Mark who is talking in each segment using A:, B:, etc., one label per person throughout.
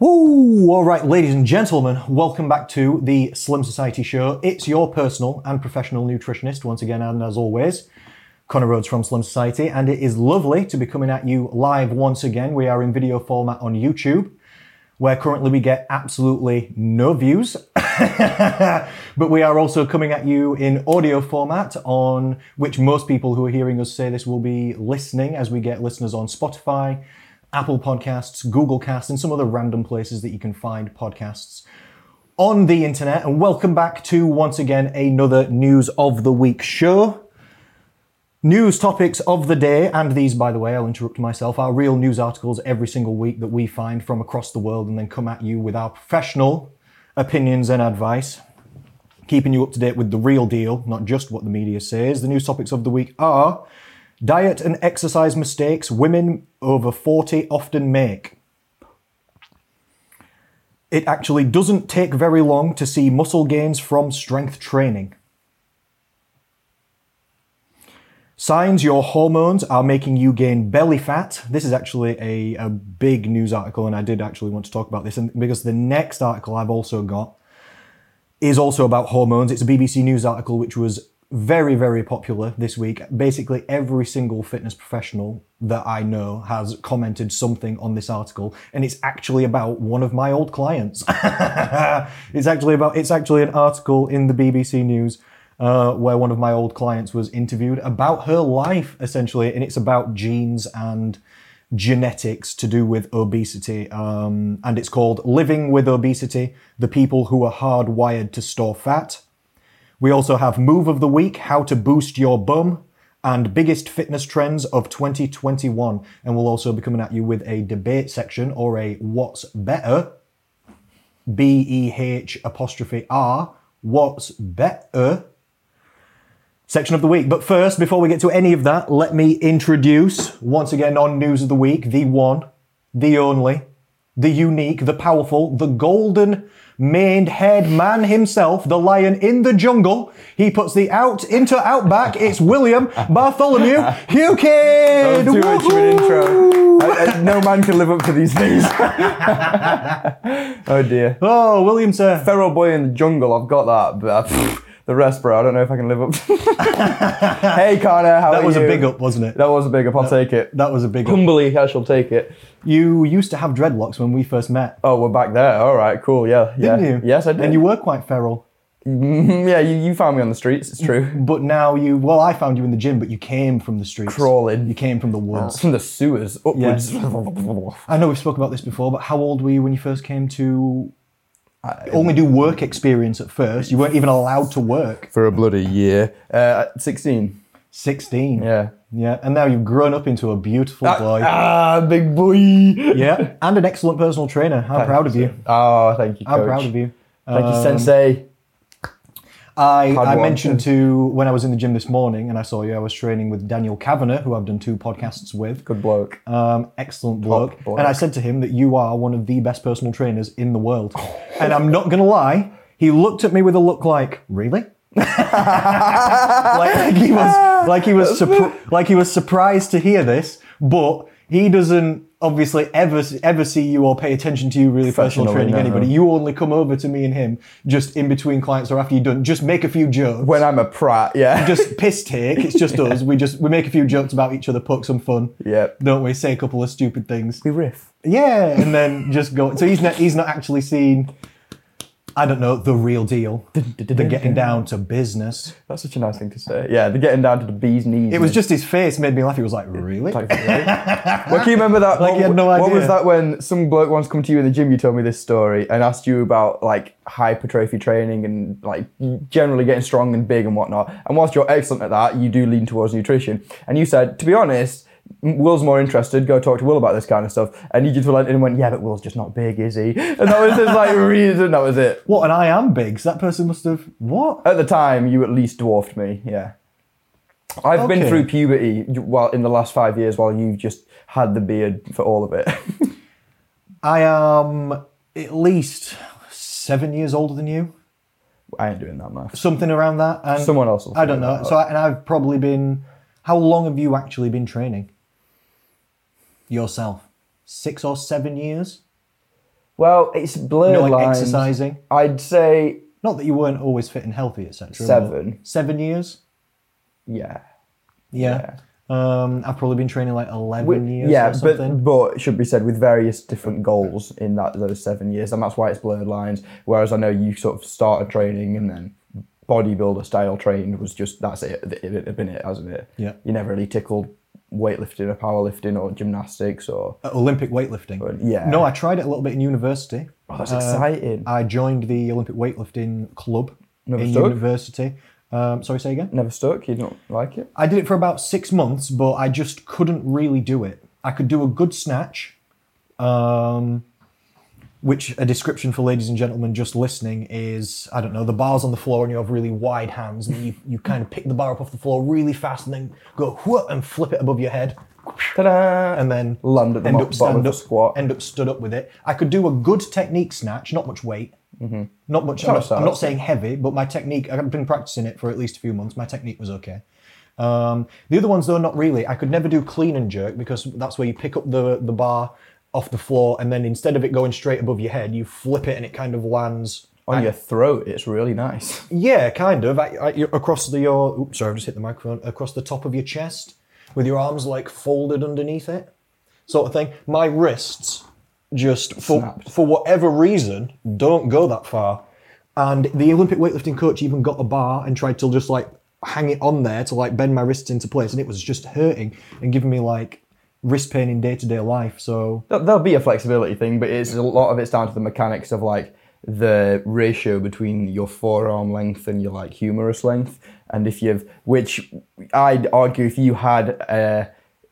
A: Woo! All right, ladies and gentlemen, welcome back to the Slim Society Show. It's your personal and professional nutritionist once again, and as always, Connor Rhodes from Slim Society, and it is lovely to be coming at you live once again. We are in video format on YouTube, where currently we get absolutely no views, but we are also coming at you in audio format on which most people who are hearing us say this will be listening as we get listeners on Spotify, Apple Podcasts, Google Cast, and some other random places that you can find podcasts on the internet. And welcome back to once again another News of the Week show. News topics of the day, and these, by the way, I'll interrupt myself, are real news articles every single week that we find from across the world and then come at you with our professional opinions and advice, keeping you up to date with the real deal, not just what the media says. The news topics of the week are diet and exercise mistakes women over 40 often make. It actually doesn't take very long to see muscle gains from strength training. Signs your hormones are making you gain belly fat. This is actually a, a big news article, and I did actually want to talk about this and because the next article I've also got is also about hormones. It's a BBC News article which was very, very popular this week. Basically, every single fitness professional that I know has commented something on this article, and it's actually about one of my old clients. it's actually about it's actually an article in the BBC News uh, where one of my old clients was interviewed about her life essentially, and it's about genes and genetics to do with obesity, um, and it's called "Living with Obesity: The People Who Are Hardwired to Store Fat." We also have Move of the Week, How to Boost Your Bum, and Biggest Fitness Trends of 2021. And we'll also be coming at you with a debate section or a What's Better, B E H apostrophe R, What's Better section of the week. But first, before we get to any of that, let me introduce, once again on News of the Week, the one, the only, the unique, the powerful, the golden maned haired man himself, the lion in the jungle. He puts the out into outback. It's William Bartholomew Hukid.
B: Too much of an intro. I- I- no man can live up to these things. oh dear.
A: Oh, William, sir.
B: Feral boy in the jungle. I've got that, but I, the rest, bro. I don't know if I can live up. to Hey, Connor. How
A: That
B: are
A: was
B: you?
A: a big up, wasn't it?
B: That was a big up. I'll take it.
A: That was a big up.
B: Humbly, I shall take it.
A: You used to have dreadlocks when we first met,
B: Oh, we're back there. All right, cool. Yeah, yeah.
A: didn't you?
B: Yes, I did.
A: And you were quite feral.
B: Mm, yeah, you, you found me on the streets. It's true.
A: But now you, well, I found you in the gym, but you came from the streets.
B: Crawling.
A: You came from the woods.
B: It's from the sewers upwards.
A: I know we've spoken about this before, but how old were you when you first came to uh, only do work experience at first? You weren't even allowed to work.
B: For a bloody year. Uh, at 16.
A: 16.
B: Yeah.
A: Yeah. And now you've grown up into a beautiful boy.
B: Ah, big boy.
A: yeah. And an excellent personal trainer. How proud of you.
B: Oh, thank you, coach. Um,
A: How proud of you.
B: Thank you, Sensei.
A: I, I
B: Padawan.
A: mentioned to when I was in the gym this morning and I saw you, I was training with Daniel Kavanagh, who I've done two podcasts with.
B: Good bloke.
A: Um, excellent bloke.
B: bloke.
A: And I said to him that you are one of the best personal trainers in the world. and I'm not going to lie, he looked at me with a look like, really? like, like he was, like he was, surpri- like he was surprised to hear this, but he doesn't obviously ever, ever see you or pay attention to you really personal
B: Professionally,
A: training
B: no.
A: anybody. You only come over to me and him just in between clients or after you're done, just make a few jokes
B: When I'm a prat, yeah.
A: just piss take. It's just us. We just we make a few jokes about each other, poke some fun.
B: Yep.
A: Don't we? Say a couple of stupid things.
B: we riff.
A: Yeah, and then just go. So he's not he's not actually seen. I don't know the real deal. They're getting down to business.
B: That's such a nice thing to say. Yeah, they're getting down to the bee's knees.
A: It was just his face made me laugh. He was like, really?
B: Like, really? well, can you remember that?
A: Like
B: what,
A: he had no
B: What was
A: idea.
B: that when some bloke once come to you in the gym? You told me this story and asked you about like hypertrophy training and like generally getting strong and big and whatnot. And whilst you're excellent at that, you do lean towards nutrition. And you said, to be honest. M- Will's more interested. Go talk to Will about this kind of stuff. And you just relented and went, "Yeah, but Will's just not big, is he?" And that was his like reason. That was it.
A: What? And I am big. So that person must have what?
B: At the time, you at least dwarfed me. Yeah. I've
A: Okay.
B: been through puberty while in the last five years, while you've just had the beard for all of it.
A: I am at least seven years older than you.
B: I ain't doing that math.
A: something around that. And
B: Someone else will
A: I don't
B: figure
A: know.
B: that out.
A: So, I, and I've probably been. How long have you actually been training yourself? Six or seven years.
B: Well, it's
A: You
B: blurred
A: know, like
B: lines.
A: exercising?
B: I'd say
A: Not that you weren't always fit and healthy, etc. but
B: Seven.
A: Seven years.
B: yeah.
A: Yeah. Um, I've probably been training like eleven years.
B: yeah,
A: or something.
B: but but it should be said with various different goals in that those seven years, and that's why it's blurred lines. Whereas I know you sort of started training and then bodybuilder style trained was just that's it. It it had been it, hasn't it?
A: Yeah.
B: You never really tickled weightlifting or powerlifting or gymnastics or oh,
A: At Olympic weightlifting.
B: yeah.
A: No, I tried it a little bit in university.
B: Oh, that's exciting.
A: Uh, I joined the Olympic weightlifting club
B: Never
A: in
B: stuck?
A: university. Um, sorry, say again.
B: Never stuck. You don't like it.
A: I did it for about six months, but I just couldn't really do it. I could do a good snatch, um, which a description for ladies and gentlemen just listening is I don't know, the bar's on the floor and you have really wide hands, and you, you kind of pick the bar up off the floor really fast and then go whoop and flip it above your head
B: Ta-da!
A: and then
B: Land at the
A: end
B: mo-
A: up
B: bottom of
A: stand
B: the
A: up
B: squat.
A: end up stood up with it. I could do a good technique snatch, not much weight,
B: Mm-hmm.
A: not much. I'm
B: not
A: not, I'm
B: bad.
A: not saying heavy, but my technique. I've been practicing it for at least a few months. My technique was okay. Um, the other ones though, not really. I could never do clean and jerk because that's where you pick up the the bar off the floor and then instead of it going straight above your head, you flip it and it kind of lands.
B: on your throat. It's really nice.
A: Yeah, kind of. I, I, you're across the your. Oops, sorry, I've just hit the microphone. Across the top of your chest, with your arms like folded underneath it, sort of thing. My wrists just for for whatever reason don't go that far. And the Olympic weightlifting coach even got a bar and tried to just like hang it on there to like bend my wrists into place, and it was just hurting and giving me like wrist pain in day to day life. So
B: There- There'll be a flexibility thing, but it's a lot of it's down to the mechanics of like the ratio between your forearm length and your like humerus length, and if you've which I'd argue if you had uh,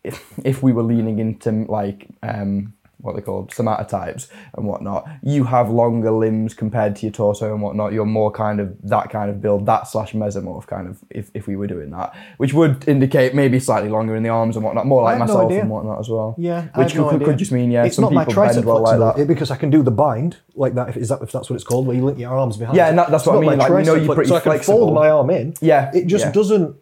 B: if, if we were leaning into like um, what they called somatotypes and whatnot, you have longer limbs compared to your torso and whatnot. You're more kind of that kind of build, that slash mesomorph kind of if, if we were doing that, which would indicate maybe slightly longer in the arms and whatnot, more like
A: had no
B: myself
A: idea.
B: and whatnot as well.
A: yeah, I
B: Which
A: have no
B: could, could,
A: idea.
B: could just mean, yeah,
A: it's
B: some
A: not my
B: people bend
A: tricep
B: well like that.
A: flexibility because I can do the bind like that. If is that if that's what it's called, where you link your arms behind.
B: Yeah, and that- that's
A: It's
B: what I
A: not
B: mean,
A: my
B: like, we know
A: tricep flex-
B: you're pretty
A: so I can
B: flexible.
A: fold my arm in.
B: Yeah,
A: it just
B: yeah.
A: doesn't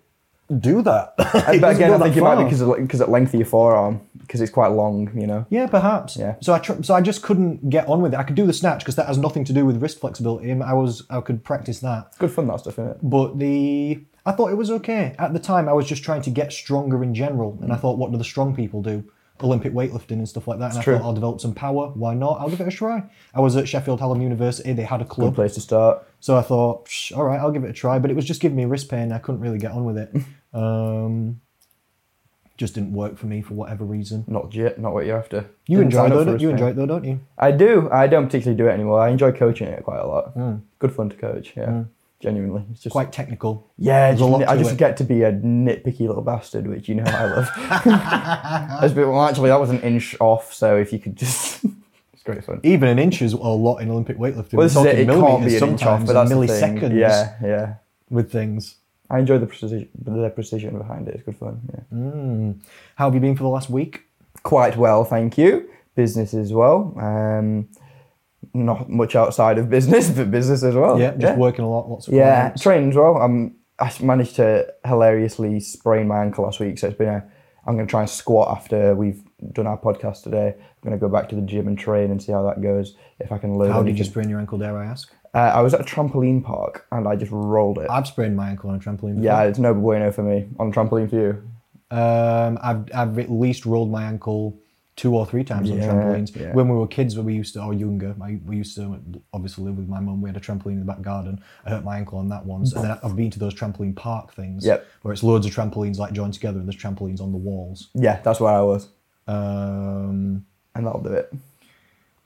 A: do that. It
B: but
A: doesn't
B: again,
A: go
B: I
A: that
B: think it might be
A: far.
B: because of, because of length of your forearm, because it's quite long, you know.
A: Yeah, perhaps.
B: Yeah.
A: So I tr- so I just couldn't get on with it. I could do the snatch because that has nothing to do with wrist flexibility. and I was I could practice that,
B: It's good fun, that stuff, isn't it?
A: but the I thought it was okay at the time. I was just trying to get stronger in general, and I thought, what do the strong people do? Olympic weightlifting and stuff like that. And I
B: true.
A: thought I'll develop some power. Why not? I'll give it a try. I was at Sheffield Hallam University. They had a club.
B: Good place to start.
A: So I thought, Psh, all right, I'll give it a try. But it was just giving me wrist pain. I couldn't really get on with it. Um, just didn't work for me for whatever reason.
B: Not j- not what you're after.
A: You
B: Didn't
A: enjoy
B: sign up
A: though,
B: for
A: don't
B: us,
A: you?
B: mate.
A: Enjoy it though, don't you?
B: I do. I don't particularly do it anymore. I enjoy coaching it quite a lot. Good fun to coach. Yeah, genuinely. It's just
A: Mm. Quite technical.
B: yeah.
A: a
B: Just,
A: lot
B: I
A: to
B: just
A: it.
B: get to be a nitpicky little bastard, which you know I love. I just be, well, actually, that was an inch off. So if you could just, it's great fun.
A: Even an inch is a lot in Olympic weightlifting. We're
B: Well, this is
A: talking
B: it. It can't
A: millimeters
B: be an inch off,
A: sometimes,
B: but that's
A: and
B: the thing.
A: milliseconds
B: Yeah, yeah.
A: with things.
B: I enjoy the precision, the precision behind it. It's good fun. Yeah.
A: How have you been for the last week?
B: Quite well, thank you. Business as well. Um, not much outside of business, but business as well.
A: Yeah, just working a lot, lots of
B: Yeah,
A: clients.
B: training as well. Um, I s- managed to hilariously sprain my ankle last week, so it's been a. I'm going to try and squat after we've done our podcast today. I'm going to go back to the gym and train and see how that goes. If I can learn.
A: How did you
B: anything.
A: sprain your ankle? Dare I ask?
B: Uh, I was at a trampoline park and I just rolled it.
A: I've sprained my ankle on a trampoline. Before.
B: yeah, it's no bueno for me on a trampoline for you.
A: Um, I've, I've at least rolled my ankle two or three times on
B: Yeah,
A: trampolines.
B: yeah.
A: When we were kids, when we used to, or younger, I, we used to obviously live with my mum. We had a trampoline in the back garden. I hurt my ankle on that once. And then I've been to those trampoline park things
B: Yep.
A: where it's loads of trampolines like joined together and there's trampolines on the walls.
B: Yeah, that's where I was,
A: Um,
B: and that'll do it.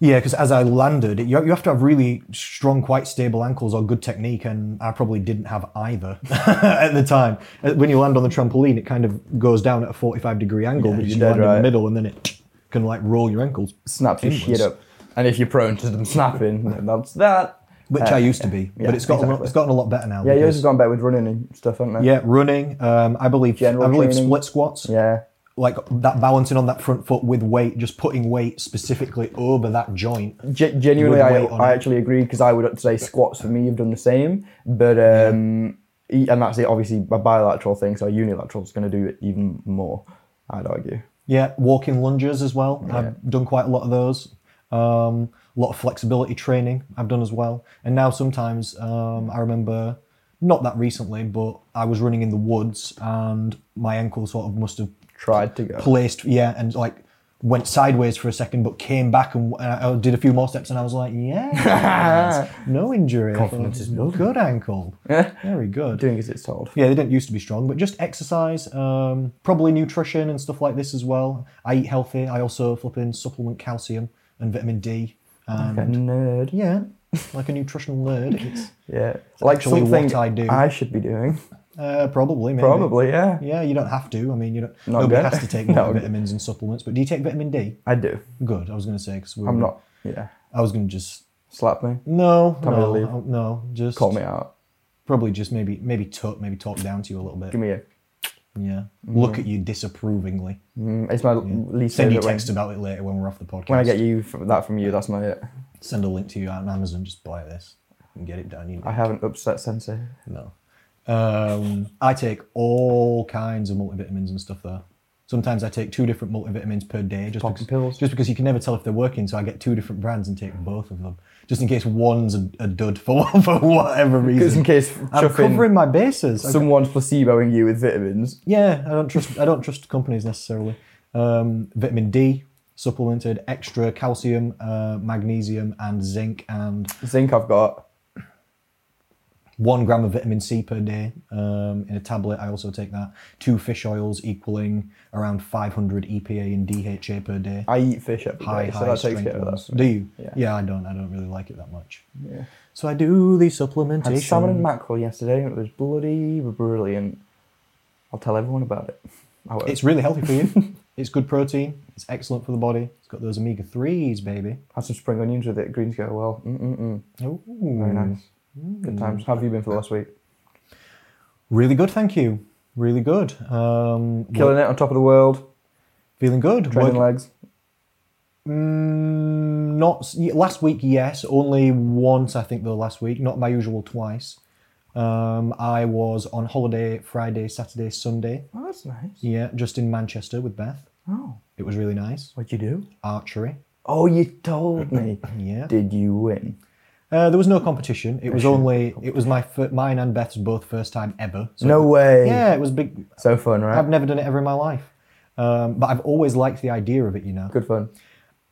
A: yeah, because as I landed, you, you have to have really strong, quite stable ankles or good technique, and I probably didn't have either at the time. Uh, When you land on the trampoline, it kind of goes down at a 45 degree angle, but you
B: you're
A: land
B: dead
A: in
B: right.
A: the middle, and then it can like roll your ankles,
B: snaps your shit
A: Inwards.
B: up. And if you're prone to them snapping, then that's that.
A: which I used to be.
B: Uh, yeah,
A: but it's gotten
B: exactly.
A: it's gotten a lot better now.
B: Yeah, yours
A: because-
B: has gone better with running and stuff, haven't they?
A: yeah, running. Um, I believe
B: General
A: I believe
B: training.
A: split squats.
B: Yeah.
A: Like that balancing on that front foot with weight, just putting weight specifically over that joint.
B: Ge- genuinely,
A: With
B: I,
A: weight on
B: I
A: it.
B: actually agree because I would say squats for me, you've done the same. But, um, e- and that's it, obviously, a bilateral thing, so unilateral is going to do it even more, I'd argue.
A: Yeah, walking lunges as well. I've done quite a lot of those. Um, a lot of flexibility training I've done as well. And now sometimes um, I remember, not that recently, but I was running in the woods and my ankle sort of must have
B: Tried to go.
A: placed, yeah, and like went sideways for a second, but came back and, and I I did a few more steps and I was like, yeah, no injury.
C: Confidence is building.
A: Good ankle. Very good.
B: Doing as it's told.
A: Yeah, they didn't used to be strong, but just exercise, um, probably nutrition and stuff like this as well. I eat healthy. I also flip in supplement calcium and vitamin D. And
B: Like a nerd.
A: yeah, like a nutritional nerd. It's
B: Yeah. like
A: actually
B: something
A: what I do.
B: should be doing.
A: uh, probably maybe.
B: Probably, yeah.
A: Yeah, you don't have to. I mean, you don't.
B: Not
A: nobody
B: good.
A: has to take
B: No.
A: more vitamins and supplements. But do you take vitamin D?
B: I do.
A: Good. I was going to say because
B: I'm not. Yeah.
A: I was going to just
B: Slap me.
A: no,
B: me to
A: no,
B: leave.
A: uh, no. Just
B: Call me out.
A: probably just maybe maybe talk maybe talk down to you a little bit.
B: Give me Mm-hmm. a.
A: yeah, look at you disapprovingly.
B: Mm, it's my least
A: Send you
B: favorite. When,
A: text about it later when we're off the podcast.
B: when I get you from that from you, that's my it.
A: Send a link to you on Amazon. Just buy this and get it done. You
B: I
A: know.
B: haven't upset sensei.
A: No. Um, I take all kinds of multivitamins and stuff though. Sometimes I take two different multivitamins per day just
B: Popping
A: because,
B: pills.
A: just because you can never tell if they're working. So I get two different brands and take both of them just in case one's a, a dud for, for whatever
B: Just in
A: reason.
B: case
A: I'm
B: chuffing
A: covering my bases. I've
B: someone's placeboing you with vitamins.
A: Yeah, I don't trust. I don't trust companies necessarily. Um, vitamin D supplemented, extra calcium, uh, magnesium, and zinc, and
B: Zinc I've got.
A: one gram of vitamin C per day um, in a tablet. I also take that. Two fish oils equaling around 500 EPA and DHA per day.
B: I eat fish every day,
A: High,
B: so
A: high
B: that takes
A: strength
B: care of that.
A: ones.
B: for me.
A: Do you?
B: Yeah.
A: yeah, I don't. I don't really like it that much.
B: Yeah.
A: So I do the supplementation.
B: Had salmon and mackerel yesterday, and it was bloody brilliant. I'll tell everyone about it. I will.
A: It's really healthy for you. it's good protein. It's excellent for the body. It's got those omega threes, baby.
B: Had some spring onions with it. Greens go well. Mm-mm-mm.
A: Oh,
B: Very nice. Good
A: Mm.
B: times. How have you been for the last week?
A: Really good, thank you. Really good. Um, wo-
B: Killing it on top of the world.
A: feeling good.
B: Training legs.
A: Mm, not s- y- last week. Yes, only once I think though. Last week, not my usual twice. Um, I was on holiday Friday, Saturday, Sunday.
B: Oh, that's nice.
A: Yeah, just in Manchester with Beth.
B: Oh,
A: It was really nice.
B: what'd you do?
A: Archery.
B: Oh, you told me.
A: Yeah.
B: Did you win?
A: Uh, there was no competition. It was only. It was my fir- mine and Beth's both first time ever. So
B: No way.
A: Yeah, it was big.
B: So fun, right?
A: I've never done it ever in my life. Um, but I've always liked the idea of it. You know.
B: Good fun.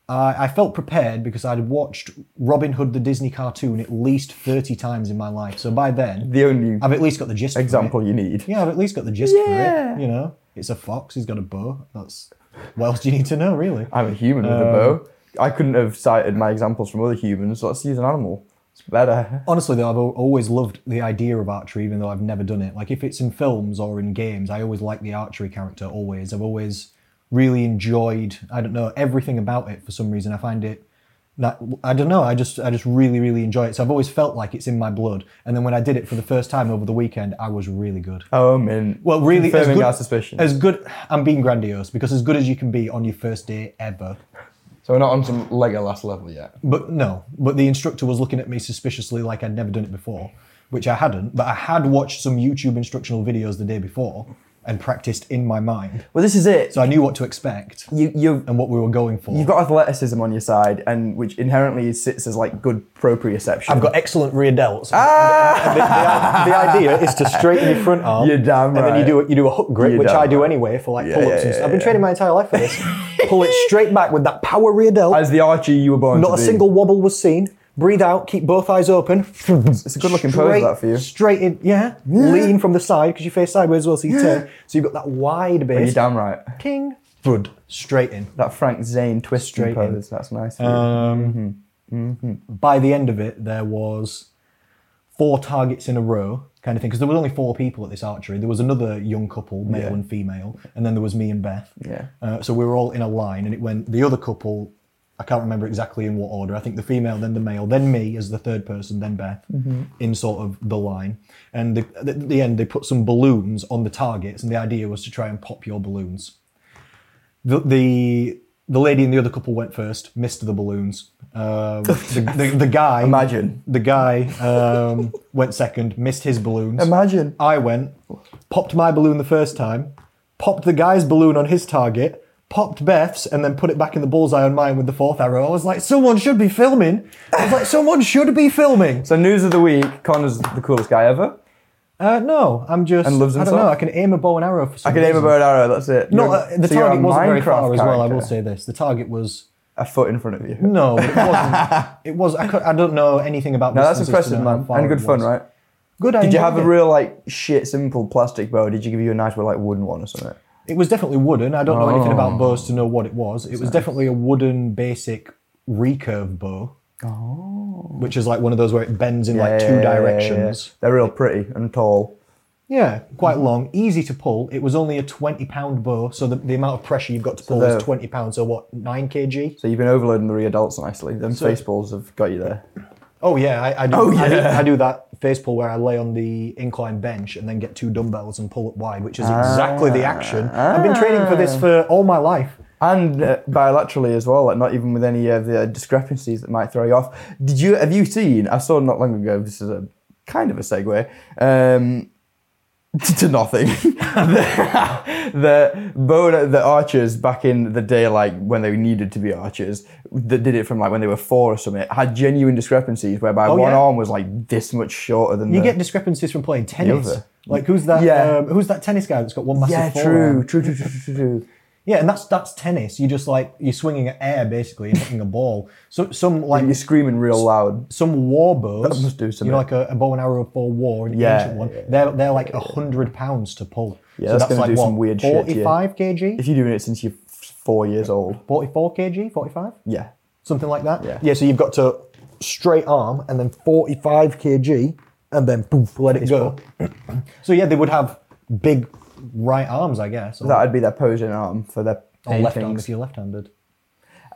A: I, I felt prepared because I'd watched Robin Hood, the Disney cartoon, at least 30 times in my life. So by then,
B: The only
A: I've at least got the gist for
B: example you need.
A: it. Yeah, I've at least got the gist
B: Yeah.
A: for it. You know, it's a fox, he's got a bow. That's what else do you need to know, really?
B: I'm a human with a
A: Um,
B: bow. I couldn't have cited my examples from other humans. Let's use an animal. It's better.
A: Honestly, though, I've al- always loved the idea of archery, even though I've never done it. Like, if it's in films or in games, I always like the archery character, always. I've always really enjoyed, I don't know, everything about it for some reason. I find it. That, I don't know. I just I just really really enjoy it. So I've always felt like it's in my blood. And then when I did it for the first time over the weekend, I was really good.
B: Oh, man.
A: Well, really, as
B: confirming
A: good,
B: our suspicion.
A: As good, I'm being grandiose because as good as you can be on your first day ever.
B: so we're not on some Legolas level yet.
A: But no, but the instructor was looking at me suspiciously like I'd never done it before, which I hadn't, but I had watched some YouTube instructional videos the day before and practiced in my mind.
B: Well, this is it.
A: So I knew what to expect
B: you, you,
A: and what we were going for.
B: you've got athleticism on your side, and which inherently sits as like good proprioception.
A: I've got excellent rear delts. And the, the i- the idea is to straighten your front arm.
B: You're damn
A: And then you do
B: right.
A: a, you do a hook grip,
B: You're
A: which
B: damn
A: I do
B: right.
A: anyway for like
B: Yeah,
A: pull-ups
B: yeah,
A: and
B: yeah,
A: stuff. I've been
B: yeah.
A: training my entire life for this. pull it straight back with that power rear delt.
B: As the archer you were born
A: Not
B: to
A: a
B: be.
A: single wobble was seen. Breathe out. Keep both eyes open. It's
B: a good-looking pose, that, for you.
A: Straight in, yeah. Lean from the side because you face sideways as well, so you turn. So you've got that wide
B: You're
A: base.
B: damn right.
A: King. Good. Straight in.
B: That Frank Zane twist
A: Straight in. Uh,
B: pose. That's nice. of you.
A: By the end of it, there was four targets in a row, kind of thing. Because there was only four people at this archery. There was another young couple, male
B: Yeah.
A: and female, and then there was me and Beth.
B: Yeah.
A: Uh, so we were all in a line, and it went the other couple. I can't remember exactly in what order. I think the female, then the male, then me as the third person, then Beth,
B: Mm-hmm.
A: in sort of the line. And the, at the end, they put some balloons on the targets, and the idea was to try and pop your balloons. The the, the lady and the other couple went first, missed the balloons. Um, the, the, the guy,
B: Imagine.
A: the guy um, went second, missed his balloons.
B: Imagine.
A: I went, popped my balloon the first time, popped the guy's balloon on his target, popped Beth's and then put it back in the bullseye on mine with the fourth arrow. I was like, someone should be filming. I was like, someone should be filming.
B: So news of the week, Connor's the coolest guy ever.
A: Uh, no, I'm just.
B: And loves
A: I don't
B: himself?
A: know. I can aim a bow and arrow for some
B: I can aim a
A: reason.
B: bow and arrow, that's it.
A: No,
B: You're-
A: uh, the
B: so you're a
A: target wasn't very
B: Minecraft
A: far as well. I will
B: character,
A: say this: the target was
B: A foot in front of you.
A: no, but it wasn't. it was. I, could, I don't know anything about.
B: No, that's
A: distances to
B: impressive,
A: know how
B: man.
A: far
B: And
A: it
B: good fun,
A: was.
B: right?
A: Good. I
B: Did you have a
A: enjoyed it.
B: real like shit simple plastic bow? Or did you give you a nice, well, like wooden one or something?
A: It was definitely wooden. I don't know anything
B: Oh.
A: about bows to know what it was. It was definitely a wooden basic recurve bow. Which is like one of those where it bends in like
B: Oh. Yeah,
A: two
B: yeah, yeah, yeah.
A: directions.
B: They're real pretty and tall.
A: Yeah, quite long, easy to pull. It was only a 20 pound bow, so the, the amount of pressure you've got to pull
B: they're-
A: is 20 pounds, so what, 9 kg?
B: So you've been overloading the adults nicely. Them face balls have got you there.
A: Oh yeah, I, I do.
B: Oh,
A: I do-
B: yeah.
A: I, do that face pull where I lay on the incline bench and then get two dumbbells and pull up wide, which is
B: Ah.
A: exactly the action. I've been training for this for all my life.
B: And uh, bilaterally as well, like not even with any of the uh, discrepancies that might throw you off. Did you have you seen? I saw not long ago. This is a kind of a segue um, to nothing. the, the bow, the archers back in the day, like when they needed to be archers, that did it from like when they were four or something, had genuine discrepancies whereby one
A: Oh, yeah.
B: arm was like this much shorter than
A: You
B: the,
A: get discrepancies from playing tennis.
B: other.
A: Like who's that?
B: Yeah.
A: Um, who's that tennis guy that's got one massive?
B: yeah,
A: forearm?
B: true, true, true, true, true, true.
A: Yeah, and that's that's tennis. You just like you're swinging at air basically and hitting a ball. So some like
B: You're screaming real loud.
A: some war bows.
B: That must do something.
A: You know, like a, a bow and arrow for war, an
B: Yeah,
A: ancient one.
B: yeah,
A: they're they're like a hundred pounds to pull.
B: Yeah, that's gonna do some weird shit to you.
A: Forty-five kg,
B: If you're doing it since you're f- four years old,
A: forty-four kg, forty-five.
B: yeah.
A: something like that.
B: Yeah.
A: So you've got to straight arm and then 45 kg and then poof, let it go. so yeah, they would have big right arms, I guess, or,
B: That'd be their posing arm for their
A: or left arm
B: paintings.
A: if you're left-handed.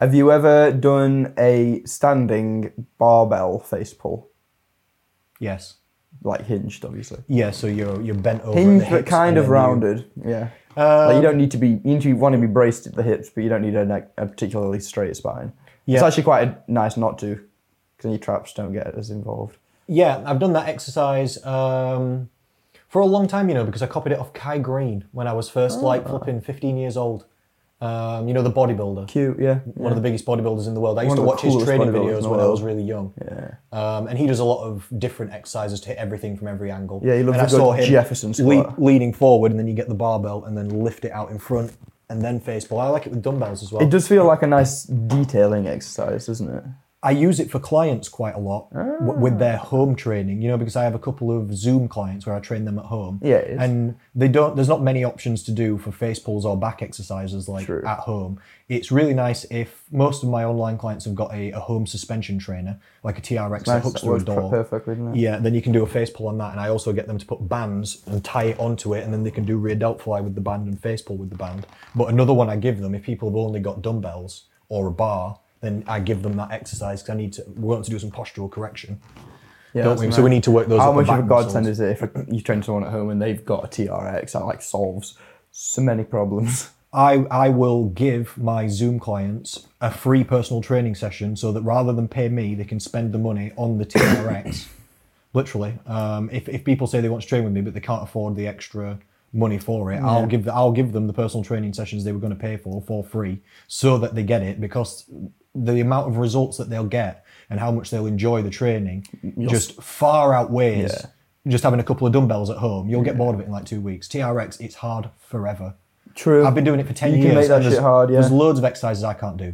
B: Have you ever done a standing barbell face pull?
A: Yes.
B: Like hinged, obviously.
A: Yeah. So you're you're bent over. at the
B: Hinged, but
A: hips
B: kind
A: and
B: of
A: then you- Um,
B: rounded. Yeah. like you don't need to be. You need to want to be braced at the hips, but you don't need a, neck, a particularly straight spine. It's
A: Yeah.
B: actually quite a, nice not to, because then your traps don't get as involved.
A: Yeah, I've done that exercise um, for a long time, you know, because I copied it off Kai Green when I was first
B: Ah.
A: like flipping 15 years old. Um, you know, the bodybuilder.
B: Cute, yeah.
A: one of the biggest bodybuilders in the world. I used
B: One
A: to
B: of the
A: watch his
B: coolest
A: training
B: bodybuilders in
A: videos
B: the
A: when I was
B: world.
A: really young.
B: Yeah.
A: Um, and he does a lot of different exercises to hit everything from every angle.
B: Yeah, he loves
A: and
B: a good Jefferson squat.
A: leaning forward, and then you get the barbell, and then lift it out in front, and then face pull. I like it with dumbbells as well.
B: It does feel like a nice detailing exercise, doesn't it?
A: I use it for clients quite a lot w-
B: Ah.
A: with their home training, you know, because I have a couple of Zoom clients where I train them at home.
B: Yeah, it is.
A: And they don't there's not many options to do for face pulls or back exercises like
B: True.
A: at home. It's really nice if most of my online clients have got a, a home suspension trainer, like a TRX that
B: nice,
A: hooks
B: that
A: through a
B: works per-
A: door.
B: perfectly, doesn't it?
A: Yeah, then you can do a face pull on that, and I also get them to put bands and tie it onto it, and then they can do rear delt fly with the band and face pull with the band. But another one I give them, if people have only got dumbbells or a bar, then I give them that exercise because I need to. We want to do some postural correction,
B: Yeah,
A: don't
B: that's
A: we? So we
B: nice.
A: need to work those.
B: How
A: upper
B: much of a
A: back
B: godsend
A: muscles.
B: is it if you train someone at home and they've got a TRX that like solves so many problems?
A: I, I will give my Zoom clients a free personal training session so that rather than pay me, they can spend the money on the TRX. Literally, um, if, if people say they want to train with me but they can't afford the extra money for it, I'll give the, I'll give them the personal training sessions they were going to pay for for free so that they get it because the amount of results that they'll get and how much they'll enjoy the training just far outweighs just having a couple of dumbbells at home. You'll get bored of it in like two weeks. TRX, it's hard forever.
B: True.
A: I've been doing it for 10
B: You
A: years.
B: can make that
A: and there's-
B: shit hard, yeah.
A: There's loads of exercises I can't do.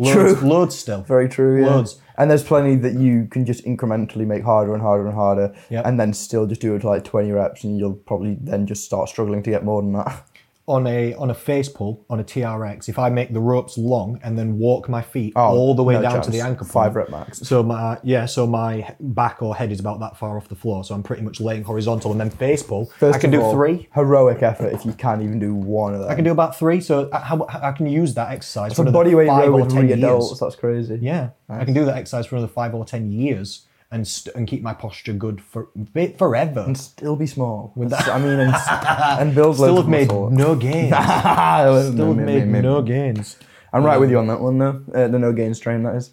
A: Loads,
B: True.
A: Loads still.
B: Very true. Yeah.
A: Loads.
B: And there's plenty that you can just incrementally make harder and harder and harder,
A: Yep.
B: and then still just do it to like 20 reps, and you'll probably then just start struggling to get more than that.
A: On a on a face pull, on a TRX, if I make the ropes long and then walk my feet all the way
B: Oh, no
A: down to
B: chance.
A: the ankle
B: Five
A: point,
B: rep max.
A: So my yeah, so my he- back or head is about that far off the floor, so I'm pretty much laying horizontal and then face pull. I can do
B: of all,
A: three.
B: Heroic effort if you can't even do one of them.
A: I can do about three, so I, how, I can use that exercise for
B: a
A: another
B: body weight
A: five
B: row
A: or
B: with
A: ten
B: three
A: years.
B: adults. That's crazy.
A: Yeah, I can do that exercise for another five or ten years and st- and keep my posture good for forever.
B: And still be small. That's- I mean, and, s- and build
A: Still have
B: loads
A: made
B: of
A: no gains.
B: muscle.
A: Still have made no gains.
B: Um, I'm right with you on that one though. Uh, the no gains train that is.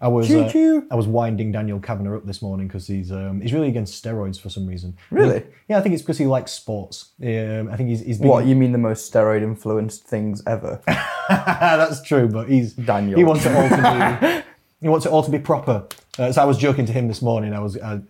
A: I was
B: Choo
A: uh,
B: choo.
A: I was winding Daniel Kavanagh up this morning because he's um, he's really against steroids for some reason.
B: Really?
A: Yeah, I think it's because he likes sports. Um, I think he's, he's big
B: What you mean the most steroid influenced things ever?
A: That's true, but he's
B: Daniel.
A: He wants it all to be. he wants it all to be proper. Uh, so I was joking to him this morning. I was I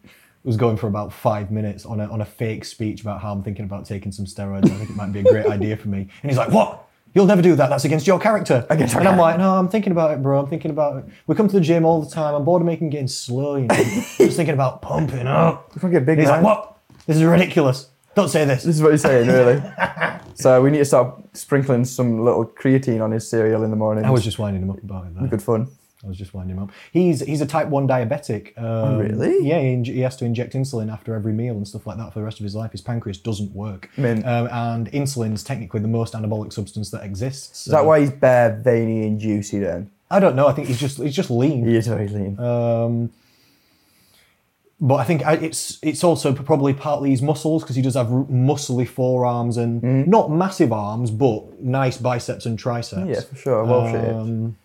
A: was going for about five minutes on a on a fake speech about how I'm thinking about taking some steroids. I think it might be a great idea for me. And he's like, "What? You'll never do that. That's against your character."
B: Against our
A: and I'm like, "No, I'm thinking about it, bro. I'm thinking about it. We come to the gym all the time. I'm bored of making getting slow. You know, just thinking about pumping up."
B: If I get big,
A: And he's like,
B: man.
A: "What? This is ridiculous. Don't say this."
B: This is what you're saying, really. so we need to start sprinkling some little creatine on his cereal in the morning.
A: I was just winding him up about it. there.
B: good fun.
A: I was just winding him up. He's he's a type one diabetic. Um,
B: Oh, really?
A: Yeah, he, inj- he has to inject insulin after every meal and stuff like that for the rest of his life. His pancreas doesn't work,
B: Mint.
A: Um, and insulin's technically the most anabolic substance that exists.
B: Is that why he's bare, veiny, and juicy then?
A: I don't know. I think he's just he's just lean.
B: He is very lean.
A: But I think I- it's it's also probably partly his muscles because he does have r- muscly forearms and
B: Mm-hmm.
A: not massive arms, but nice biceps and triceps.
B: yeah, for sure. Well shaped.
A: Um,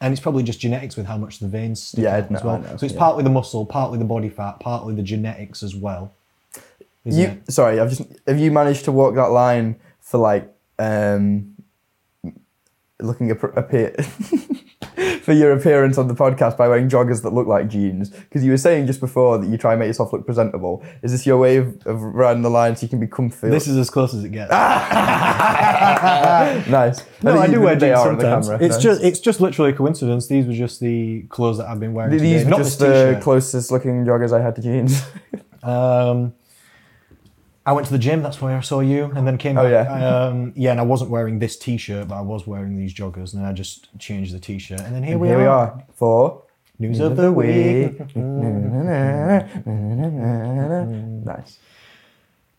A: and it's probably just genetics with how much the veins stick
B: Yeah,
A: out
B: no,
A: as well.
B: I know,
A: so it's
B: yeah.
A: partly the muscle, partly the body fat, partly the genetics as well. Isn't
B: You,
A: it?
B: sorry, I've just. Have you managed to walk that line for like um, looking a, a for your appearance on the podcast by wearing joggers that look like jeans? Because you were saying just before that you try and make yourself look presentable. Is this your way of, of running the line so you can be comfy?
A: This is as close as it gets.
B: nice.
A: Ah, no, I do wear
B: They
A: jeans
B: are on the
A: sometimes.
B: camera.
A: It's
B: No.
A: just it's just literally a coincidence. These were just the clothes that I've been wearing.
B: These
A: today.
B: were
A: Not
B: just
A: this
B: the
A: t-shirt.
B: closest looking joggers I had to jeans.
A: Um, I went to the gym. That's where I saw you, and then came.
B: Oh,
A: back.
B: yeah.
A: um, yeah. And I wasn't wearing this T-shirt, but I was wearing these joggers, and then I just changed the T-shirt, and then here, we,
B: Here
A: are.
B: we are for
A: News of the week.
B: nice.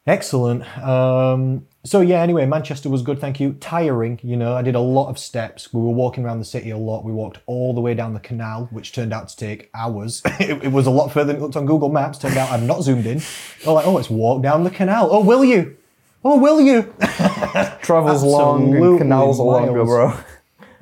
A: Excellent. Um, so yeah. Anyway, Manchester was good. Thank you. Tiring, you know. I did a lot of steps. We were walking around the city a lot. We walked all the way down the canal, which turned out to take hours. it, it was a lot further than it looked on Google Maps. Turned out I'm not zoomed in. Oh, like, oh, it's walk down the canal. Oh, will you? Oh, will you?
B: Travels long, and
A: Absolutely
B: canals are longer,
A: miles.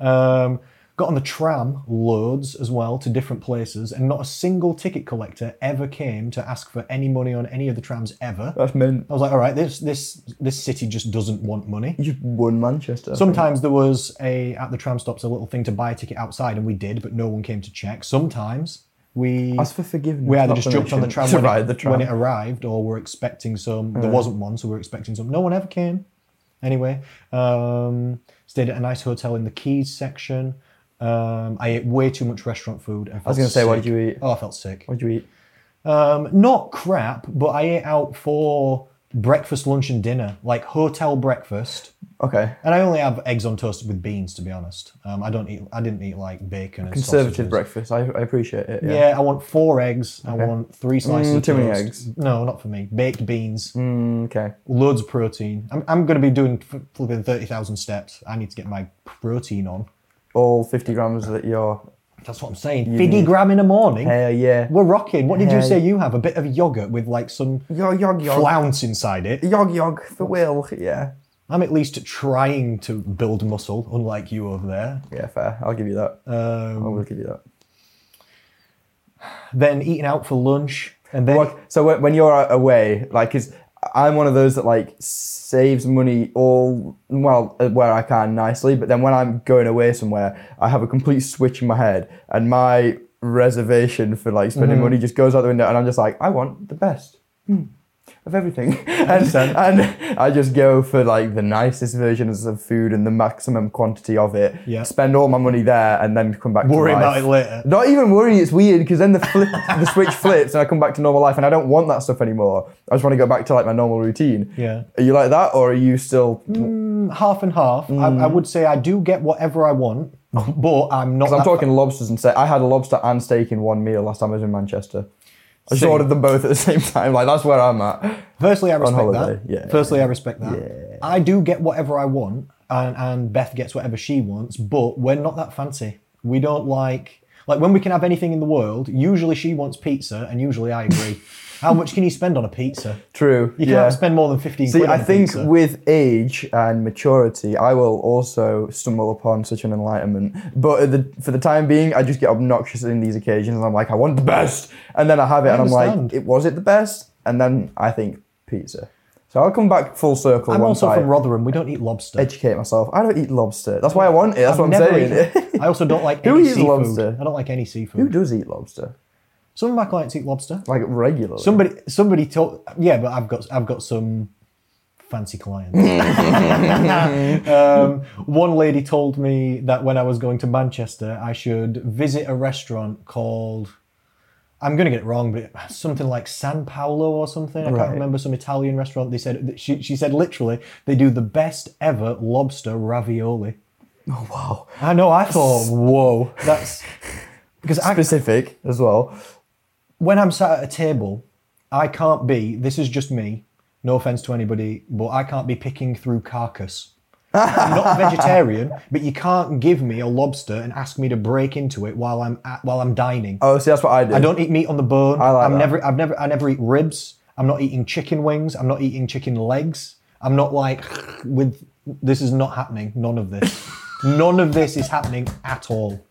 B: bro.
A: Um, got on the tram loads as well to different places, and not a single ticket collector ever came to ask for any money on any of the trams ever.
B: That's mint.
A: I was like, all right, this this this city just doesn't want money.
B: You won Manchester.
A: Sometimes there was a at the tram stops a little thing to buy a ticket outside, and we did, but no one came to check. Sometimes we
B: Ask for forgiveness.
A: we either
B: not
A: just jumped on the
B: permission
A: tram, when,
B: to ride
A: it,
B: the tram.
A: when it arrived, or we're expecting some. There wasn't one, so we were expecting some. No one ever came. Anyway, um, stayed at a nice hotel in the Keys section. Um, I ate way too much restaurant food. I,
B: was gonna say, what did you eat?
A: Oh, I felt sick.
B: What'd you eat?
A: Um, not crap, but I ate out for breakfast, lunch, and dinner, like hotel breakfast.
B: Okay.
A: And I only have eggs on toast with beans, to be honest. Um, I don't eat. I didn't eat like bacon. And
B: Conservative
A: sausages.
B: breakfast. I, I appreciate it. Yeah.
A: Yeah. I want four eggs. I want three slices
B: Mm,
A: of
B: too many
A: toast.
B: eggs.
A: No, not for me. Baked beans,
B: Mm, okay.
A: loads of protein. I'm, I'm going to be doing f- flipping 30,000 steps. I need to get my protein on.
B: All 50 grams that you're.
A: That's what I'm saying. 50 gram in the morning.
B: Hell yeah.
A: We're rocking. What did you
B: Hey.
A: say you have? A bit of yogurt with like some
B: Yog, yog, yog.
A: flounce inside it.
B: Yog, yog, for Will. Yeah.
A: I'm at least trying to build muscle, unlike you over there.
B: Yeah, fair. I'll give you that. I will give you that.
A: Then eating out for lunch. And then
B: Like, so when, when you're away, like, is I'm one of those that like saves money all well uh, where I can nicely, but then when I'm going away somewhere, I have a complete switch in my head, and my reservation for like spending
A: Mm-hmm.
B: money just goes out the window, and I'm just like, I want the best. Hmm, Of everything, and, and I just go for like the nicest versions of food and the maximum quantity of it.
A: Yeah.
B: Spend all my money there and then come back.
A: worry
B: to life.
A: about it later.
B: Not even worry, it's weird because then the flip, the switch flips and I come back to normal life and I don't want that stuff anymore. I just want to go back to like my normal routine.
A: Yeah. Mm,
B: Are you like that or are you still
A: half and half. I, I would say I do get whatever I want, but I'm not.
B: Mm. I'm
A: that-
B: talking lobsters and steak. I had a lobster and steak in one meal last time I was in Manchester. I just
A: Same.
B: ordered them both at the same time. Like that's where I'm at.
A: Firstly, I respect
B: holiday,
A: that.
B: yeah.
A: Firstly, I respect that. I do get whatever I want, and, and Beth gets whatever she wants, but we're not that fancy. We don't like. Like when we can have anything in the world, usually she wants pizza, and usually I agree. How much can you spend on a pizza?
B: True.
A: You
B: yeah.
A: can't spend more than fifteen.
B: See,
A: quid on
B: I
A: a
B: think
A: pizza.
B: with age and maturity, I will also stumble upon such an enlightenment. But at the, for the time being, I just get obnoxious in these occasions. And I'm like, I want the best, and then I have it, and I'm like,
A: understand.
B: it was it the best, and then I think pizza. So I'll come back full circle.
A: I'm
B: once
A: also
B: I
A: from Rotherham. We don't eat lobster.
B: educate myself. I don't eat lobster. That's why I want it.
A: I've
B: That's what I'm
A: never
B: saying.
A: eaten- I also don't like
B: Who
A: any
B: eats
A: seafood.
B: lobster?
A: I don't like any seafood.
B: Who does eat lobster?
A: Some of my clients eat lobster.
B: Like regularly.
A: Somebody, somebody told. Yeah, but I've got, I've got some fancy clients. um, one lady told me that when I was going to Manchester, I should visit a restaurant called. I'm going to get it wrong, but something like San Paolo or something. I
B: Right.
A: can't remember some Italian restaurant. They said that she, she said literally they do the best ever lobster ravioli.
B: oh, wow.
A: I know. I thought, whoa, that's because I,
B: Specific as well.
A: when I'm sat at a table, I can't be, this is just me, no offense to anybody, but I can't be picking through carcass. I'm not vegetarian, but you can't give me a lobster and ask me to break into it while I'm at, while I'm dining.
B: Oh, see, that's what I do.
A: I don't eat meat on the bone. I
B: like
A: am
B: that.
A: never I've never I never eat ribs. I'm not eating chicken wings. I'm not eating chicken legs. I'm not like with this is not happening. None of this. None of this is happening at all.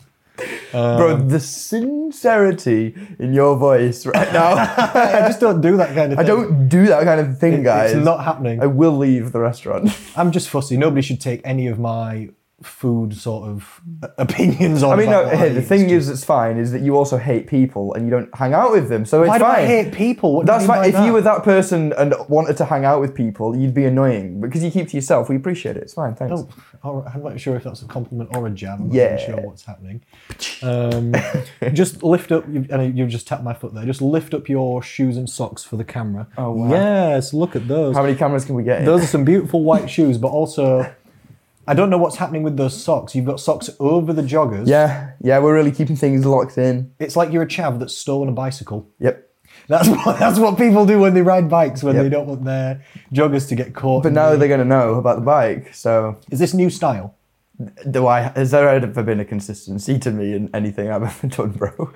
B: Bro, the sincerity in your voice right now.
A: I just don't do that kind of
B: I
A: thing.
B: don't do that kind of thing, guys.
A: It's not happening.
B: I will leave the restaurant.
A: I'm just fussy. Nobody should take any of my food sort of opinions on.
B: I mean, no,
A: about what
B: hey,
A: I
B: the
A: eat.
B: thing is, it's fine. Is that you also hate people and you don't hang out with them, so it's
A: why do
B: fine.
A: I hate people? What do
B: That's
A: you mean
B: fine.
A: by
B: If
A: that?
B: you were that person and wanted to hang out with people, you'd be annoying because you keep to yourself. We appreciate it. It's fine. Thanks.
A: Oh, all right, I'm not sure if that's a compliment or a jab. I'm
B: Yeah.
A: not even sure what's happening. Um, just lift up, you- and you've just tapped my foot there. Just lift up your shoes and socks for the camera. Oh
B: wow.
A: Yes, look at those.
B: How many cameras can we get? In?
A: Those are some beautiful white shoes, but also, I don't know what's happening with those socks. You've got socks over the joggers.
B: yeah, yeah. We're really keeping things locked in.
A: It's like you're a chav that's stolen a bicycle.
B: Yep.
A: That's what, that's what people do when they ride bikes when they don't want their joggers to get caught.
B: But now they're gonna know about the bike. So
A: is this new style?
B: do I? Has there ever been a consistency to me in anything I've ever done, bro?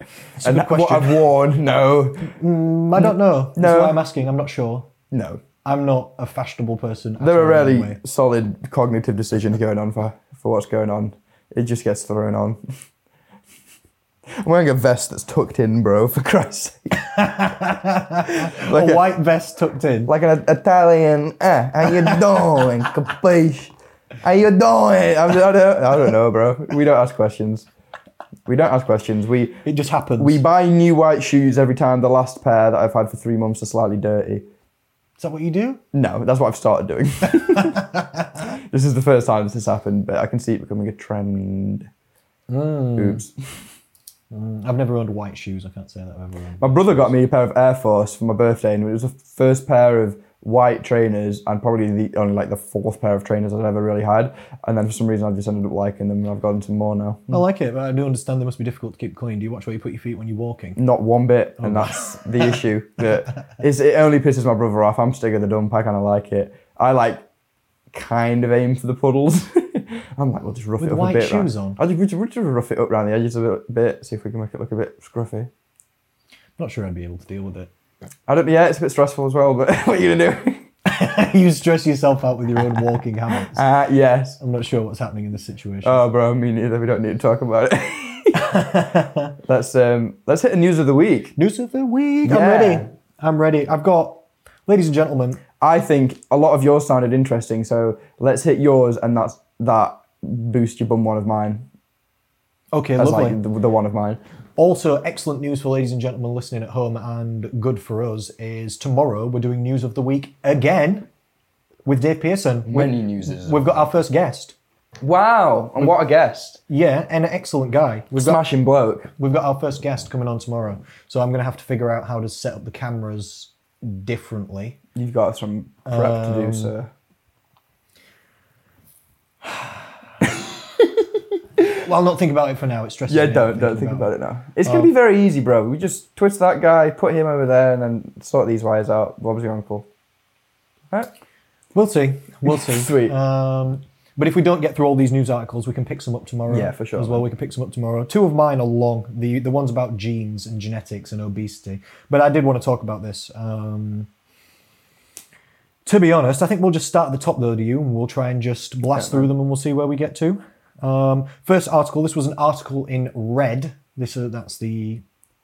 A: a
B: and
A: good question.
B: what I've worn? No,
A: Mm, I don't know. That's
B: No.
A: why I'm asking. I'm not sure.
B: no.
A: I'm not a fashionable person. at
B: There
A: all,
B: are really
A: anyway.
B: solid cognitive decisions going on for, for what's going on. It just gets thrown on. I'm wearing a vest that's tucked in, bro, for Christ's sake. like,
A: a
B: a,
A: white vest tucked in.
B: like an Italian, eh, how you doing? Capiche? How you doing? I'm, I, don't, I don't know, bro. We don't ask questions. We don't ask questions. We,
A: it just happens.
B: we buy new white shoes every time the last pair that I've had for three months are slightly dirty.
A: is that what you do?
B: No, that's what I've started doing. this is the first time this has happened, but I can see it becoming a trend. Oops.
A: I've never owned white shoes. I can't say that I've ever owned.
B: My brother got me a pair of Air Force for my birthday, and it was the first pair of white trainers, and probably the only like the fourth pair of trainers I'd ever really had. And then for some reason, I've just ended up liking them, and I've gotten some more now.
A: I like it, but I do understand they must be difficult to keep clean. Do you watch where you put your feet when you're walking?
B: Not one bit,
A: Oh
B: and that's the issue. That is, it only pisses my brother off. I'm stick of the dump. I kind of like it. I like kind of aim for the puddles. I'm like, we'll just rough
A: With
B: it up
A: white
B: a bit.
A: shoes
B: right?
A: on?
B: I'll just, we'll just- we'll just rough it up around the edges a bit, bit, see if we can make it look a bit scruffy.
A: I'm not sure I'd be able to deal with it.
B: I don't. Yeah, it's a bit stressful as well. But what are you gonna do?
A: you stress yourself out with your own walking habits.
B: Ah, yes.
A: I'm not sure what's happening in this situation.
B: Oh, bro, me neither. We don't need to talk about it. let's um, let's hit the news of the week.
A: News of the week.
B: Yeah.
A: I'm ready. I'm ready. I've got, ladies and gentlemen,
B: I think a lot of yours sounded interesting, so let's hit yours, and that's that. Boost your bum one of mine.
A: okay,
B: That's
A: lovely.
B: like the, the one of mine.
A: also, excellent news for ladies and gentlemen listening at home and good for us is tomorrow we're doing News of the Week again with Dave Pearson. We-
C: Many news is
A: We've got our first guest.
B: Wow, and what a guest!
A: Yeah, and an excellent guy. We've got,
B: Smashing bloke.
A: we've got our first guest coming on tomorrow. So I'm going to have to figure out how to set up the cameras differently.
B: You've got some prep to
A: Um,
B: do, sir.
A: Well, I'll not think about it for now. It's stressful.
B: Yeah, don't don't think about, it now. It's
A: Oh.
B: gonna be very easy, bro. We just twist that guy, put him over there, and then sort these wires out. Bob's your uncle. Right?
A: We'll see. We'll see.
B: Sweet.
A: Um, But if we don't get through all these news articles, we can pick some up tomorrow.
B: Yeah, for sure,
A: As well,
B: man.
A: we can pick some up tomorrow. Two of mine are long. The the ones about genes and genetics and obesity. But I did want to talk about this. Um, to be honest, I think we'll just start at the top though, do you? And we'll try and just blast through them, and we'll see where we get to. Um, first article. This was an article in Red. This uh, that's the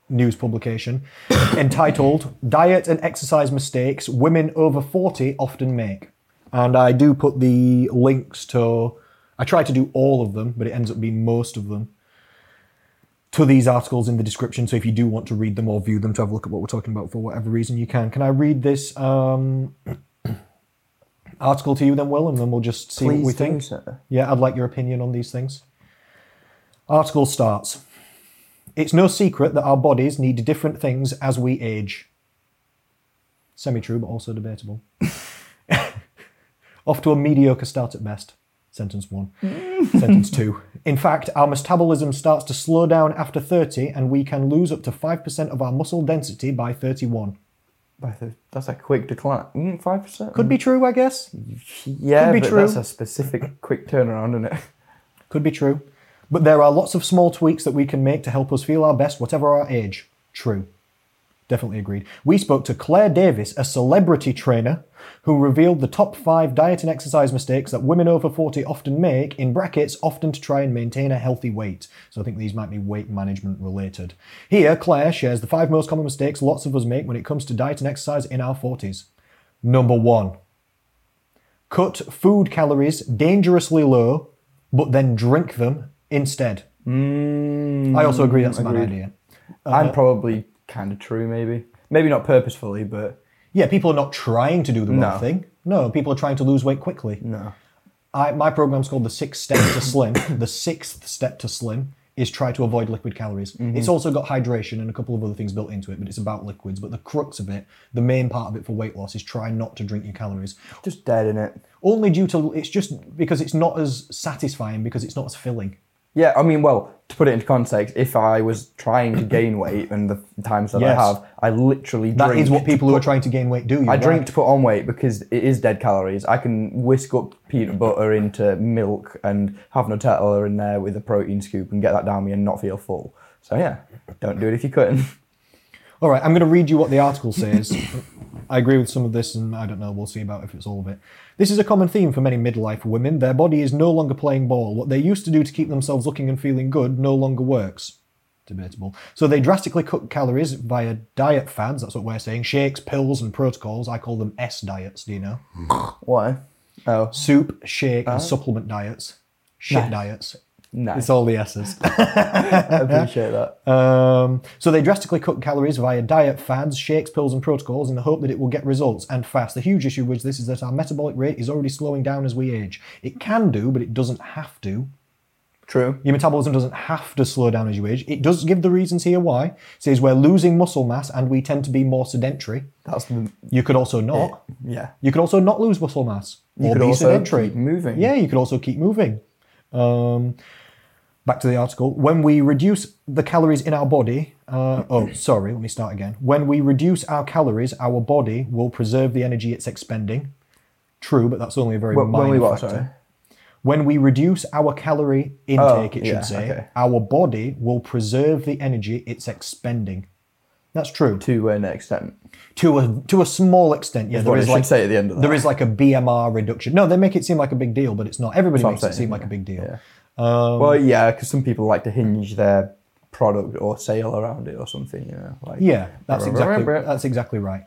A: news publication entitled "Diet and Exercise Mistakes Women Over 40 Often Make," and I do put the links to. I try to do all of them, but it ends up being most of them to these articles in the description. So if you do want to read them or view them to have a look at what we're talking about for whatever reason, you can. Can I read this um, article to you then, Will, and then we'll just see what we
B: Please do,
A: think?
B: sir.
A: Yeah, I'd like your opinion on these things. Article starts. It's no secret that our bodies need different things as we age. Semi true, but also debatable. Off to a mediocre start at best. Sentence one. Sentence two. In fact, our metabolism starts to slow down after 30, and we can lose up to 5% of our muscle density by 31.
B: By the- That's a quick decline. Mm, Five percent.
A: Could be true, I guess.
B: yeah,
A: could be
B: but
A: true.
B: that's a specific quick turnaround, isn't it?
A: Could be true. But there are lots of small tweaks that we can make to help us feel our best, whatever our age. True. Definitely agreed. We spoke to Claire Davis, a celebrity trainer, who revealed the top five diet and exercise mistakes that women over 40 often make, in brackets, often to try and maintain a healthy weight. So I think these might be weight management related. Here, Claire shares the five most common mistakes lots of us make when it comes to diet and exercise in our 40s. Number one cut food calories dangerously low, but then drink them instead.
B: Mm,
A: I also agree that's a bad idea. Uh-huh.
B: and probably kind of true, maybe. Maybe not purposefully, but
A: Yeah, people are not trying to do the right
B: No.
A: thing. No, people are trying to lose weight quickly.
B: no.
A: I, my program's called the sixth step to slim. The sixth step to slim is try to avoid liquid calories.
B: Mm-hmm.
A: It's also got hydration and a couple of other things built into it, but it's about liquids. But the crux of it, the main part of it for weight loss, is try not to drink your calories.
B: Just dead in it.
A: Only due to it's just because it's not as satisfying because it's not as filling.
B: Yeah, I mean, well, to put it into context, if I was trying to gain weight and the times that
A: Yes.
B: I have, I literally
A: That is
B: drink
A: what people who are trying to gain weight do.
B: I drink to put on weight because it is dead calories. I can whisk up peanut butter into milk and have Nutella in there with a protein scoop and get that down me and not feel full. So yeah, don't do it if you couldn't.
A: All right, I'm going to read you what the article says. I agree with some of this, and I don't know, we'll see about if it's all of it. This is a common theme for many midlife women. Their body is no longer playing ball. What they used to do to keep themselves looking and feeling good no longer works. Debatable. So they drastically cut calories via diet fads, that's what we're saying shakes, pills, and protocols. I call them S diets, do you know?
B: Why? Oh,
A: Soup, shake, and supplement diets. Shit diets.
B: Uh-huh. nice.
A: It's all the S's.
B: I appreciate that.
A: Um, so they drastically cut calories via diet fads, shakes, pills, and protocols in the hope that it will get results and fast. The huge issue with this is that our metabolic rate is already slowing down as we age. It can do, but it doesn't have to.
B: True.
A: Your metabolism doesn't have to slow down as you age. It does give the reasons here why. It says we're losing muscle mass and we tend to be more sedentary.
B: That's the
A: You could also not.
B: yeah.
A: You could also not lose muscle mass or
B: could
A: be
B: also
A: sedentary.
B: keep moving.
A: Yeah, you could also keep moving. Um, back to the article. When we reduce the calories in our body, uh, oh, sorry, let me start again. When we reduce our calories, our body will preserve the energy it's expending. True, but that's only a very
B: But
A: minor
B: when we what?
A: factor.
B: Sorry.
A: When we reduce our calorie intake, it should
B: Oh, yeah,
A: say,
B: okay.
A: our body will preserve the energy it's expending. That's true
B: To an extent.
A: to a to a small extent. Yeah, there
B: what
A: is
B: it should
A: like
B: say at the end of that.
A: there is like a BMR reduction. No, they make it seem like a big deal, but it's not. Everybody
B: what
A: makes
B: I'm
A: it
B: saying,
A: seem like a big deal.
B: yeah. well, yeah, because some people like to hinge their product or sale around it or something. You know, like
A: Yeah, that's
B: Right,
A: exactly
B: right, right.
A: that's exactly right.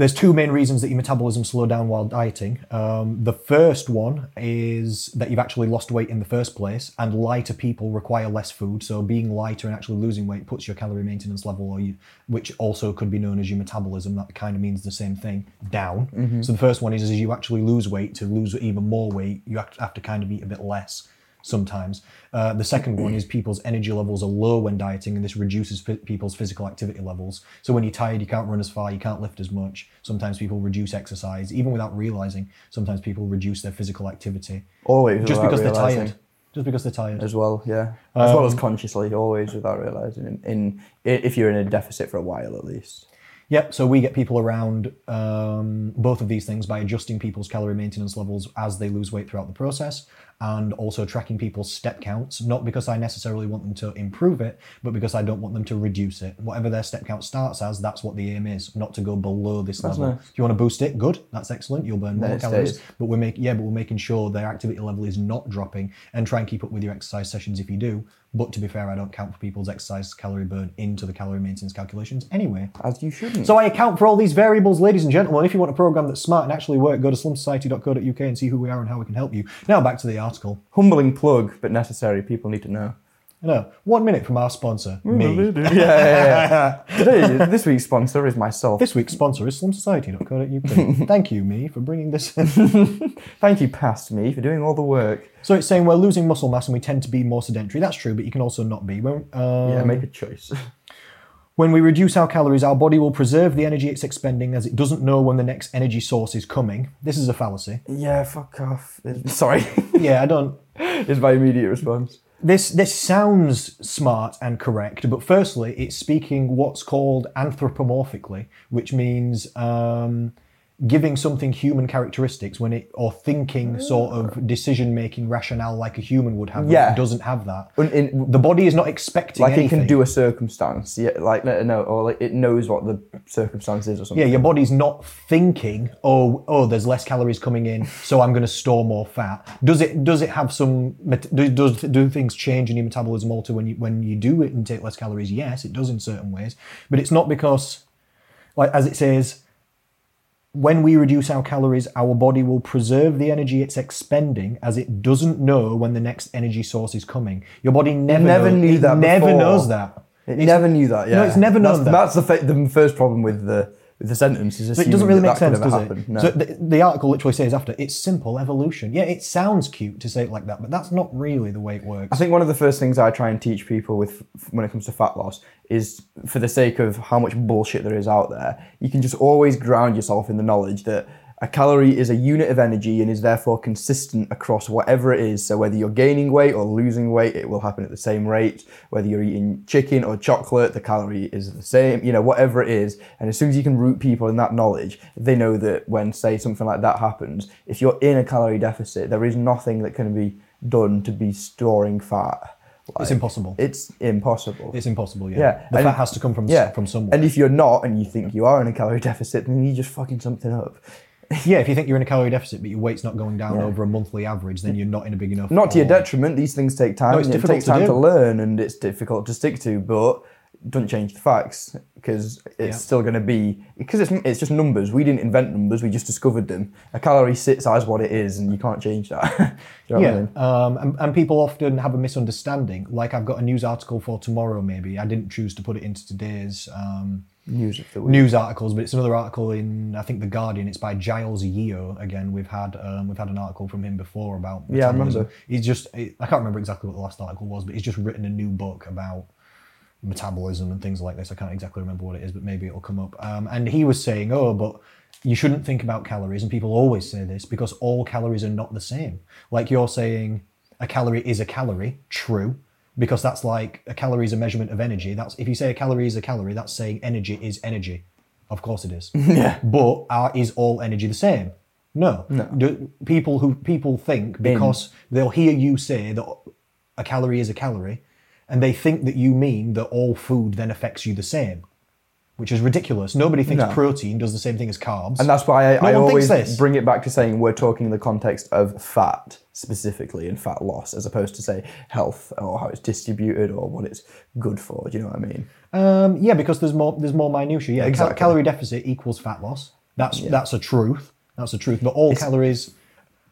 A: There's two main reasons that your metabolism slow down while dieting. Um, the first one is that you've actually lost weight in the first place, and lighter people require less food. So being lighter and actually losing weight puts your calorie maintenance level, or you, which also could be known as your metabolism, that kind of means the same thing, down. So the first one is, is you actually lose weight. To lose even more weight, you act- have to kind of eat a bit less sometimes. Uh, the second one is people's energy levels are low when dieting, and this reduces p- people's physical activity levels. So when you're tired, you can't run as far, you can't lift as much. Sometimes people reduce exercise, even without realizing. Sometimes people reduce their physical activity
B: always
A: just
B: without
A: because they're
B: realising
A: tired. Um, Just because they're tired.
B: as well. Yeah, as well as consciously, always without realizing. In, in i- if you're in a deficit for a while, at least.
A: Yep. So we get people around um, both of these things by adjusting people's calorie maintenance levels as they lose weight throughout the process, and also tracking people's step counts. Not because I necessarily want them to improve it, but because I don't want them to reduce it. Whatever their step count starts as, that's what the aim is. Not to go below this level.
B: nice.
A: If you want to boost it, good. That's excellent. You'll burn more
B: it stays.
A: calories. But we're making yeah, but we're making sure their activity level is not dropping, and try and keep up with your exercise sessions if you do. But to be fair, I don't count for people's exercise calorie burn into the calorie maintenance calculations anyway.
B: As you shouldn't.
A: So I account for all these variables, ladies and gentlemen. If you want a program that's smart and actually work, go to slumsociety.co.uk and see who we are and how we can help you. Now back to the article.
B: Humbling plug, but necessary. People need to know.
A: No, one minute from our sponsor,
B: Mm,
A: me.
B: yeah, yeah, yeah. Today, this week's sponsor is myself.
A: This week's sponsor is slumsociety.co.uk. Thank you, me, for bringing this in.
B: Thank you, past me, for doing all the work.
A: So it's saying we're losing muscle mass and we tend to be more sedentary. That's true, but you can also not be. When, uh,
B: Yeah, make a choice.
A: when we reduce our calories, our body will preserve the energy it's expending as it doesn't know when the next energy source is coming. This is a fallacy.
B: yeah, fuck off. Sorry,
A: Yeah, I don't.
B: is my immediate response.
A: This this sounds smart and correct, but firstly, it's speaking what's called anthropomorphically, which means um, giving something human characteristics when it or thinking sort of decision making rationale like a human would have. when
B: Ah. Yeah.
A: it doesn't have that.
B: Un- in-
A: The body is not expecting
B: like it
A: anything.
B: can do a circumstance, yeah, like let it know, or like it knows what the circumstance is or something.
A: yeah, your body's not thinking, oh, oh, there's less calories coming in, so I'm going to store more fat. Does it? Does it have some? met- Do, does do things change in your metabolism alter when you when you do it and take less calories? Yes, it does in certain ways, but it's not because, like as it says, when we reduce our calories, our body will preserve the energy it's expending, as it doesn't know when the next energy source is coming. Your body never
B: never
A: knows,
B: knew
A: it
B: that
A: Never
B: before.
A: knows that.
B: It never knew that. Yeah,
A: it's never known
B: that's,
A: that.
B: That's the, fa- the first problem with the with the sentence. Is
A: But it doesn't really make
B: that
A: sense,
B: could ever
A: does
B: happen.
A: it?
B: No.
A: So the, the article literally says after it's simple evolution. Yeah, it sounds cute to say it like that, but that's not really the way it works.
B: I think one of the first things I try and teach people with when it comes to fat loss is for the sake of how much bullshit there is out there, you can just always ground yourself in the knowledge that a calorie is a unit of energy and is therefore consistent across whatever it is. So whether you're gaining weight or losing weight, it will happen at the same rate. Whether you're eating chicken or chocolate, the calorie is the same, you know, whatever it is. And as soon as you can root people in that knowledge, they know that when say something like that happens, if you're in a calorie deficit, there is nothing that can be done to be storing fat.
A: It's
B: Like,
A: impossible.
B: It's impossible.
A: it's impossible. Yeah,
B: Yeah,
A: the
B: and-
A: fat has to come from
B: yeah.
A: from somewhere.
B: And if you're not and you think you are in a calorie deficit, then you just fucking something up.
A: yeah, if you think you're in a calorie deficit but your weight's not going down over a monthly average, then you're not in a big enough.
B: Not to your
A: or-
B: detriment, these things take time.
A: Oh. it's
B: and it
A: difficult
B: takes
A: to
B: time
A: do.
B: to learn and it's difficult to stick to, but don't change the facts because it's still going to be because it's, it's just numbers. We didn't invent numbers, we just discovered them. A calorie sits as what it is and you can't change that. Do you know what I
A: Yeah,
B: mean?
A: um, and, and people often have a misunderstanding. Like I've got a news article for tomorrow. Maybe I didn't choose to put it into today's. Um,
B: News of the week.
A: news articles, but it's another article in I think the Guardian. It's by Giles Yeo. Again, we've had um, we've had an article from him before about
B: Yeah, I
A: metabolism.
B: remember.
A: He's just I I can't remember exactly what the last article was, but he's just written a new book about metabolism and things like this. I can't exactly remember what it is, but maybe it'll come up. Um, and he was saying, oh, but you shouldn't think about calories, and people always say this because all calories are not the same. Like you're saying, a calorie is a calorie, true. Because that's like a calorie is a measurement of energy. That's if you say a calorie is a calorie, that's saying energy is energy. Of course it is. Yeah. But are, is all energy the same? No. No. Do, people who people think because they'll hear you say that a calorie is a calorie, and they think that you mean that all food then affects you the same, which is ridiculous. Nobody thinks
B: No.
A: protein does the same thing as carbs.
B: And that's why I, I
A: one
B: always
A: thinks this.
B: bring it back to saying we're talking in the context of fat specifically and fat loss, as opposed to say health or how it's distributed or what it's good for. Do you know what I mean?
A: um, yeah, because there's more there's more minutia. Yeah, cal-
B: Exactly.
A: calorie deficit equals fat loss. That's that's a truth. That's a truth. But all calories,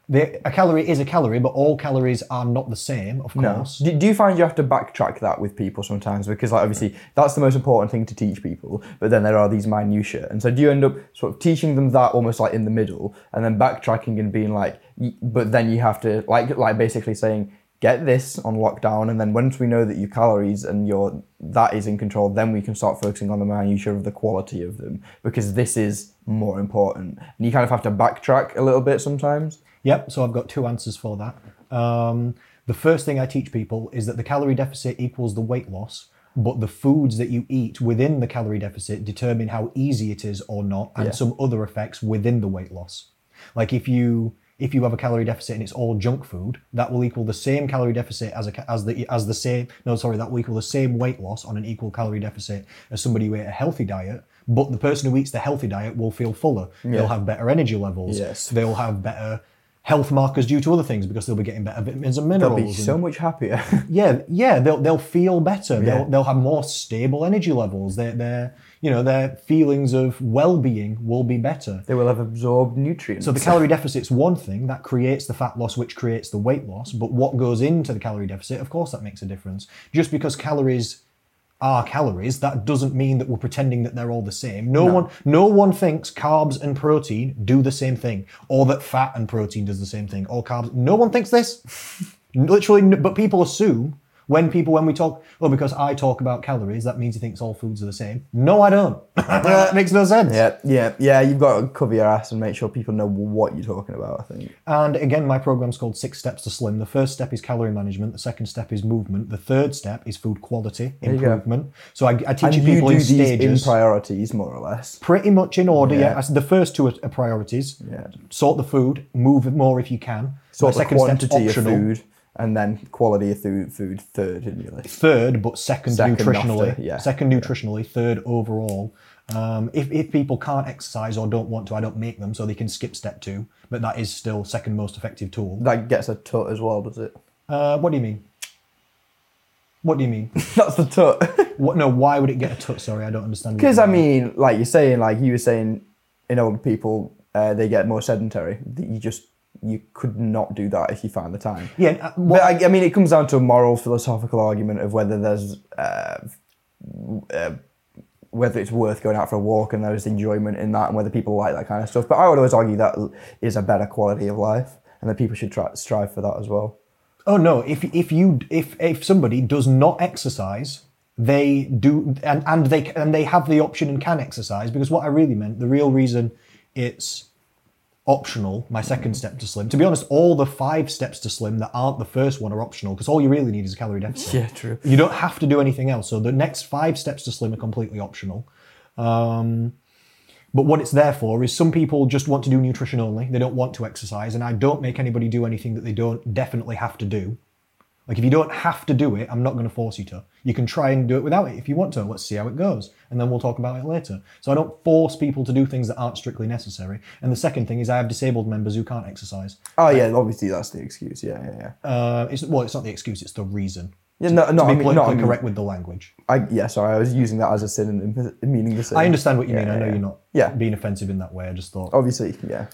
A: they, a calorie is a calorie, but all calories are not the same, of course.
B: Do, do you find you have to backtrack that with people sometimes? Because like obviously that's the most important thing to teach people, but then there are these minutiae. And so do you end up sort of teaching them that almost like in the middle and then backtracking and being like, y- but then you have to like like basically saying, get this on lockdown and then once we know that your calories and your that is in control, then we can start focusing on the minutiae of the quality of them because this is more important. And you kind of have to backtrack a little bit sometimes.
A: Yep, so I've got two answers for that. Um, the first thing I teach people is that the calorie deficit equals the weight loss, but the foods that you eat within the calorie deficit determine how easy it is or not, and some other effects within the weight loss. Like if you if you have a calorie deficit and it's all junk food, that will equal the same calorie deficit as a ca- as the as the same no sorry that will equal the same weight loss on an equal calorie deficit as somebody who ate a healthy diet. But the person who eats the healthy diet will feel fuller. They'll have better energy levels.
B: Yes.
A: They'll have better health markers due to other things because they'll be getting better vitamins and minerals.
B: Be
A: and-
B: so much happier.
A: yeah, yeah, they'll they'll feel better.
B: Yeah.
A: They'll they'll have more stable energy levels. Their their you know their feelings of well being will be better.
B: they will have absorbed nutrients.
A: So the calorie deficit's one thing that creates the fat loss, which creates the weight loss. But what goes into the calorie deficit, of course, that makes a difference. Just because calories are calories, that doesn't mean that we're pretending that they're all the same. No, one, no one thinks carbs and protein do the same thing, or that fat and protein does the same thing, or carbs. No one thinks this. Literally, n- but people assume when people when we talk, oh, because I talk about calories, that means he thinks all foods are the same. No, I don't. that makes no sense.
B: yeah, yeah, yeah. You've got to cover your ass and make sure people know what you're talking about. I think.
A: And again, my program's called Six Steps to Slim. The first step is calorie management. The second step is movement. The third step is food quality
B: you go.
A: improvement. So I, I teach
B: And
A: you
B: you
A: people
B: do
A: in
B: these in
A: stages.
B: priorities, more or less.
A: Pretty much in order, yeah.
B: Yeah.
A: I said the first two are, are priorities.
B: Yeah.
A: Sort the food, move more if you can.
B: Sort
A: My
B: of
A: second step's
B: quantity of
A: optional.
B: food, and then quality of food. Food third in your list.
A: Third, but second,
B: Second
A: nutritionally.
B: after, yeah.
A: Second nutritionally, third overall. Um, if, if people can't exercise or don't want to, I don't make them, so they can skip step two. But that is still second most effective tool.
B: That gets a tut as well, does it?
A: Uh, what do you mean? What do you mean?
B: That's the tut.
A: What? No. Why would it get a tut? Sorry, I don't understand.
B: Because I mean, like you're saying, like you were saying, in older people, uh, they get more sedentary. That You just you could not do that if you find the time.
A: yeah. uh,
B: But
A: What,
B: I, I mean, it comes down to a moral, philosophical argument of whether there's uh, w- uh, whether it's worth going out for a walk and there's enjoyment in that, and whether people like that kind of stuff. But I would always argue that l- is a better quality of life, and that people should try strive for that as well.
A: oh no. If if you if if somebody does not exercise, they do, and and they and they have the option and can exercise because what I really meant, the real reason, it's optional. My second step to slim. To be honest, all the five steps to slim that aren't the first one are optional because all you really need is a calorie deficit.
B: Yeah, true.
A: You don't have to do anything else. So the next five steps to slim are completely optional. Um, But what it's there for is some people just want to do nutrition only. They don't want to exercise. And I don't make anybody do anything that they don't definitely have to do. Like if you don't have to do it, I'm not going to force you to. You can try and do it without it if you want to. Let's see how it goes. And then we'll talk about it later. So I don't force people to do things that aren't strictly necessary. And the second thing is I have disabled members who can't exercise.
B: Oh yeah, obviously that's the excuse. Yeah, yeah, yeah.
A: Uh, it's, well, it's not the excuse, it's the reason.
B: yeah no, no,
A: Be
B: I mean, no, I
A: politically
B: mean,
A: correct with the language.
B: I, yeah, sorry, I was using that as a synonym, meaning the same.
A: I understand what you mean. I know
B: yeah.
A: you're not
B: Yeah. Oh.
A: being offensive in that way. I just thought.
B: Obviously, yeah.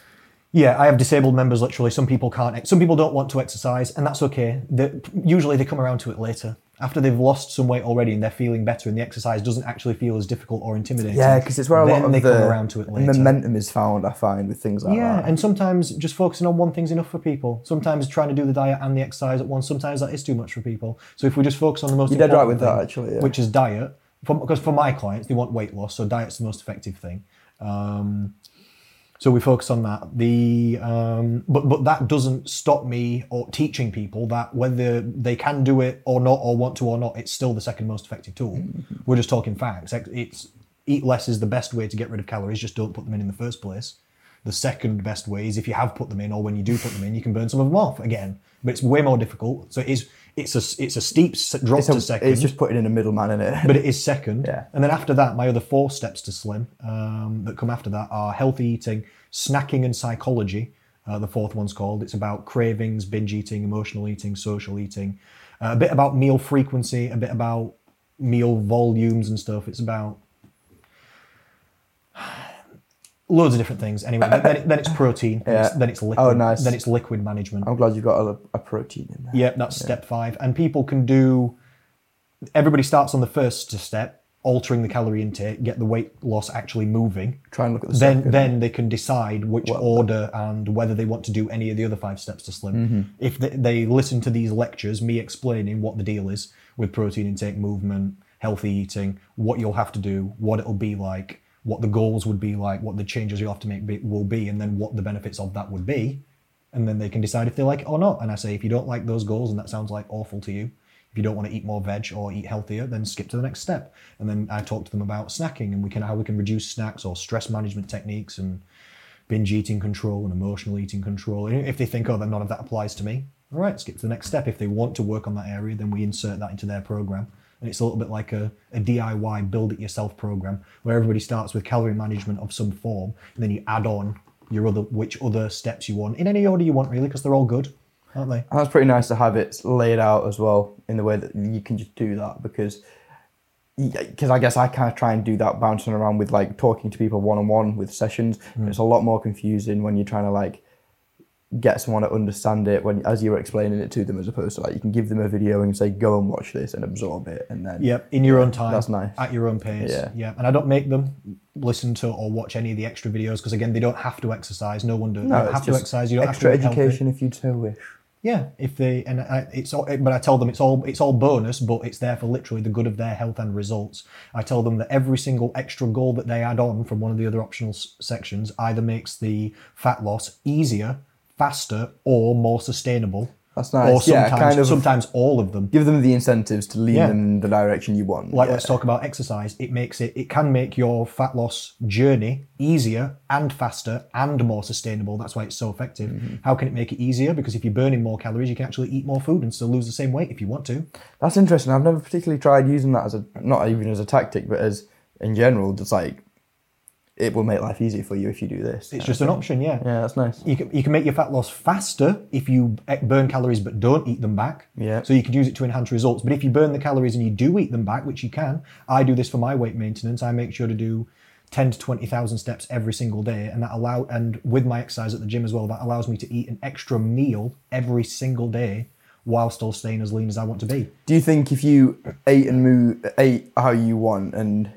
A: Yeah, I have disabled members. Literally, some people can't. ex- Some people don't want to exercise, and that's okay. They, usually, they come around to it later after they've lost some weight already and they're feeling better, and the exercise doesn't actually feel as difficult or intimidating.
B: Yeah, because it's where a
A: then
B: lot of
A: they
B: the
A: come around to it later.
B: momentum is found. I find with things like
A: yeah,
B: that.
A: and sometimes just focusing on one thing's enough for people. Sometimes trying to do the diet and the exercise at once, sometimes that is too much for people. So if we just focus on the most
B: dead right
A: important
B: with that,
A: thing,
B: actually, yeah.
A: which is diet, for, because for my clients they want weight loss, so diet's the most effective thing. So we focus on that. The um, but but that doesn't stop me or teaching people that whether they can do it or not or want to or not, it's still the second most effective tool.
B: Mm-hmm.
A: We're just talking facts. Ex- It's eat less is the best way to get rid of calories. Just don't put them in in the first place. The second best way is if you have put them in or when you do put them in, you can burn some of them off again. But it's way more difficult. So it is it's a it's a steep s- drop
B: So
A: to second
B: it's just putting in a middleman in it.
A: but it is second.
B: Yeah.
A: And then after that, my other four steps to slim um, that come after that are healthy eating, snacking, and psychology. Uh, the fourth one's called. It's about cravings, binge eating, emotional eating, social eating, uh, a bit about meal frequency, a bit about meal volumes and stuff. It's about loads of different things. Anyway, then, then, it, then it's protein. Then, it's,
B: Yeah.
A: then it's liquid.
B: Oh, nice.
A: Then it's liquid management.
B: I'm glad you've got a, a protein in there.
A: Yep, that's step five. And people can do. Everybody starts on the first step, altering the calorie intake, get the weight loss actually moving.
B: Try and look at the
A: Then,
B: second.
A: then they can decide which order and whether they want to do any of the other five steps to slim. If they, they listen to these lectures, me explaining what the deal is with protein intake, movement, healthy eating, what you'll have to do, what it'll be like, what the goals would be like, what the changes you'll have to make be, will be, and then what the benefits of that would be and then they can decide if they like it or not. And I say, if you don't like those goals and that sounds like awful to you, If you don't want to eat more veg or eat healthier, then skip to the next step. And then I talk to them about snacking and we can how we can reduce snacks or stress management techniques and binge eating control and emotional eating control. And if they think, oh, then none of that applies to me, all right, skip to the next step. If they want to work on that area, then we insert that into their program. And it's a little bit like a, a DIY build it yourself program where everybody starts with calorie management of some form and then you add on your other which other steps you want in any order you want really because they're all good aren't they
B: And that's pretty nice to have it laid out as well in the way that you can just do that because because I guess I kind of try and do that bouncing around with like talking to people one on one with sessions.
A: Hmm.
B: It's a lot more confusing when you're trying to like get someone to understand it when as you're explaining it to them as opposed to like you can give them a video and say go and watch this and absorb it and then
A: Yep, in your own time.
B: that's nice.
A: At your own pace.
B: Yeah.
A: yeah. And I don't make them listen to or watch any of the extra videos because again, they don't have to exercise. No one does.
B: No,
A: you don't
B: it's
A: have to
B: just
A: exercise. You don't
B: extra
A: have to eat healthy.
B: education if you so wish.
A: Yeah, if they and I, it's all, but I tell them it's all it's all bonus, but it's there for literally the good of their health and results. I tell them that every single extra goal that they add on from one of the other optional s- sections either makes the fat loss easier, faster, or more sustainable.
B: That's nice.
A: Or
B: Yeah,
A: sometimes,
B: kind of-
A: sometimes all of them.
B: Give them the incentives to lean
A: Yeah.
B: them in the direction you want.
A: like
B: yeah.
A: let's talk about exercise it makes it it can make your fat loss journey easier and faster and more sustainable that's why it's so effective how can it make it easier because if you're burning more calories you can actually eat more food and still lose the same weight if you want to
B: That's interesting. I've never particularly tried using that as a not even as a tactic, but as in general, just like it will make life easier for you if you do this.
A: it's just an option yeah,
B: yeah, that's nice.
A: You, can, you can make your fat loss faster if you e- burn calories but don't eat them back
B: Yeah.
A: so you can use it to enhance results but if you burn the calories and you do eat them back which you can i do this for my weight maintenance i make sure to do 10 to 20,000 steps every single day and that allow and with my exercise at the gym as well that allows me to eat an extra meal every single day while still staying as lean as i want to be
B: Do you think if you ate and move ate how you want and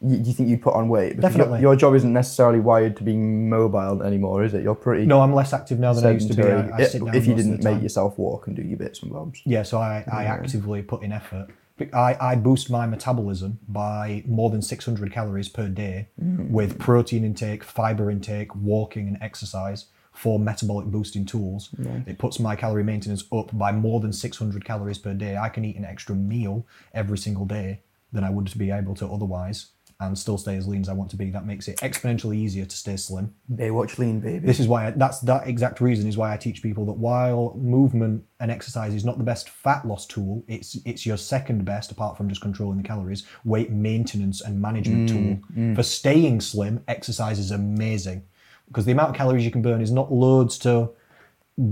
B: you, do you think you'd put on weight? Because your-
A: Definitely.
B: Your, job isn't necessarily wired to being mobile anymore, is it? You're pretty
A: no i'm less active now than i used to be
B: sedentary.
A: i, I
B: If-
A: sit down
B: if
A: most
B: you
A: of the
B: didn't make
A: time.
B: yourself walk and do your bits and bobs.
A: Yeah, so I, I actively put in effort. But I, I boost my metabolism by more than 600 calories per day with protein intake, fiber intake, walking, and exercise for metabolic boosting tools. It puts my calorie maintenance up by more than 600 calories per day. I can eat an extra meal every single day than I would be able to otherwise and still stay as lean as I want to be. That makes it exponentially easier to stay slim
B: Baywatch lean baby.
A: this is why I, that's that exact reason is why I teach people that while movement and exercise is not the best fat loss tool, it's it's your second best apart from just controlling the calories, weight maintenance and
B: Mm,
A: management tool. For staying slim, exercise is amazing because the amount of calories you can burn is not loads to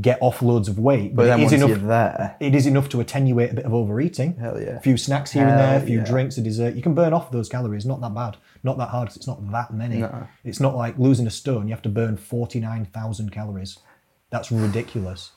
A: get off loads of weight, but,
B: but then
A: it
B: once
A: is enough
B: you're there,
A: it is enough to attenuate a bit of overeating.
B: Hell yeah.
A: A few snacks here and
B: Hell
A: there, a few
B: yeah.
A: drinks, a dessert. You can burn off those calories. Not that bad. Not that hard 'cause it's not that many. It's not like losing a stone. You have to burn 49,000 calories. That's ridiculous.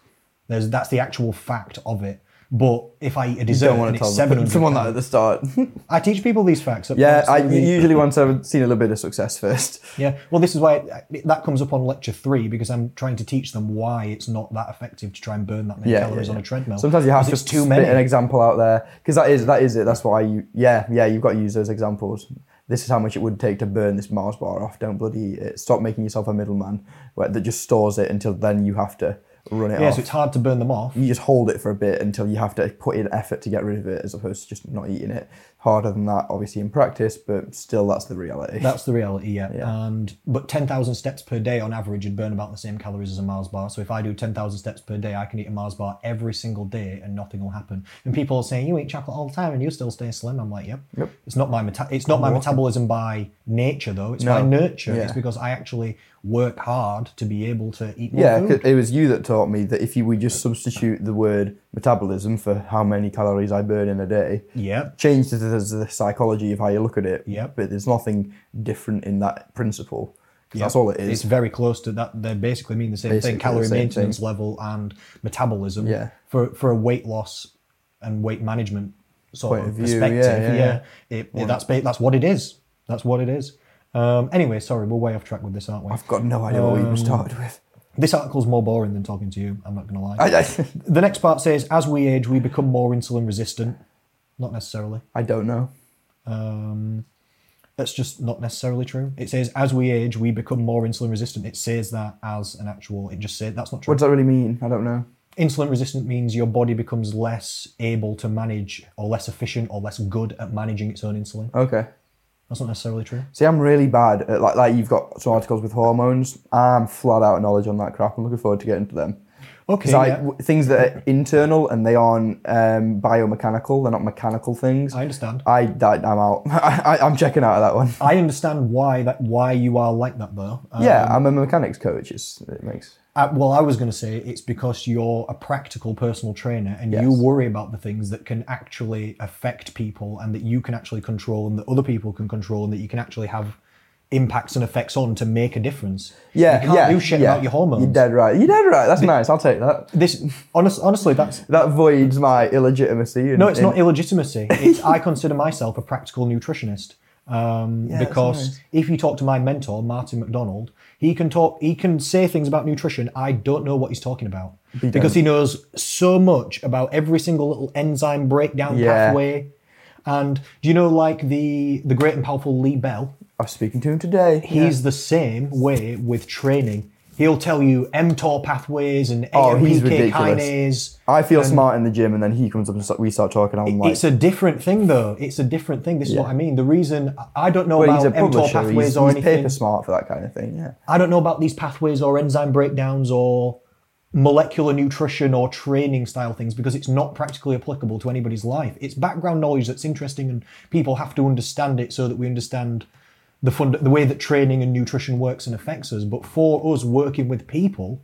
A: There's, that's the actual fact of it. But if I eat a dessert
B: don't want
A: and
B: to tell
A: it's
B: them.
A: 700
B: Someone that at the start.
A: I teach people these facts. at-
B: yeah,
A: that's
B: I
A: what we-
B: usually once I've seen a little bit of success first.
A: yeah. Well, this is why it, that comes up on lecture three because I'm trying to teach them why it's not that effective to try and burn that many calories on a treadmill.
B: Sometimes you have to
A: Because it's too
B: spit
A: many.
B: an example out there because that is that is it. That's what I u- yeah yeah you've got to use those examples. This is how much it would take to burn this Mars bar off. Don't bloody eat it. Stop making yourself a middleman where- that just stores it until then you have to run it
A: yeah,
B: off.
A: so it's hard to burn them off.
B: you just hold it for a bit until you have to put in effort to get rid of it, as opposed to just not eating it. Harder than that, obviously, in practice, but still, that's the reality.
A: That's the reality, yeah. And but ten thousand steps per day on average would burn about the same calories as a Mars bar. So if I do ten thousand steps per day, I can eat a Mars bar every single day and nothing will happen. And people are saying you eat chocolate all the time and you still stay slim. I'm like, yep.
B: Yep.
A: It's not my meta- it's not my metabolism by nature though. It's by nurture.
B: Yeah.
A: It's because I actually work hard to be able to eat more
B: Yeah,
A: food.
B: 'cause it was you that taught me that if you would just substitute the word metabolism for how many calories I burn in a day,
A: Yep.
B: change the, the, the psychology of how you look at it.
A: Yep.
B: But there's nothing different in that principle. 'cause That's
A: Yep.
B: all it is.
A: It's very close to that. They basically mean the same
B: Basically
A: thing:
B: the
A: calorie
B: same
A: maintenance level and metabolism.
B: Yeah.
A: For for a weight loss and weight management sort of
B: Point of view,
A: perspective,
B: yeah, yeah,
A: It, it- that's ba- that's what it is. That's what it is. Um, anyway, sorry, we're way off track with this, aren't we?
B: I've got no idea what we
A: Um,
B: even started with.
A: This article's more boring than talking to you. I'm not going to lie.
B: I, I,
A: the next part says, as we age, we become more insulin resistant. Not necessarily.
B: I don't know.
A: That's just not necessarily true. It says, as we age, we become more insulin resistant. It says that as an actual. It just says that's not true.
B: What does that really mean? I don't know.
A: insulin resistant means your body becomes less able to manage or less efficient or less good at managing its own insulin.
B: Okay.
A: That's not necessarily true.
B: See, I'm really bad at like like you've got some articles with hormones. I'm flat out knowledge on that crap. I'm looking forward to getting to them.
A: Okay.
B: Because I
A: yeah,
B: w- things that are internal and they aren't um, biomechanical. They're not mechanical things.
A: I understand.
B: I that, I'm out. I, I'm checking out of that one.
A: I understand why that why you are like that though. Um,
B: yeah, I'm a mechanics coach. It's, it makes
A: I- well, I was going to say it's because you're a practical personal trainer and you
B: Yes.
A: worry about the things that can actually affect people and that you can actually control and that other people can control and that you can actually have impacts and effects on to make a difference.
B: yeah
A: you can't
B: yeah
A: do shit
B: yeah.
A: about your hormones.
B: You're dead right. You're dead right. That's nice. I'll take that.
A: This honest, honestly, that's
B: That voids my illegitimacy. in-
A: No, it's
B: in-
A: not illegitimacy. It's, I consider myself a practical nutritionist um,
B: that's
A: because
B: nice.
A: if you talk to my mentor Martin McDonald, he can talk. He can say things about nutrition I don't know what he's talking about because he knows so much about every single little enzyme breakdown
B: Yeah.
A: pathway. And do you know, like the the great and powerful Lee Bell,
B: I was speaking to him today.
A: he's the same way with training. He'll tell you mTOR pathways and
B: Oh, he's
A: AMPK
B: ridiculous.
A: kinase.
B: I feel smart in the gym, and then he comes up and so- we start talking. I'm like,
A: It's a different thing, though. It's a different thing. This is what I mean. The reason I don't know
B: But
A: about
B: he's a
A: mTOR
B: publisher.
A: pathways
B: He's,
A: or
B: he's
A: anything.
B: paper smart for that kind of thing. Yeah.
A: I don't know about these pathways or enzyme breakdowns or molecular nutrition or training style things because it's not practically applicable to anybody's life. It's background knowledge that's interesting, and people have to understand it so that we understand the fund- the way that training and nutrition works and affects us. But for us working with people.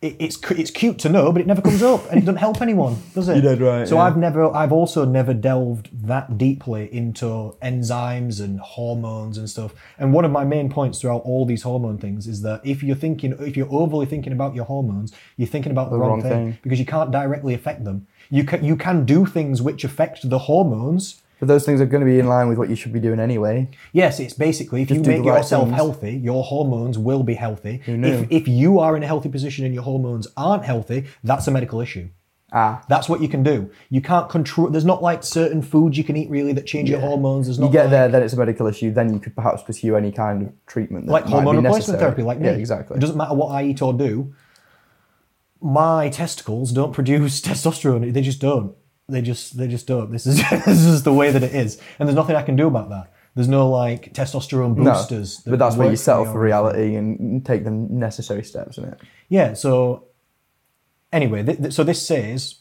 A: it- It's cu- it's cute to know, but it never comes up, and it doesn't help anyone, does it?
B: You're dead right,
A: So
B: yeah.
A: I've never, I've also never delved that deeply into enzymes and hormones and stuff. And one of my main points throughout all these hormone things is that if you're thinking, if you're overly thinking about your hormones, you're thinking about the, wrong,
B: wrong
A: thing,
B: thing.
A: because you can't directly affect them. You can, you can do things which affect the hormones.
B: But those things are going to be in line with what you should be doing anyway.
A: Yes, it's basically if you
B: do the
A: make
B: right
A: yourself
B: things.
A: healthy, your hormones will be healthy.
B: knew?
A: If, if you are in a healthy position and your hormones aren't healthy, that's a medical issue.
B: Ah.
A: That's what you can do. You can't control. There's not like certain foods you can eat really that change your hormones. There's not
B: You get
A: like,
B: there, then it's a medical issue. Then you could perhaps pursue any kind of treatment, that
A: like
B: might be
A: hormone replacement
B: necessary.
A: therapy, like me.
B: Yeah, exactly.
A: It doesn't matter what I eat or do. My testicles don't produce testosterone. They just don't. They just they just don't. This is this is the way that it is, and there's nothing I can do about that. There's no like testosterone
B: No,
A: boosters. that
B: but that's where
A: work
B: you settle for
A: me or-
B: reality and take the necessary steps in it.
A: Yeah. So anyway, th- th- so this says,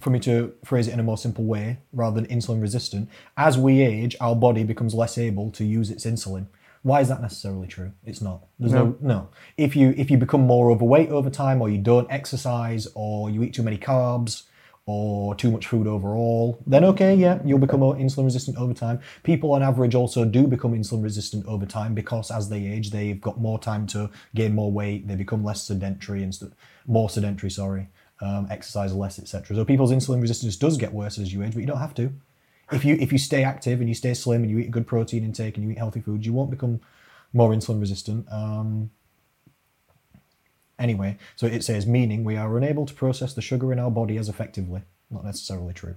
A: for me to phrase it in a more simple way, rather than insulin resistant, as we age, our body becomes less able to use its insulin. Why is that necessarily true? It's not. There's no. no If you if you become more overweight over time, or you don't exercise, or you eat too many carbs. Or too much food overall, then okay, yeah, you'll become o- insulin resistant over time. People on average also do become insulin resistant over time because as they age, they've got more time to gain more weight, they become less sedentary and st- more sedentary, sorry, um, exercise less, etc. So people's insulin resistance does get worse as you age, but you don't have to. If you if you stay active and you stay slim and you eat good protein intake and you eat healthy foods, you won't become more insulin resistant. Um, anyway, so it says meaning we are unable to process the sugar in our body as effectively. Not necessarily true.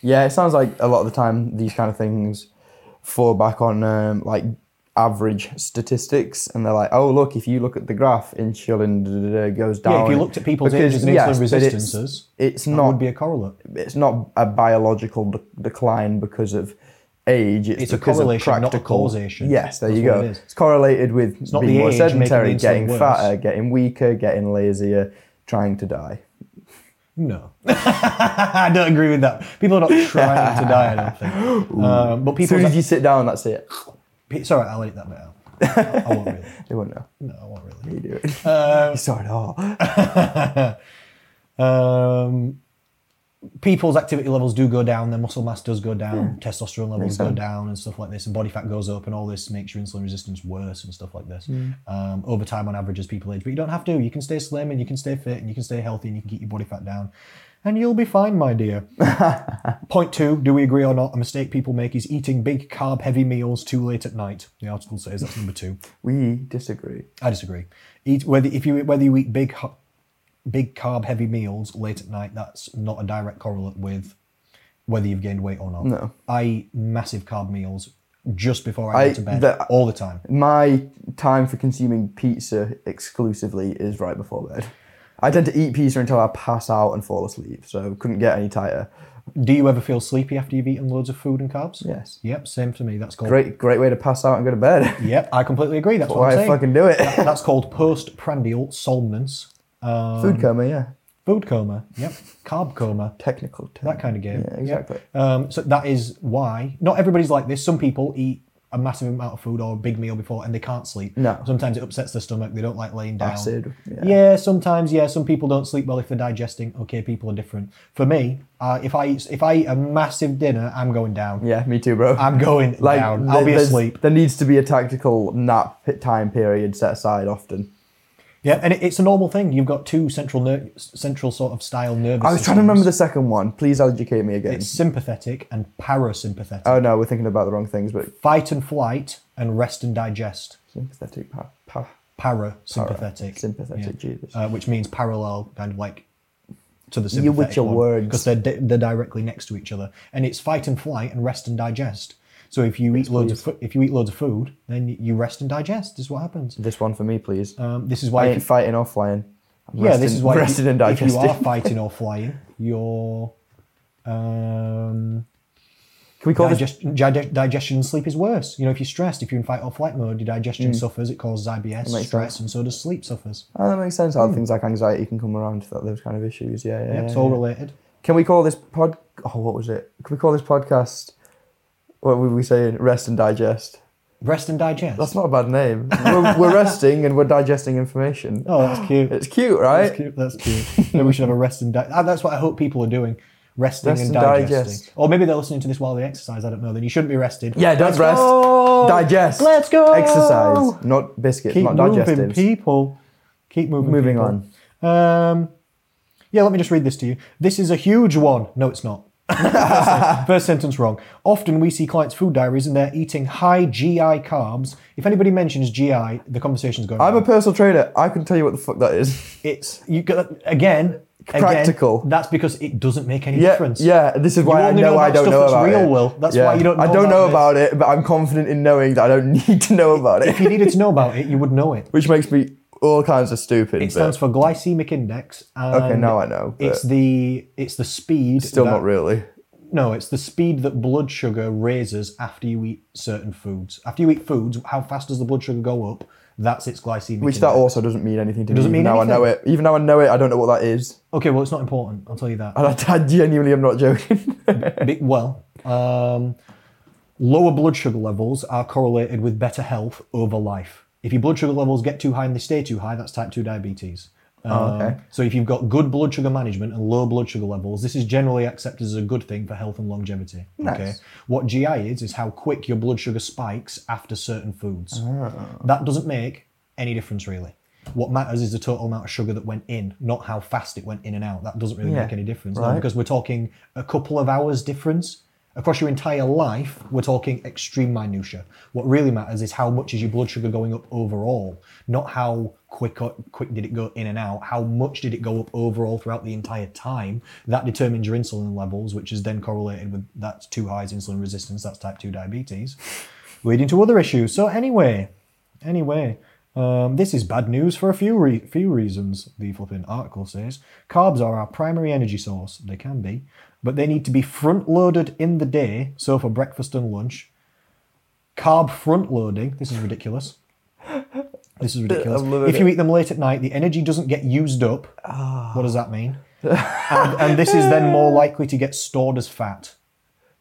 B: Yeah, it sounds like a lot of the time these kind of things fall back on um, like average statistics, and they're like, oh look, if you look at the graph, insulin da, da, da, goes down.
A: Yeah, if you looked at people's
B: Because,
A: ages and
B: yes,
A: insulin
B: but it's-
A: resistances,
B: It's
A: that
B: not
A: would be a correlate.
B: it's not a biological de- decline because of age. It's,
A: It's a
B: because of
A: correlation, not a
B: practical-
A: causation.
B: Yes, there
A: That's
B: you
A: what
B: go.
A: it is.
B: It's correlated with
A: not
B: being
A: the
B: more
A: age making the
B: sedentary,
A: insulin
B: getting
A: worse.
B: fatter, getting weaker, getting lazier, trying to die.
A: No, I don't agree with that. People are not trying to die. I don't think. Um, but
B: As
A: people,
B: soon as you sit down, that's it.
A: P- Sorry, I'll edit that bit out. I, I won't really.
B: They won't know.
A: No, I won't really.
B: You do it. you saw it all.
A: Um, people's activity levels do go down, their muscle mass does go down, testosterone levels go
B: sense.
A: down, and stuff like this, and body fat goes up, and all this makes your insulin resistance worse and stuff like this um, over time on average as people age. But you don't have to. You can stay slim and you can stay fit and you can stay healthy and you can keep your body fat down. And you'll be fine, my dear. Point two, do we agree or not? A mistake people make is eating big carb heavy meals too late at night. The article says that's number two.
B: We disagree.
A: I disagree. Eat whether if you whether you eat big ho- big carb heavy meals late at night, that's not a direct correlate with whether you've gained weight or not.
B: No.
A: I eat massive carb meals just before I,
B: I-
A: go to bed
B: the-
A: all the time.
B: My time for consuming pizza exclusively is right before bed. I tend to eat pizza until I pass out and fall asleep, so couldn't get any tighter.
A: Do you ever feel sleepy after you've eaten loads of food and carbs?
B: Yes.
A: Yep, same for me. That's called.
B: Great, great way to pass out and go to bed.
A: Yep, I completely agree. That's what
B: Why
A: I'm
B: I
A: saying.
B: fucking do it?
A: That's called postprandial somnolence. Uh,
B: Food coma, yeah.
A: food coma. Yep. Carb coma.
B: Technical term.
A: That kind of game.
B: Yeah, exactly.
A: Um, so that is why not everybody's like this. Some people eat a massive amount of food or a big meal before and they can't sleep.
B: No.
A: Sometimes it upsets their stomach. They don't like laying down.
B: Acid,
A: Yeah.
B: yeah.
A: sometimes. Yeah. Some people don't sleep well if they're digesting. Okay. People are different. For me, uh, if I eat, if I eat a massive dinner, I'm going down.
B: Yeah, me too, bro.
A: I'm going down. I'll
B: there-
A: be
B: there's-
A: asleep.
B: There needs to be a tactical nap p- time period set aside often.
A: Yeah. And it, it's a normal thing. You've got two central ner- central sort of style nervous.
B: I was trying to remember the second one. Please educate me again.
A: It's sympathetic and parasympathetic.
B: oh no, we're thinking about the wrong things, but
A: Fight and flight and rest and digest.
B: sympathetic, pa- pa-
A: Parasympathetic.
B: sympathetic, Jesus.
A: uh, which means parallel, kind of like to the
B: You with
A: sympathetic
B: your words.
A: because they're di- they're directly next to each other, and it's fight and flight and rest and digest. So if you eat loads of fu- if you eat loads of food, then y- you rest and digest is what happens.
B: This one for me, please.
A: Um, this is
B: I
A: why
B: ain't
A: if,
B: fighting or flying. I'm
A: yeah, this
B: resting-
A: is why if,
B: resting and
A: if you
B: digesting.
A: are fighting or flying, your um,
B: Can we call this
A: digest, dig- digestion and sleep is worse. You know, if you're stressed, if you're in fight or flight mode, your digestion suffers. It causes IBS,
B: Mm. makes
A: stress, and so does sleep suffers.
B: Oh, that makes sense. How things like anxiety can come around that those kind of issues. Yeah, yeah.
A: Yep,
B: yeah,
A: Hmm. it's all
B: yeah.
A: related.
B: Can we call this pod? Oh, what was it? Can we call this podcast? What were we saying? Rest and digest.
A: Rest and digest.
B: That's not a bad name. we're, we're resting and we're digesting information.
A: oh, that's cute.
B: It's cute, right?
A: That's cute. That's cute. Maybe we should have a rest and di- ah, that's what I hope people are doing. Resting
B: Rest
A: and
B: and
A: digesting.
B: digest.
A: Or maybe they're listening to this while they exercise. I don't know. Then you shouldn't be rested.
B: Yeah, don't
A: Let's
B: rest.
A: go!
B: Digest.
A: Let's go.
B: Exercise, not biscuits,
A: Keep
B: not
A: moving,
B: digestives.
A: people. Keep moving.
B: Moving
A: people. Um, yeah, let me just read this to you. This is a huge one. No, it's not. first, sen- first sentence wrong. Often we see clients' food diaries and they're eating high GI carbs. If anybody mentions GI, the conversation's going.
B: I'm
A: wrong.
B: a personal trainer. I can tell you what the fuck that is.
A: It's you got again. again,
B: Practical.
A: that's because it doesn't make any
B: Yeah,
A: difference.
B: yeah. This is why I
A: only
B: know,
A: know
B: I
A: about
B: don't
A: stuff
B: know
A: that's
B: about
A: real,
B: it.
A: Will. That's why you don't
B: I
A: know
B: don't
A: about
B: know
A: this.
B: about it, but I'm confident in knowing that I don't need to know about
A: If you
B: it,
A: needed to know about it, you would know it.
B: which makes me all kinds of stupid.
A: It stands for glycemic index. And
B: Okay, now I know, but-
A: It's the it's the speed.
B: Still
A: that-
B: not really.
A: No, it's the speed that blood sugar raises after you eat certain foods. After you eat foods, how fast does the blood sugar go up? That's its glycemic.
B: Which that
A: index.
B: also doesn't mean anything to me.
A: Doesn't
B: Even
A: mean
B: now I know it. Even now I know it, I don't know what that is.
A: Okay, well, it's not important. I'll tell you that.
B: And I, I genuinely am not joking.
A: Be- well, um, lower blood sugar levels are correlated with better health over life. If your blood sugar levels get too high and they stay too high, that's type 2 diabetes. Um,
B: okay.
A: So if you've got good blood sugar management and low blood sugar levels, this is generally accepted as a good thing for health and longevity. Okay.
B: Nice.
A: What GI is is how quick your blood sugar spikes after certain foods.
B: Ah.
A: That doesn't make any difference really. What matters is the total amount of sugar that went in, not how fast it went in and out. That doesn't really
B: Yeah.
A: make any difference. No,
B: Right.
A: because we're talking a couple of hours difference across your entire life. We're talking extreme minutia. What really matters is how much is your blood sugar going up overall, not how quick quick did it go in and out. How much did it go up overall throughout the entire time? That determines your insulin levels, which is then correlated with that's too high is insulin resistance. That's type two diabetes, leading to other issues. So anyway, Anyway, um, this is bad news for a few re- few reasons. The flipping article says carbs are our primary energy source. They can be, but they need to be front loaded in the day. So for breakfast and lunch, carb front loading. This is ridiculous. This is ridiculous.
B: I'm loving
A: If you
B: it. Ah.
A: eat them late at night, the energy doesn't get used up. What does that mean? and, and this is then more likely to get stored as fat.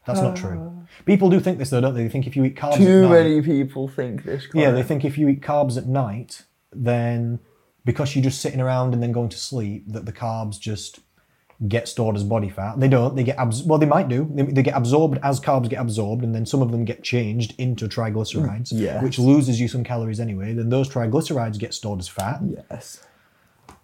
A: That's not true. People do think this though, don't they? They think if you eat carbs, at
B: Ah. Too
A: night,
B: many people think this.
A: yeah, they think if you eat carbs at night, then because you're just sitting around and then going to sleep, that the carbs just get stored as body fat. They don't. They get abs- well, they might do. They, they get absorbed as carbs get absorbed, and then some of them get changed into triglycerides,
B: Mm, yes.
A: which loses you some calories anyway. Then those triglycerides get stored as fat.
B: Yes.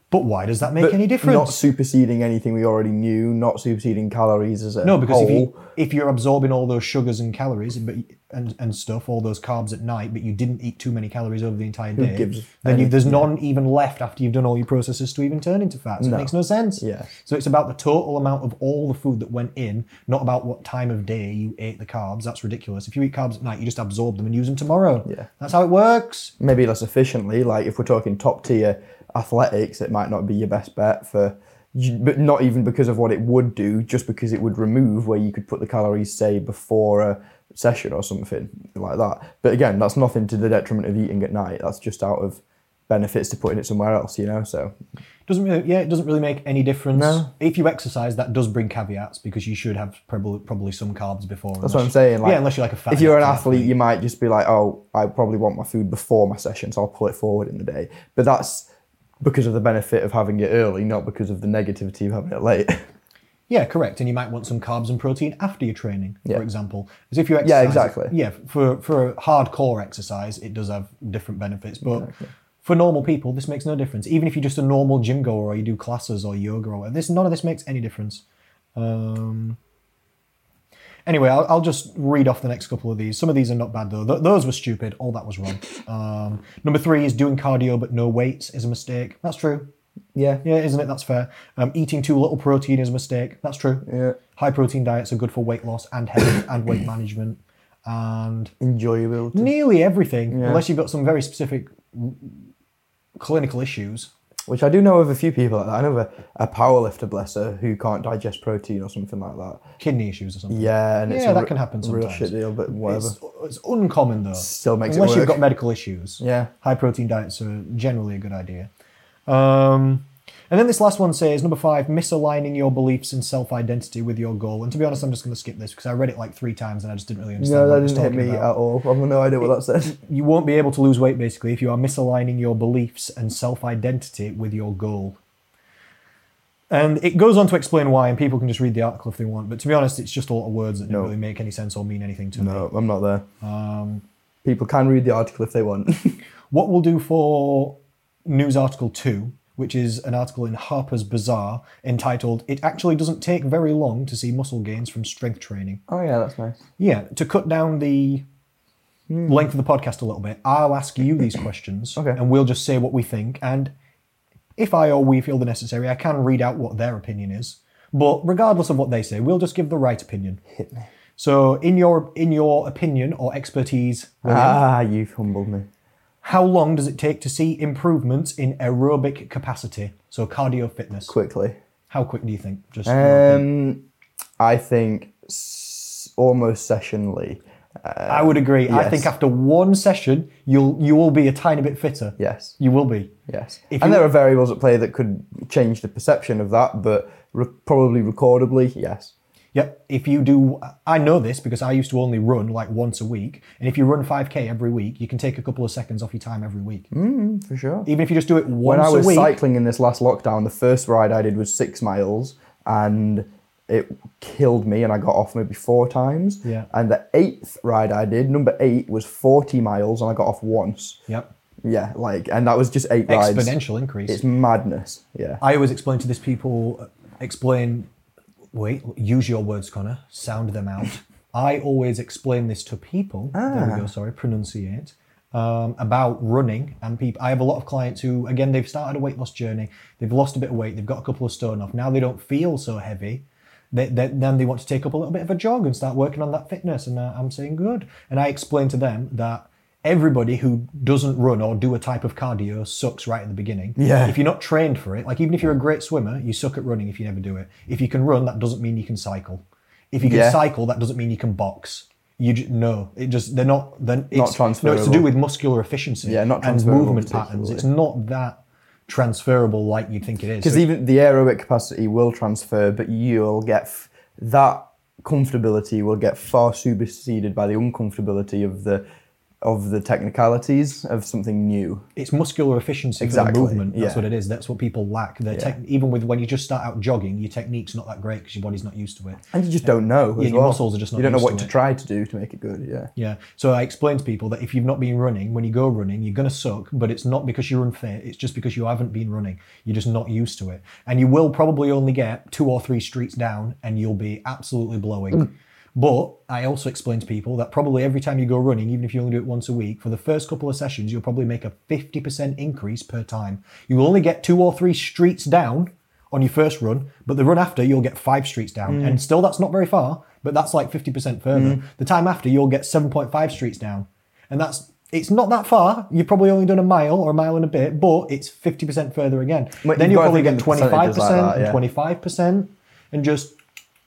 A: But why does that make
B: But
A: any difference?
B: Not superseding anything we already knew. Not superseding calories as a
A: No, because if,
B: whole.
A: you, if you're absorbing all those sugars and calories but, and, and stuff, all those carbs at night, but you didn't eat too many calories over the entire day,
B: gives
A: then you, there's none even left after you've done all your processes to even turn into fat. So it makes no sense.
B: Yeah.
A: So it's about the total amount of all the food that went in, not about what time of day you ate the carbs. That's ridiculous. If you eat carbs at night, you just absorb them and use them tomorrow.
B: Yeah.
A: That's how it works.
B: maybe less efficiently. Like if we're talking top tier athletics, it might not be your best bet for, but not even because of what it would do, just because it would remove where you could put the calories, say, before a session or something like that. But again, that's nothing to the detriment of eating at night. That's just out of benefits to putting it somewhere else, you know. So
A: Doesn't really, yeah, it doesn't really make any difference. If you exercise, that does bring caveats because you should have probably probably some carbs before.
B: That's what I'm saying. Like,
A: yeah, unless you're like a fat.
B: If you're an athlete, you might just be like, oh, I probably want my food before my session, so I'll pull it forward in the day. But that's because of the benefit of having it early, not because of the negativity of having it late.
A: Yeah, correct. And you might want some carbs and protein after your training, for example. As if you exercise,
B: Yeah, exactly.
A: Yeah, for for hardcore exercise, it does have different benefits, but for normal people, this makes no difference. Even if you're just a normal gym goer or you do classes or yoga or whatever, this none of this makes any difference. Um, anyway, I'll, I'll just read off the next couple of these. Some of these are not bad though. Th- those were stupid. All that was wrong. Um, number three is doing cardio but no weights is a mistake. That's true.
B: yeah.
A: Yeah, isn't it? That's fair. Um, eating too little protein is a mistake. That's true.
B: Yeah.
A: High protein diets are good for weight loss and health and weight management. And
B: Enjoyable.
A: nearly everything, unless you've got some very specific mm, clinical issues.
B: Which I do know of a few people like that. I know of a, a powerlifter, bless her, who can't digest protein or something like that.
A: Kidney issues or something.
B: Yeah, and it's
A: Yeah,
B: a
A: that
B: re-
A: can happen
B: Real
A: sometimes.
B: shit deal, but whatever.
A: It's, it's uncommon though.
B: Still makes it
A: unless you've
B: work.
A: got medical issues.
B: Yeah.
A: High protein diets are generally a good idea. Um, and then this last one says number five, misaligning your beliefs and self identity with your goal. And to be honest, I'm just going to skip this because I read it like three times and I just didn't really understand.
B: No,
A: what it
B: that
A: was
B: didn't hit
A: talking
B: me
A: about.
B: at all. I've no idea what that said.
A: You won't be able to lose weight basically if you are misaligning your beliefs and self identity with your goal. And it goes on to explain why, and people can just read the article if they want. But to be honest, it's just a lot of words that don't really make any sense or mean anything to me.
B: No, I'm not there. Um, people can read the article if they want.
A: What we'll do for news article two, which is an article in Harper's Bazaar entitled, It Actually Doesn't Take Very Long to See Muscle Gains from Strength Training.
B: oh yeah, that's nice.
A: Yeah, to cut down the length of the podcast a little bit, I'll ask you these questions
B: Okay.
A: and we'll just say what we think. And if I or we feel the necessary, I can read out what their opinion is. But regardless of what they say, we'll just give the right opinion. Hit me. So, in your in your opinion or expertise, William,
B: Ah, you've humbled me.
A: how long does it take to see improvements in aerobic capacity? So cardio fitness.
B: Quickly.
A: How quick do you think? Just
B: Um, I think s- almost sessionally.
A: I would agree. I
B: yes.
A: think after one session, you'll you will be a tiny bit fitter.
B: Yes.
A: You will be.
B: Yes.
A: If
B: and
A: you-
B: there are variables at play that could change the perception of that, but re- probably recordably, yes.
A: Yep. If you do, I know this because I used to only run like once a week, and if you run 5k every week, you can take a couple of seconds off your time every week.
B: For sure.
A: Even if you just do it once
B: Hmm. when I
A: a
B: was
A: week.
B: cycling in this last lockdown, the first ride I did was six miles, and it killed me, and I got off maybe four times.
A: Yeah.
B: And the eighth ride I did, number eight, was forty miles, and I got off once.
A: Yep.
B: Yeah, like, and that was just eight rides.
A: Exponential increase.
B: It's madness. Yeah.
A: I always explain to this people, explain, wait, use your words, Connor, sound them out. I always explain this to people, there
B: Ah.
A: we go, sorry, pronunciate, um, about running. And people, I have a lot of clients who, again, they've started a weight loss journey, they've lost a bit of weight, they've got a couple of stone off. Now they don't feel so heavy. They, they, then they want to take up a little bit of a jog and start working on that fitness. And uh, I'm saying, good. And I explain to them that everybody who doesn't run or do a type of cardio sucks right at the beginning.
B: Yeah.
A: If you're not trained for it, like even if you're a great swimmer, you suck at running if you never do it. If you can run, that doesn't mean you can cycle. If you can
B: Yeah.
A: cycle, that doesn't mean you can box. You ju- no, it just they're not. Then it's No, it's to do
B: transferable.
A: with muscular efficiency.
B: Yeah, not
A: and
B: transferable
A: movement patterns.
B: particularly.
A: It's not that transferable like you think it is.
B: Because
A: So-
B: even the aerobic capacity will transfer, but you'll get f- that comfortability will get far superseded by the uncomfortability of the of the technicalities of something new.
A: it's muscular efficiency for
B: Exactly,
A: the movement. That's
B: yeah.
A: what it is. That's what people lack. Their tech, even with when you just start out jogging, your technique's not that great because your body's not used to it.
B: And you just don't know. as
A: your
B: well.
A: muscles are just not
B: You don't know
A: used
B: what
A: to
B: to,
A: it.
B: try to do to make it good. Yeah.
A: Yeah. So I explain to people that if you've not been running, when you go running, you're going to suck, but it's not because you're unfit. It's just because you haven't been running. You're just not used to it. And you will probably only get two or three streets down and you'll be absolutely blowing. But I also explain to people that probably every time you go running, even if you only do it once a week, for the first couple of sessions, you'll probably make a 50% increase per time. You will only get two or three streets down on your first run, but the run after you'll get five streets down.
B: Mm.
A: And still, that's not very far, but that's like 50% further. The time after, you'll get 7.5 streets down. And that's It's not that far. You've probably only done a mile or a mile and a bit, but it's 50% further again.
B: But
A: then
B: you've
A: you
B: gotta
A: probably
B: think
A: get
B: of the percentages
A: 25%
B: like that, yeah.
A: and 25% and just,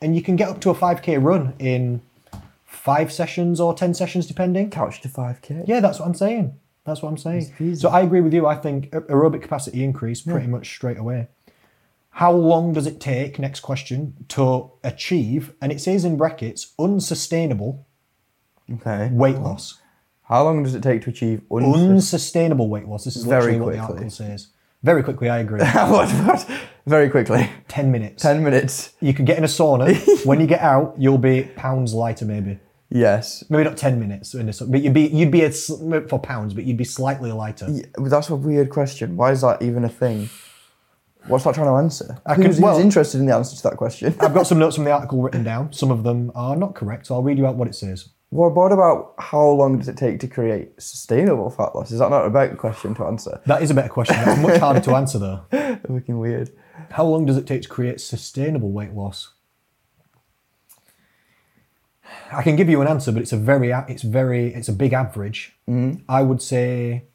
A: and you can get up to a 5K run in five sessions or 10 sessions, depending.
B: Couch to 5k.
A: Yeah, that's what I'm saying. That's what I'm saying. So I agree with you. I think a- aerobic capacity increase pretty much straight away. How long does it take, next question, to achieve, and it says in brackets, unsustainable
B: Okay.
A: weight loss?
B: How long does it take to achieve un?
A: Unsustainable weight loss. This is
B: Very
A: literally what the
B: quickly.
A: article says. Very quickly, I agree.
B: what, what? Very quickly.
A: 10 minutes.
B: 10 minutes.
A: You could get in a sauna. when you get out, you'll be pounds lighter, maybe.
B: Yes.
A: Maybe not 10 minutes, in a sa- but you'd be, you'd be a, sl- for pounds, but you'd be slightly lighter.
B: Yeah, That's a weird question. Why is that even a thing? What's that trying to answer?
A: can-
B: who's, who's
A: well-
B: interested in the answer to that question?
A: I've got some notes from the article written down. Some of them are not correct, so I'll read you out what it says.
B: What what about how long does it take to create sustainable fat loss? Is that not a better question to answer?
A: That is a better question. That's much harder to answer, though.
B: Looking weird.
A: How long does it take to create sustainable weight loss? I can give you an answer, but it's a very, it's very, it's a big average. I would say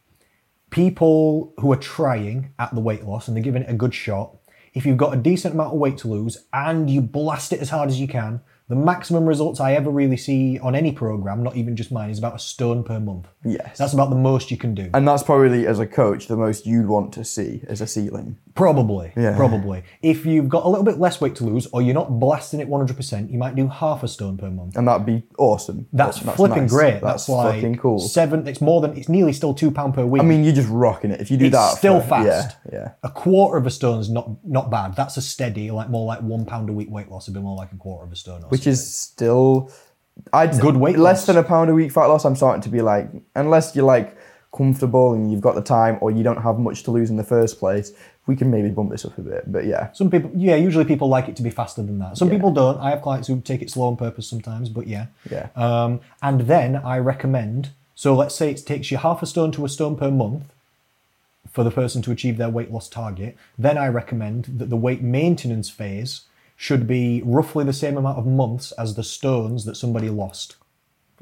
A: people who are trying at the weight loss and they're giving it a good shot. If you've got a decent amount of weight to lose and you blast it as hard as you can, the maximum results I ever really see on any program, not even just mine, is about a stone per month.
B: Yes.
A: That's about the most you can do.
B: And that's probably as a coach the most you'd want to see as a ceiling.
A: Probably.
B: Yeah.
A: Probably. If you've got a little bit less weight to lose or you're not blasting it 100%, you might do half a stone per month.
B: And that'd be awesome.
A: That's, flipping
B: nice.
A: great.
B: That's,
A: That's, like
B: fucking cool.
A: seven, it's more than, it's nearly still two pound per week.
B: I mean, you're just rocking it. If you do
A: it's
B: that, for-
A: still fast.
B: Yeah, yeah.
A: A quarter of a stone's not not bad. That's a steady, like more like one pound a week weight loss. It'd be more like a quarter of a stone. Or
B: Which is still, I'd
A: Good weight
B: less
A: loss.
B: than a pound a week fat loss. I'm starting to be like, unless you're like comfortable and you've got the time, or you don't have much to lose in the first place, we can maybe bump this up a bit. But yeah,
A: Some people, yeah, usually people like it to be faster than that. Some people don't. I have clients who take it slow on purpose sometimes, but yeah.
B: Yeah.
A: Um, and then I recommend, so let's say it takes you half a stone to a stone per month for the person to achieve their weight loss target. Then I recommend that the weight maintenance phase should be roughly the same amount of months as the stones that somebody lost.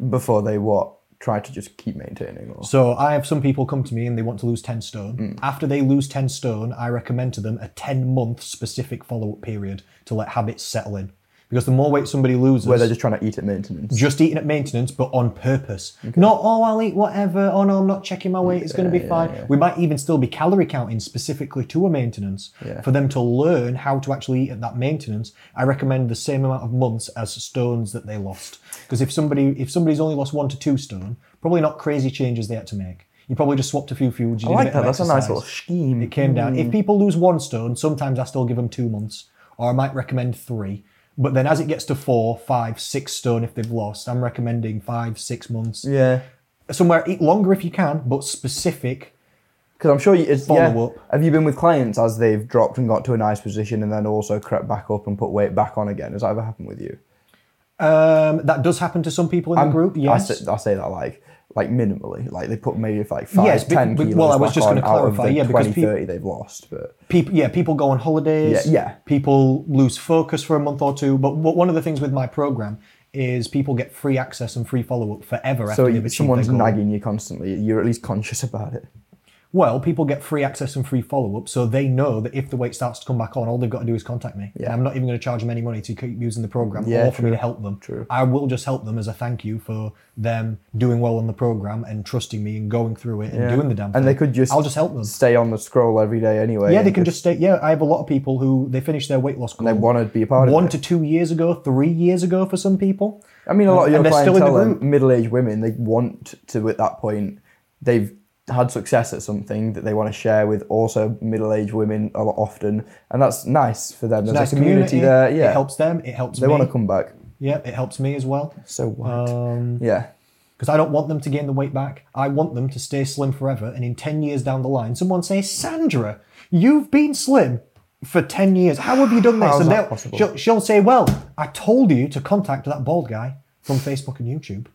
B: before they what try to just keep maintaining. Or
A: So I have some people come to me and they want to lose 10 stone. After they lose 10 stone, I recommend to them a 10 month specific follow up period to let habits settle in. Because the more weight somebody loses,
B: where they're just trying to eat at maintenance.
A: just eating at maintenance, but on purpose. Not, oh, I'll eat whatever. Oh, no, I'm not checking my weight. It's going to be fine. We might even still be calorie counting specifically to a maintenance for them to learn how to actually eat at that maintenance. I recommend the same amount of months as stones that they lost. Because if somebody, if somebody's only lost one to two stone, probably not crazy changes they had to make. You probably just swapped a few foods. You did
B: I
A: a
B: like
A: bit of
B: that. That's a nice
A: exercise.
B: little scheme.
A: It came down.
B: Hmm.
A: If people lose one stone, sometimes I still give them two months, or I might recommend three. But then as it gets to four, five, six stone if they've lost, I'm recommending five, six months.
B: Yeah,
A: Somewhere eat longer if you can, but specific.
B: because I'm sure you, it's
A: Follow
B: yeah.
A: up.
B: Have you been with clients as they've dropped and got to a nice position and then also crept back up and put weight back on again? Has that ever happened with you?
A: Um, that does happen to some people in the group. Yes.
B: I say, I say that like like minimally, like they put maybe if like five,
A: Yes, be-
B: 10
A: be-
B: kilos
A: well, I was
B: back
A: just gonna
B: on out of
A: clarify,
B: the
A: yeah, because
B: 20,
A: peop-
B: 30 they've lost, but
A: people yeah people go on holidays
B: Yeah, yeah.
A: people lose focus for a month or two but what, one of the things with my program is people get free access and free follow-up forever after
B: so
A: they've
B: you,
A: achieved
B: someone's
A: their goal.
B: nagging you constantly. You're at least conscious about it.
A: Well, people get free access and free follow up, so they know that if the weight starts to come back on, all they've got to do is contact me. And I'm not even going to charge them any money to keep using the program
B: Yeah,
A: or for me to help them. True. I will just help them as a thank you for them doing well on the program and trusting me and going through it and doing the damn thing.
B: And they could just
A: I'll just help them.
B: stay on the scroll every day anyway.
A: Yeah, they
B: and
A: can just stay. Yeah, I have a lot of people who they finish their weight loss goal.
B: they want to be a part
A: one
B: of it.
A: to two years ago, three years ago for some people.
B: I mean, a lot
A: and
B: of your
A: they're still in the
B: clientele, are
A: group.
B: middle-aged women, they want to at that point they've had success at something that they want to share with also middle-aged women a lot often, and that's nice for them. There's
A: Nice
B: a community, there. Yeah,
A: It helps them. It helps
B: They
A: me.
B: want to come back.
A: Yeah, it helps me as well.
B: So what?
A: Um,
B: yeah.
A: because I don't want them to gain the weight back. I want them to stay slim forever. And in 10 years down the line, someone says, Sandra, you've been slim for 10 years. How have you done this?
B: How's
A: and
B: that
A: they'll-
B: possible?
A: She'll, she'll say, Well, I told you to contact that bald guy from Facebook and YouTube.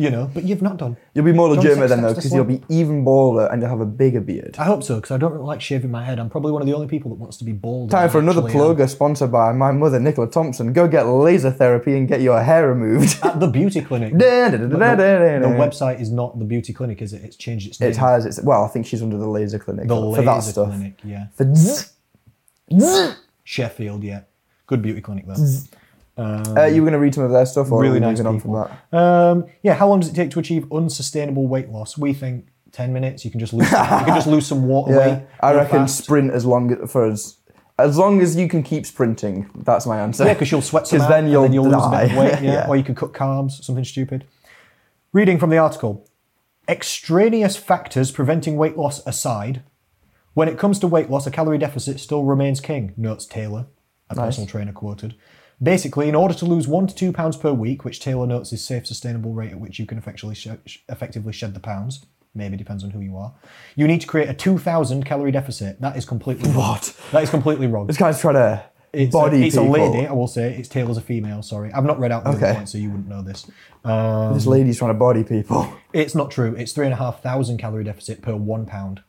A: you know, but you've not done.
B: You'll be more
A: John
B: legitimate
A: Six
B: then though,
A: Steps to
B: because you'll
A: Swan.
B: be even balder and you'll have a bigger beard.
A: I hope so, because I don't really like shaving my head. I'm probably one of the only people that wants to be bald.
B: Time
A: when
B: for
A: I
B: another
A: actually am.
B: plug, uh, sponsored by my mother, Nicola Thompson. Go get laser therapy and get your hair removed.
A: At the beauty clinic.
B: Da- da- da-
A: But
B: da- da- da-
A: Uh, the, the
B: da.
A: website is not the beauty clinic, is it? It's changed its name.
B: it has its well, I think she's under the laser clinic
A: the
B: for
A: laser
B: that stuff.
A: clinic, Um, yeah.
B: For zzz, zzz.
A: Sheffield, yeah. Good beauty clinic though.
B: Uh, you were going to read some of their stuff, or
A: really
B: are we
A: nice
B: moving on
A: people.
B: from that?
A: Um, yeah, how long does it take to achieve unsustainable weight loss? We think ten minutes. You can just lose. you can just lose some water
B: Yeah,
A: weight.
B: I
A: real
B: reckon
A: fast.
B: sprint as long as, for as as long as you can keep sprinting. That's my answer.
A: Yeah, because you'll sweat some
B: 'Cause
A: out,
B: then
A: and
B: you'll
A: then you'll lose a bit of
B: die.
A: weight. Yeah.
B: Yeah.
A: Or you could cut carbs, something stupid. Reading from the article Extraneous factors preventing weight loss aside, when it comes to weight loss, a calorie deficit still remains king, notes Taylor, a personal trainer quoted. Basically, in order to lose one to two pounds per week, which Taylor notes is safe, sustainable rate at which you can effectively shed, effectively shed the pounds, maybe depends on who you are, you need to create a 2,000 calorie deficit. That is completely wrong.
B: What?
A: That is completely wrong
B: This guy's trying to
A: it's
B: body
A: a, it's a
B: people.
A: lady. I will say it's Taylor's a female. Sorry, I've not read out the other
B: Okay.
A: point, so you wouldn't know this.
B: This lady's trying to body people.
A: It's not true. It's three and a half thousand calorie deficit per one pound.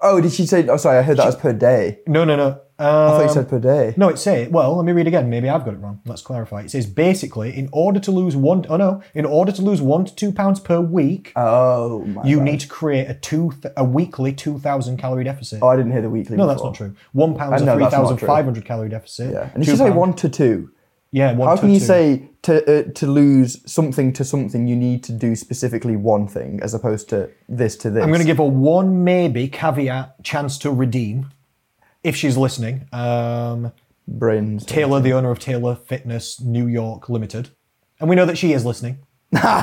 B: Oh, did she say? Oh, sorry, I heard that was per day.
A: No, no, no.
B: I
A: Uh,
B: thought you said per day.
A: no, it say well. Let me read again. Maybe I've got it wrong. Let's clarify. It says basically, in order to lose one, oh no, in order to lose one to two pounds per week,
B: Oh my.
A: you need to create a two a weekly two thousand calorie deficit.
B: oh, I didn't hear the weekly.
A: no, that's not true. One pound is
B: know
A: a three
B: that's not
A: thousand
B: true.
A: five hundred calorie deficit.
B: Yeah. And
A: Two
B: she say
A: pound-
B: one to two.
A: Yeah, one
B: How
A: to
B: can you
A: two.
B: say to uh, to lose something to something? You need to do specifically one thing as opposed to this to this.
A: I'm going to give her one maybe caveat chance to redeem if she's listening. Um,
B: brains.
A: Taylor, the owner of Taylor Fitness New York Limited. And we know that she is listening.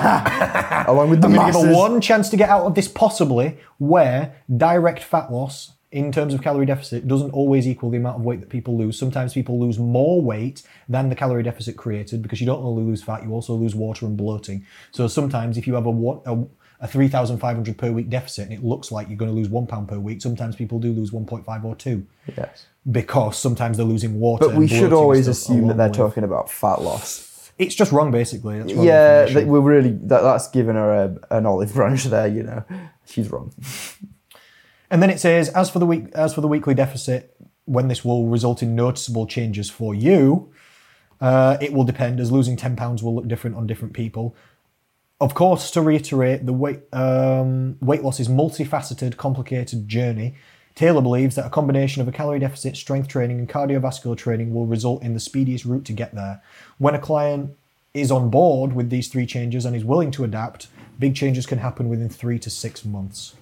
B: along with the
A: I'm going to give her
B: masses.
A: one chance to get out of this possibly where direct fat loss in terms of calorie deficit doesn't always equal the amount of weight that people lose. Sometimes people lose more weight than the calorie deficit created because you don't only lose fat, you also lose water and bloating. So sometimes if you have a wa- a, a 3,500 per week deficit and it looks like you're going to lose one pound per week, sometimes people do lose 1.5 or two
B: Yes.
A: because sometimes they're losing water.
B: But
A: and
B: we should
A: bloating
B: always
A: stuff
B: assume that
A: along
B: they're
A: with-
B: talking about fat loss.
A: It's just wrong, basically. That's wrong
B: Yeah,
A: information.
B: that we're really that, that's giving her a, an olive branch there. You know, she's wrong.
A: And then it says, as for the week, as for the weekly deficit, when this will result in noticeable changes for you, uh, it will depend. As losing ten pounds will look different on different people. Of course, to reiterate, the weight um, weight loss is multifaceted, complicated journey. Taylor believes that a combination of a calorie deficit, strength training, and cardiovascular training will result in the speediest route to get there. When a client is on board with these three changes and is willing to adapt, big changes can happen within three to six months.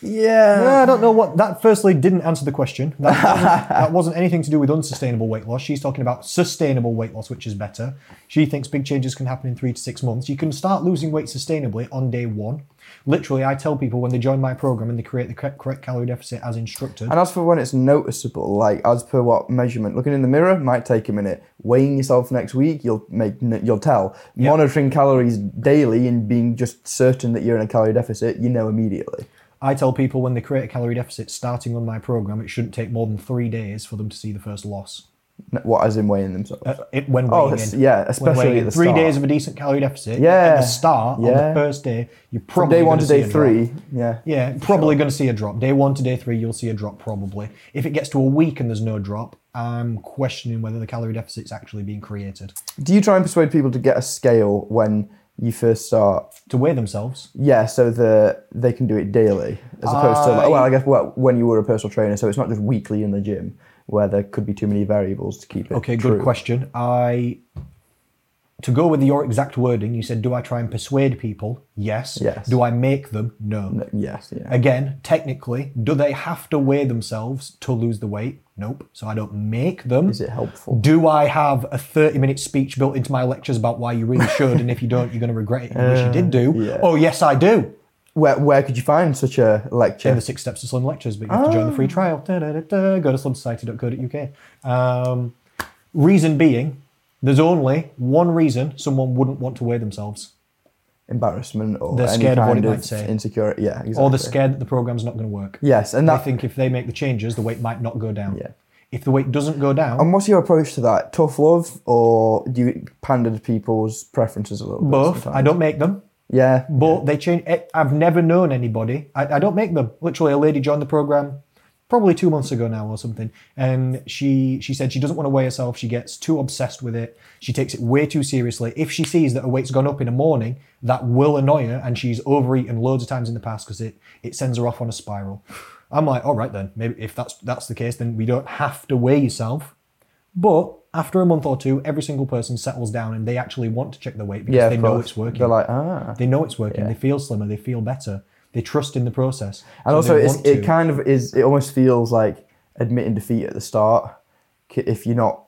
B: Yeah.
A: Yeah, I don't know what that. Firstly, didn't answer the question. That wasn't, that wasn't anything to do with unsustainable weight loss. She's talking about sustainable weight loss, which is better. She thinks big changes can happen in three to six months. You can start losing weight sustainably on day one. Literally, I tell people when they join my program and they create the correct, correct calorie deficit as instructed.
B: And as for when it's noticeable, like as per what measurement, looking in the mirror might take a minute. Weighing yourself next week, you'll make n- you'll tell. Monitoring calories daily and being just certain that you're in a calorie deficit, you know immediately.
A: I tell people when they create a calorie deficit starting on my program, it shouldn't take more than three days for them to see the first loss. Uh,
B: N- What as in weighing themselves?
A: It, when
B: Oh,
A: weighing
B: that's-
A: in.
B: yeah,
A: When
B: especially
A: weighing
B: at
A: in.
B: the
A: three
B: start.
A: days of a decent calorie deficit. at
B: Yeah,
A: the start on
B: yeah.
A: the first day, you're probably
B: day one
A: gonna
B: to
A: see
B: day
A: a drop.
B: three. Yeah.
A: Yeah, probably going to see a drop. Day one to day three, you'll see a drop probably. If it gets to a week and there's no drop, I'm questioning whether the calorie deficit's actually being created.
B: Do you try and persuade people to get a scale when you first start?
A: To weigh themselves,
B: Yeah, so that they can do it daily, as opposed to like, well, I guess well, when you were a personal trainer, so it's not just weekly in the gym where there could be too many variables to keep it.
A: Okay,
B: true.
A: good question. I to go with your exact wording, you said, "Do I try and persuade people?" Yes.
B: Yes.
A: Do I make them? No.
B: Yes, yeah.
A: Again, technically, do they have to weigh themselves to lose the weight? Nope. So I don't make them.
B: Is it helpful?
A: Do I have a 30 minute speech built into my lectures about why you really should, and if you don't, you're going to regret it and wish you did do?
B: Uh, yeah.
A: Oh, yes, I do.
B: Where, where could you find such a
A: In
B: lecture?
A: the Six Steps to Slim lectures, but you have to join the
B: Ah.
A: free trial. Da-da-da-da. Go to slimsociety.co.uk. Um, reason being, there's only one reason someone wouldn't want to weigh themselves,
B: Embarrassment or
A: They're
B: any
A: scared of what it
B: kind of
A: might say.
B: insecurity. Yeah, exactly.
A: or they're scared that the program's not going to work.
B: yes, and
A: I
B: that.
A: think if they make the changes, the weight might not go down.
B: Yeah.
A: If the weight doesn't go down,
B: And what's your approach to that? Tough love, or do you pander to people's preferences a little bit?
A: Both. I
B: sometimes?
A: don't make them.
B: Yeah.
A: But they change. eh, I've never known anybody. I, I don't make them. Literally, a lady joined the program probably two months ago now or something, and she she said she doesn't want to weigh herself. She gets too obsessed with it. She takes it way too seriously. If she sees that her weight's gone up in the morning, that will annoy her, and she's overeaten loads of times in the past because it it sends her off on a spiral. I'm like, all right then. Maybe if that's that's the case, then we don't have to weigh yourself. But after a month or two, every single person settles down and they actually want to check their weight because
B: Yeah,
A: they
B: of
A: know
B: course.
A: it's working.
B: They're like, ah.
A: They know it's working. They feel slimmer. They feel better. They trust in the process.
B: And also,
A: they
B: it's,
A: want
B: it
A: to.
B: kind of is. It almost feels like admitting defeat at the start. K- If you're not,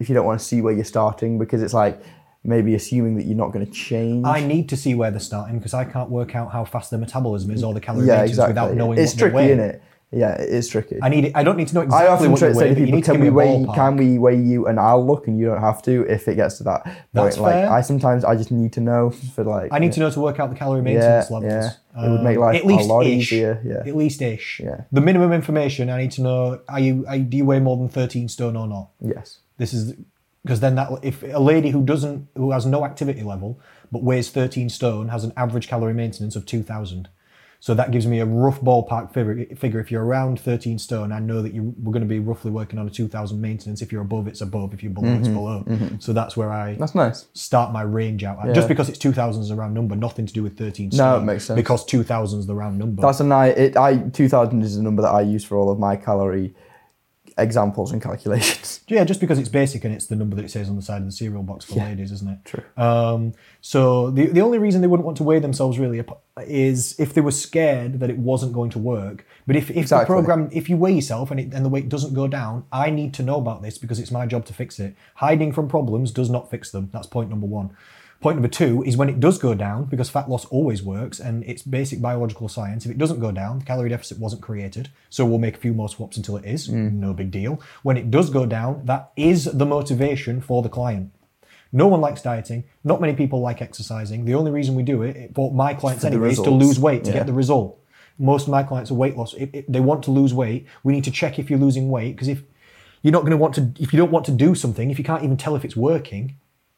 B: if you don't want to see where you're starting, because it's like maybe assuming that you're not going to change.
A: I need to see where they're starting because I can't work out how fast their metabolism is or the calorie
B: yeah,
A: maintenance
B: exactly.
A: without knowing
B: it's
A: what
B: tricky,
A: they weigh.
B: isn't it? Yeah, it is tricky.
A: I need. It, I don't need to know
B: I
A: exactly
B: often
A: what
B: try
A: they
B: to
A: weigh.
B: say
A: but
B: to
A: you
B: people,
A: need to
B: "Can
A: give
B: we
A: me a
B: weigh?
A: ballpark."
B: Can we weigh you?" And I'll look, and you don't have to if it gets to that point.
A: That's
B: like,
A: fair.
B: I sometimes I just need to know for like.
A: I need to know to work out the calorie maintenance
B: Yeah,
A: levels. Uh,
B: yeah. It would make life
A: at least
B: a lot
A: ish.
B: easier, yeah.
A: At least ish.
B: Yeah.
A: The minimum information I need to know: Are you? Are, you- do you weigh more than thirteen stone or not?
B: Yes.
A: This is because then that if a lady who doesn't who has no activity level but weighs 13 stone has an average calorie maintenance of 2000. So that gives me a rough ballpark figure. Figure if you're around 13 stone, I know that you we're going to be roughly working on a 2000 maintenance. If you're above, it's above. If you're below, it's below. So that's where I
B: Mm-hmm. That's nice.
A: start my range out. at. Just because it's 2000 is a round number, nothing to do with 13 stone.
B: it makes sense.
A: Because 2000 is the round number.
B: That's a nice. It, I two thousand is the number that I use for all of my calorie examples and calculations.
A: Yeah, just because it's basic and it's the number that it says on the side of the cereal box for ladies, isn't it? True. Um, so the the only reason they wouldn't want to weigh themselves really ap- is if they were scared that it wasn't going to work. But if, if the
B: Exactly.
A: program, if you weigh yourself and it, and the weight doesn't go down, I need to know about this because it's my job to fix it. Hiding from problems does not fix them. That's point number one. Point number two is when it does go down, because fat loss always works and it's basic biological science. If it doesn't go down, the calorie deficit wasn't created. So we'll make a few more swaps until it is. No big deal. When it does go down, that is the motivation for the client. No one likes dieting. Not many people like exercising. The only reason we do it, for my clients
B: For the
A: anyway, is to
B: results.
A: lose weight, to
B: Yeah.
A: get the result. Most of my clients are weight loss. If, if they want to lose weight, we need to check if you're losing weight because if you're not going to want to, if you don't want to do something, if you can't even tell if it's working,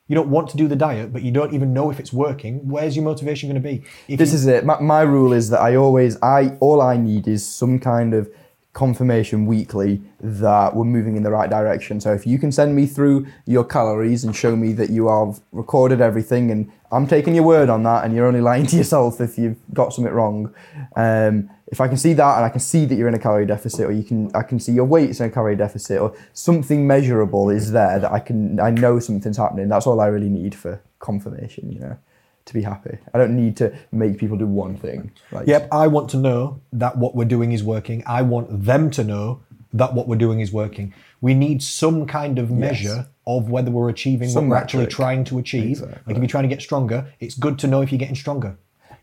A: you don't want to do the diet, but you don't even know if it's working. Where's your motivation going to be? If
B: This
A: you-
B: is it. My, my rule is that I always, I all I need is some kind of confirmation weekly that we're moving in the right direction. So if you can send me through your calories and show me that you have recorded everything, and I'm taking your word on that, and you're only lying to yourself if you've got something wrong. Um, if I can see that, and I can see that you're in a calorie deficit, or you can, I can see your weight's in a calorie deficit, or something measurable is there that I can, I know something's happening. That's all I really need for confirmation. You know to be happy. I don't need to make people do one thing. Like,
A: Yep, I want to know that what we're doing is working. I want them to know that what we're doing is working. We need some kind of measure of whether we're achieving
B: Some
A: what we're actually
B: metric.
A: trying to achieve. Like if you're trying to get stronger, it's good to know if you're getting stronger.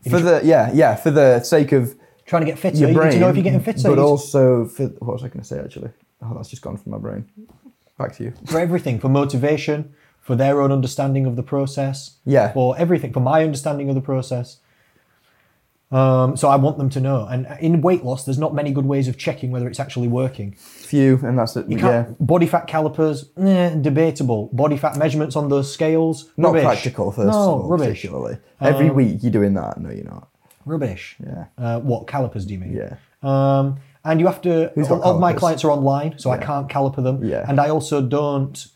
A: If
B: For
A: you're
B: the yeah yeah for the sake of
A: trying to get fitter,
B: your
A: you
B: brain,
A: need to know if you're getting fitter.
B: but
A: You-
B: also for what was I going to say actually? Oh, that's just gone from my brain. Back to you.
A: for everything, for motivation, for their own understanding of the process.
B: Yeah.
A: For everything, for my understanding of the process. Um, so I want them to know. And in weight loss, there's not many good ways of checking whether it's actually working.
B: Few and that's it.
A: You
B: yeah,
A: can't, Body fat calipers, eh, debatable. Body fat measurements on those scales,
B: not
A: rubbish.
B: practical first
A: no,
B: of all.
A: rubbish, Um,
B: Particularly every week you're doing that. No, you're not.
A: rubbish.
B: Yeah.
A: Uh, what calipers do you mean?
B: Yeah.
A: Um, and you have to.
B: Who's got
A: all of my
B: calipers?
A: clients are online, so I can't caliper them.
B: Yeah.
A: And I also don't.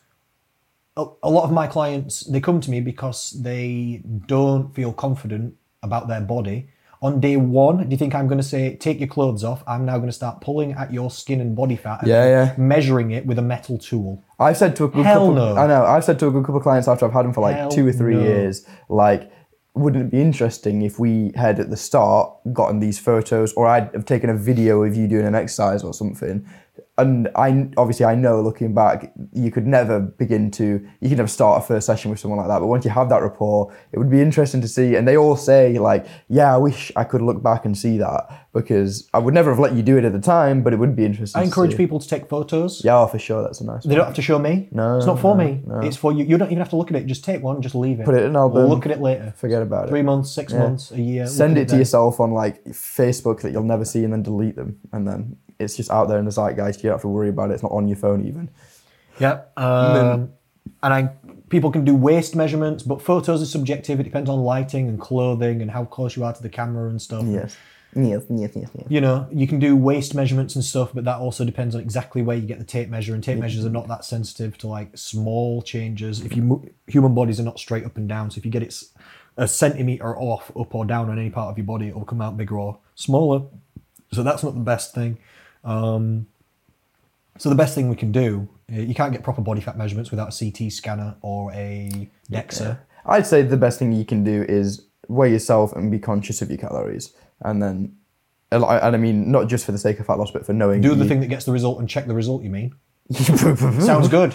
A: A, a lot of my clients they come to me because they don't feel confident about their body. On day one, do you think I'm going to say, "Take your clothes off"? I'm now going to start pulling at your skin and body fat, and
B: Yeah, yeah.
A: measuring it with a metal tool.
B: I've said to a good
A: Hell
B: couple,
A: no.
B: I know. I've said to a good couple of clients after I've had them for like
A: Hell
B: two or three
A: no.
B: years, like, wouldn't it be interesting if we had at the start gotten these photos, or I'd have taken a video of you doing an exercise or something? And I obviously I know looking back, you could never begin to, you could never start a first session with someone like that. But once you have that rapport, it would be interesting to see. And they all say like, yeah, I wish I could look back and see that because I would never have let you do it at the time, but it would be interesting.
A: I encourage
B: to see.
A: people to take photos.
B: Yeah, for sure. That's a nice.
A: They don't have to show me. No, it's not for me. It's for you. You don't even have to look at it. Just take one. Just leave it.
B: Put it in an album.
A: Look at it later.
B: Forget about it.
A: Three months, six months, a year.
B: send
A: look at
B: it to
A: then.
B: yourself on like Facebook that you'll never see and then delete them. And then it's just out there in the zeitgeist. You don't have to worry about it. It's not on your phone even.
A: Yep. Um, and I people can do waist measurements, but photos are subjective. It depends on lighting and clothing and how close you are to the camera and stuff.
B: Yes. Yes, yes, yes, yes.
A: You know, you can do waist measurements and stuff, but that also depends on exactly where you get the tape measure. And tape measures are not that sensitive to like small changes. If you mo- human bodies are not straight up and down, so if you get it s- a centimeter off, up or down on any part of your body, it will come out bigger or smaller. So that's not the best thing. Um, So the best thing we can do, uh, you can't get proper body fat measurements without a CT scanner or a DEXA.
B: I'd say the best thing you can do is weigh yourself and be conscious of your calories, and then, and I and I mean not just for the sake of fat loss, but for knowing.
A: Do the
B: you-
A: thing that gets the result and check the result. You mean?
B: Mm.
A: Sounds good.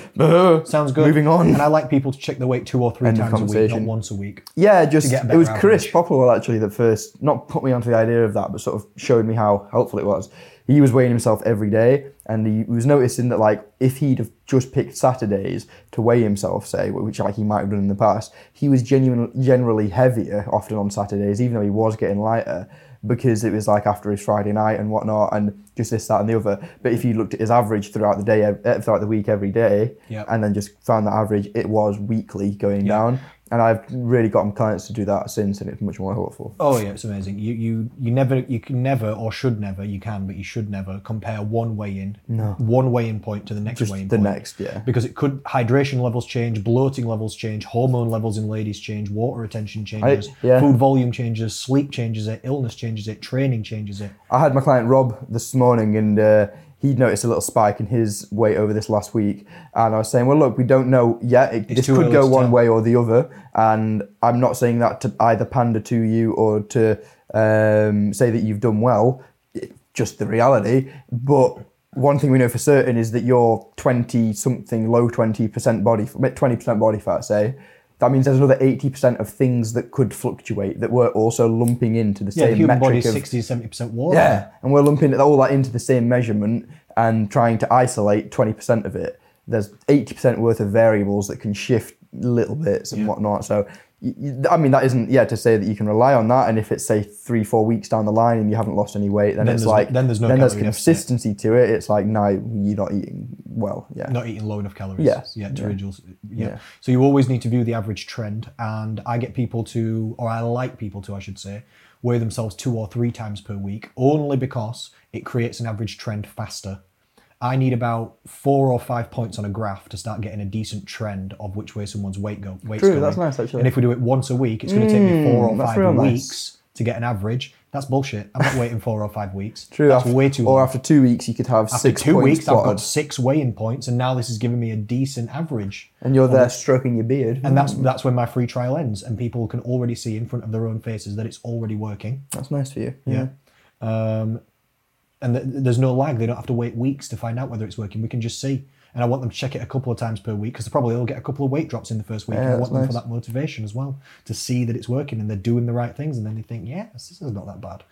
A: Sounds good.
B: Moving on.
A: And I like people to check their weight two or three
B: End of
A: times a week, not
B: conversation.
A: once a week.
B: Yeah, just
A: get a
B: it was
A: better
B: Chris Popplewell actually that first not put me onto the idea of that, but sort of showed me how helpful it was. He was weighing himself every day, and he was noticing that like if he'd have just picked Saturdays to weigh himself, say, which like he might have done in the past, he was genuine, generally heavier often on Saturdays, even though he was getting lighter because it was like after his Friday night and whatnot, and just this, that, and the other. But if you looked at his average throughout the day, eh, throughout the week, every day,
A: Yep.
B: and then just found that average, it was weekly going down. And I've really gotten clients to do that since, and it's much more helpful.
A: Oh yeah, it's amazing. You you you never you can never or should never you can but you should never compare one weigh in one weigh in point to the next weigh in
B: The
A: point
B: next, yeah.
A: because it could hydration levels change, bloating levels change, hormone levels in ladies change, water retention changes,
B: yeah.
A: food volume changes, sleep changes it, illness changes it, training changes it.
B: I had my client Rob this morning, and uh, he noticed a little spike in his weight over this last week. And I was saying, well, look, we don't know yet. It, this
A: too
B: could
A: early
B: go
A: to
B: one
A: tell.
B: way or the other. And I'm not saying that to either pander to you or to um, say that you've done well. It, just the reality. But one thing we know for certain is that your 20 something, low 20% body, 20% body fat, say. That means there's another 80% of things that could fluctuate that we're also lumping into the
A: Yeah, the
B: same
A: human
B: metric
A: body is
B: of
A: 60 70 percent water.
B: yeah, and we're lumping all that into the same measurement and trying to isolate 20% of it. There's 80% worth of variables that can shift little bits and whatnot. So, y- y- I mean, that isn't, yeah, to say that you can rely on that. And if it's, say, three, four weeks down the line and you haven't lost any weight, then,
A: Then
B: it's
A: there's no-
B: like,
A: then there's no calorie deficit.
B: consistency to it. It's like, no, you're not eating well. Yeah.
A: not eating low enough calories.
B: Yeah.
A: Yeah, to
B: Yeah.
A: reduce. Yeah.
B: Yeah.
A: So you always need to view the average trend, and I get people to, or I like people to, I should say, weigh themselves two or three times per week, only because it creates an average trend faster. I need about four or five points on a graph to start getting a decent trend of which way someone's weight go. Weight's
B: True,
A: going.
B: that's nice, actually. Mm,
A: And if we do it once a week, it's going to take me four or
B: that's
A: five
B: real nice.
A: weeks to get an average. That's bullshit. I'm not waiting four or five weeks.
B: True.
A: That's
B: after-
A: way too long.
B: Or after two weeks, you could have
A: After
B: six
A: two
B: points
A: weeks, I've
B: plotted,
A: got six weighing points, and now this is giving me a decent average.
B: and you're there stroking your beard.
A: And that's that's when my free trial ends, and people can already see in front of their own faces that it's already working.
B: that's nice for you.
A: Yeah. Um, and th- there's no lag; they don't have to wait weeks to find out whether it's working. We can just see. And I want them to check it a couple of times per week because probably they'll get a couple of weight drops in the first week. and I
B: that's
A: want them for that motivation as well to see that it's working and they're doing the right things. And then they think, yeah, this is not that bad.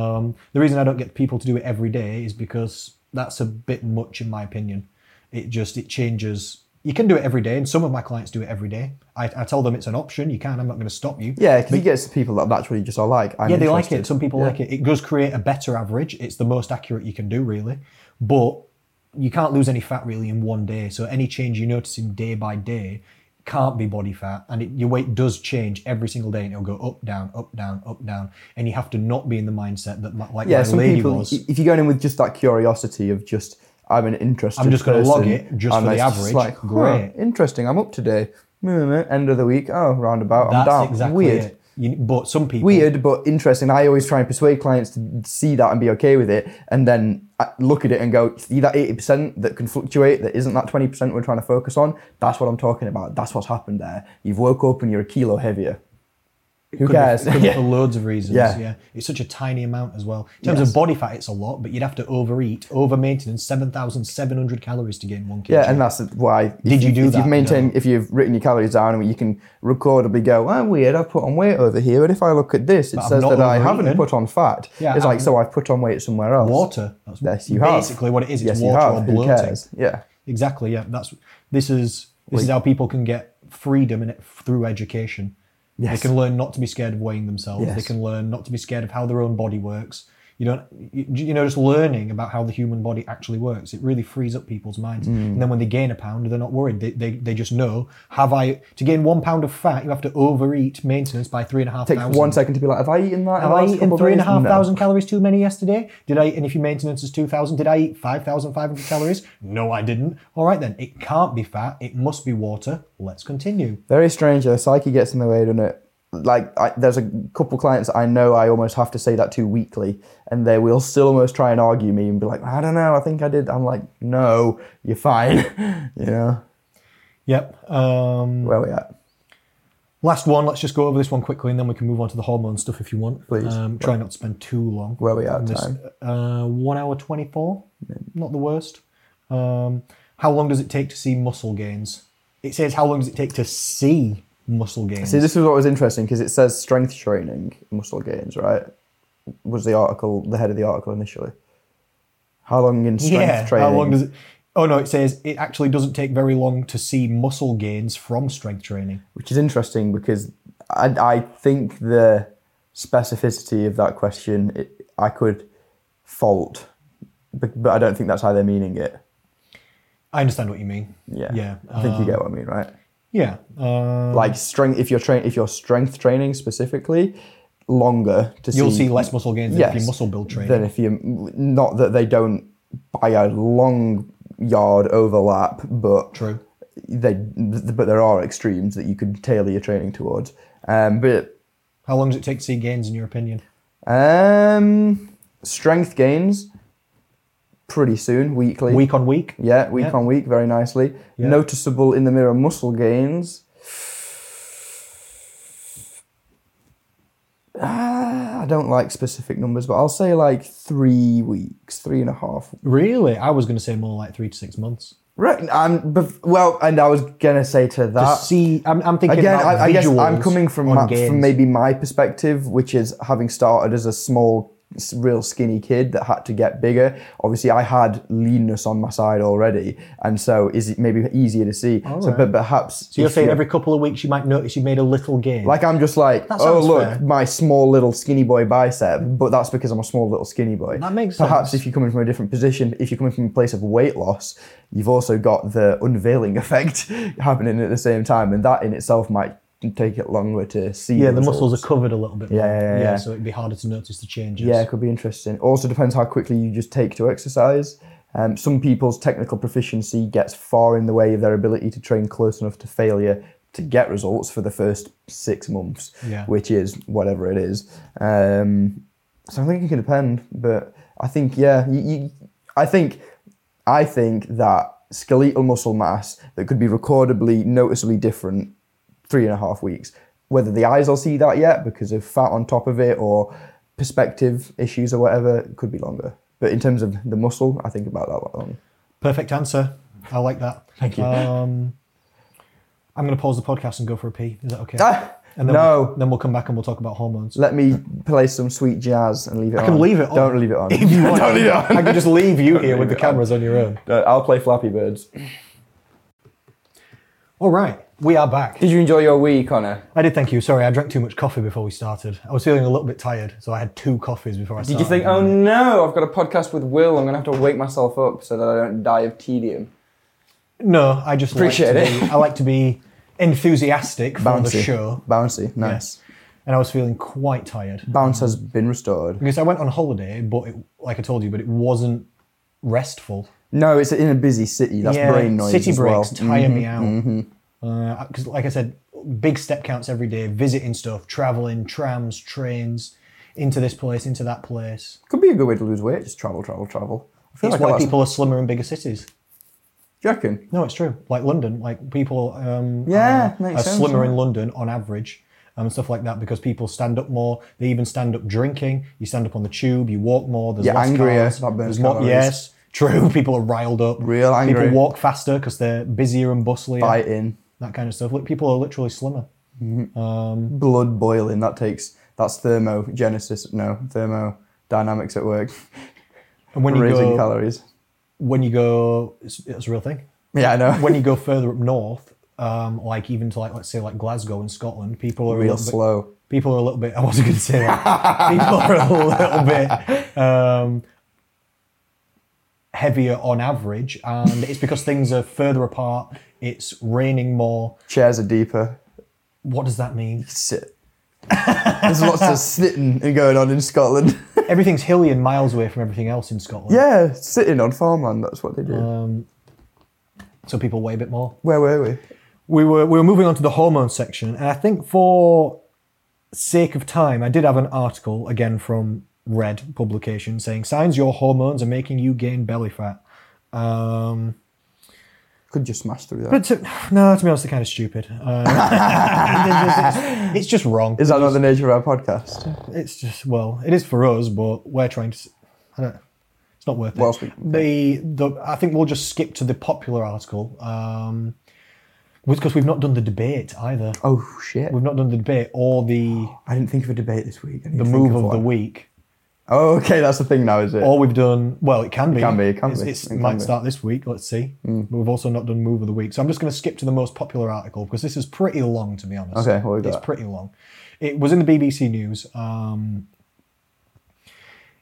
A: Um, the reason I don't get people to do it every day is because that's a bit much, in my opinion. It just it changes. You can do it every day, and some of my clients do it every day. I, I tell them it's an option. You can. I'm not going to stop you.
B: Yeah, because you get some people that naturally just are like, I'm
A: Yeah, they like
B: interested.
A: it. Some people like it. It does create a better average. It's the most accurate you can do, really. But you can't lose any fat really in one day. So any change you notice in day by day can't be body fat, and it, your weight does change every single day, and it'll go up, down, up, down, up, down. And you have to not be in the mindset that my, like
B: yeah,
A: my
B: some
A: lady
B: people,
A: was.
B: i- if you're going in with just that curiosity of just, I'm an interested
A: I'm just gonna log
B: person,"
A: it just
B: and
A: for the
B: it's
A: average.
B: like, huh,
A: Great.
B: interesting, I'm up today. Mm, End of the week, oh, roundabout, I'm
A: That's
B: down.
A: exactly
B: Weird.
A: it. You- but some people
B: Weird, but interesting. I always try and persuade clients to see that and be okay with it, and then uh, look at it and go, see that 80% that can fluctuate, that isn't that 20% we're trying to focus on? That's what I'm talking about. That's what's happened there. You've woke up and you're a kilo heavier. Who
A: could be-
B: cares?
A: could be
B: Yeah.
A: for loads of reasons. Yeah.
B: Yeah.
A: It's such a tiny amount as well. In terms of body fat, it's a lot, but you'd have to overeat, over maintenance, 7,700 calories to gain one kg.
B: Yeah, and that's why. if
A: Did you do
B: if
A: that?
B: You've maintained, if you've written your calories down, and you can recordably go, "I'm weird. I put on weight over here, but if I look at this, it
A: I've
B: says
A: not
B: that I haven't
A: overeaten."
B: put on fat.
A: Yeah,
B: it's like
A: I'm-
B: so I've put on weight somewhere else.
A: water. That's
B: Yes, you have.
A: basically what it is. It's
B: Yes, you
A: water
B: have.
A: or
B: Who
A: bloating.
B: cares? Yeah.
A: Exactly. Yeah. That's this is this is how people can get freedom in it through education.
B: Yes.
A: They can learn not to be scared of weighing themselves. They
B: Yes.
A: can learn not to be scared of how their own body works. You know, you, you know, just learning about how the human body actually works. It really frees up people's minds.
B: Mm.
A: And then when they gain a pound, they're not worried. They, they, they just know, have I, to gain one pound of fat, you have to overeat maintenance by three and a half
B: Takes
A: thousand.
B: one second to be like, have I eaten that? in
A: Have
B: the
A: I
B: last
A: eaten
B: couple
A: three and a
B: days?"
A: half
B: No.
A: thousand calories too many yesterday? Did I? And if your maintenance is two thousand, did I eat five thousand five hundred calories? No, I didn't. All right then, it can't be fat. It must be water. Let's continue.
B: Very strange. Our psyche gets in the way, doesn't it? Like, I, there's a couple clients I know I almost have to say that to weekly, and they will still almost try and argue me and be like, I don't know, I think I did. I'm like, no, you're fine. you know,
A: Yep.
B: uh,
A: Um,
B: where we at?
A: last one. Let's just go over this one quickly, and then we can move on to the hormone stuff if you want.
B: Please.
A: Um, try not to spend too long.
B: Where we at
A: on this.
B: time?
A: Uh, one hour twenty-four.
B: Mm.
A: Not the worst. Um, how long does it take to see muscle gains? It says how long does it take to see muscle gains?
B: See, this is what was interesting because it says strength training, muscle gains, right? Was the article, the head of the article initially. How long in strength
A: yeah,
B: training?
A: How long does it? Oh no, it says it actually doesn't take very long to see muscle gains from strength training.
B: which is interesting because I, I think the specificity of that question it, I could fault, but, but I don't think that's how they're meaning it.
A: I understand what you mean.
B: Yeah,
A: yeah,
B: I think you
A: um,
B: get what I mean, right?
A: yeah. Uh,
B: Like strength. If you're train, if you're strength training specifically, longer to
A: you'll
B: see
A: see less muscle gains than if you
B: Yes.
A: muscle build training.
B: than if you. Not that they don't by a long yard overlap, but
A: True.
B: They but there are extremes that you could tailor your training towards. Um, but
A: How long does it take to see gains, in your opinion?
B: Um, strength gains pretty soon, weekly.
A: Week on week.
B: Yeah, week
A: Yeah.
B: on week, very nicely.
A: Yeah.
B: Noticeable in the mirror muscle gains. Ah, I don't like specific numbers, but I'll say like three weeks, three and a half.
A: Really, I was going to say more like three to six months.
B: Right. I'm um, bef- well, and I was gonna say to
A: To
B: that.
A: see, I'm, I'm thinking
B: Uh, Again,
A: about
B: I, I guess I'm
A: visuals
B: coming from,
A: on
B: ma-
A: gains.
B: from maybe my perspective, which is having started as a small, s- real skinny kid that had to get bigger. Obviously, I had leanness on my side already, and so is it maybe easier to see? So,
A: right.
B: but perhaps
A: So you're
B: if
A: saying
B: you-
A: every couple of weeks you might notice you made a little gain.
B: like I'm just like,
A: That
B: oh
A: sounds
B: look,
A: fair.
B: my small little skinny boy bicep, but that's because I'm a small little skinny boy.
A: That makes
B: Perhaps
A: sense.
B: if you're coming from a different position, if you're coming from a place of weight loss, you've also got the unveiling effect happening at the same time, and that in itself might take it longer to see.
A: yeah, the
B: results.
A: muscles are covered a little bit. more.
B: yeah, yeah, yeah.
A: So it'd be harder to notice the changes.
B: Yeah, it could be interesting. Also depends how quickly you just take to exercise. Um, some people's technical proficiency gets far in the way of their ability to train close enough to failure to get results for the first six months,
A: Yeah.
B: which is whatever it is. Um, so I think it can depend, but I think yeah, you, you, I think I think that skeletal muscle mass that could be recordably noticeably different three and a half weeks. Whether the eyes will see that yet because of fat on top of it or perspective issues or whatever, it could be longer. But in terms of the muscle, I think about that long.
A: Perfect answer. I like that. Thank you. Um, I'm going to pause the podcast and go for a pee. Is that okay?
B: Ah,
A: and then
B: no.
A: We'll, then we'll come back and we'll talk about hormones.
B: Let me play some sweet jazz and leave it on.
A: I can leave it on.
B: Don't leave it on.
A: If you want,
B: Don't leave it on.
A: I can just leave you here with the
B: leave it on.
A: cameras on your own.
B: No, Uh, I'll play Flappy Birds.
A: All right. We are back.
B: Did you enjoy your week, Connor?
A: I did thank you. Sorry, I drank too much coffee before we started. I was feeling a little bit tired, so I had two coffees before I
B: Did
A: started.
B: you think, oh no, I've got a podcast with Will, I'm going to have to wake myself up so that I don't die of tedium?
A: No, I just
B: Appreciate
A: like to
B: it.
A: Be, I like to be enthusiastic for the show.
B: Bouncy, nice.
A: Yes. And I was feeling quite tired.
B: Bounce has been restored.
A: Because I went on holiday, but it, like I told you, but it wasn't restful.
B: No, it's in a busy city. That's brain noise.
A: City
B: as
A: breaks
B: well. Mm. Mm-hmm,
A: tire me out. Because, like I said, big step counts every day, visiting stuff, traveling, trams, trains, into this place, into that place.
B: Could be a good way to lose weight. Just travel, travel, travel. I feel
A: It's
B: like
A: why
B: that's-
A: people are slimmer in bigger cities.
B: Do you reckon?
A: No, it's true. Like London, like people um,
B: Yeah,
A: are,
B: makes
A: are
B: sense,
A: slimmer
B: yeah.
A: in London on average um, and stuff like that because people stand up more. They even stand up drinking. You stand up on the tube. You walk more. There's
B: You're
A: less
B: angrier,
A: Cars,
B: that burns
A: there's more,
B: calories.
A: yes, true. People are riled up.
B: Real angry.
A: People walk faster because they're busier and bustlier.
B: Bite in,
A: That kind of stuff. Look, people are literally slimmer.
B: blood boiling. That takes. That's thermogenesis. No, thermodynamics at work.
A: And when you
B: Raising
A: go,
B: calories.
A: when you go, it's, it's a real thing.
B: Yeah, I know.
A: When you go further up north, um, like even to like let's say like Glasgow in Scotland, people are a
B: Real
A: little bit-
B: slow.
A: people are a little bit. I wasn't going to say that. people are a little bit um, heavier on average, and it's because things are further apart. It's raining more.
B: Chairs are deeper.
A: What does that mean?
B: Sit. There's lots of sitting going on in Scotland.
A: Everything's hilly and miles away from everything else in Scotland.
B: yeah, sitting on farmland. That's what they do.
A: So people weigh a bit more.
B: Where were we?
A: we were we were moving on to the hormone section, and I think for sake of time, I did have an article again from Red publication saying signs your hormones are making you gain belly fat. Um,
B: Could just smash through that.
A: but to, no, to be honest, they're kind of stupid. Uh, it's, it's just wrong.
B: Is that not the nature of our podcast?
A: It's just well, it is for us, but we're trying to. s- I don't, it's not worth it.
B: Well, we-
A: the the I think we'll just skip to the popular article. Um, because we've not done the debate either.
B: Oh shit!
A: We've not done the debate or the
B: I didn't think of a debate this week. I need
A: the
B: to think
A: move of the
B: one.
A: week.
B: Oh, okay, that's the thing now, is it?
A: Or we've done well. It can be.
B: can be, it can
A: It's-
B: be,
A: it's-
B: it can
A: might
B: be. Hmm.
A: start this week. Let's see. But we've also not done move of the week. So I'm just going to skip to the most popular article because this is pretty long, to be honest.
B: Okay, what we got?
A: It's pretty long. It was in the BBC News. Um,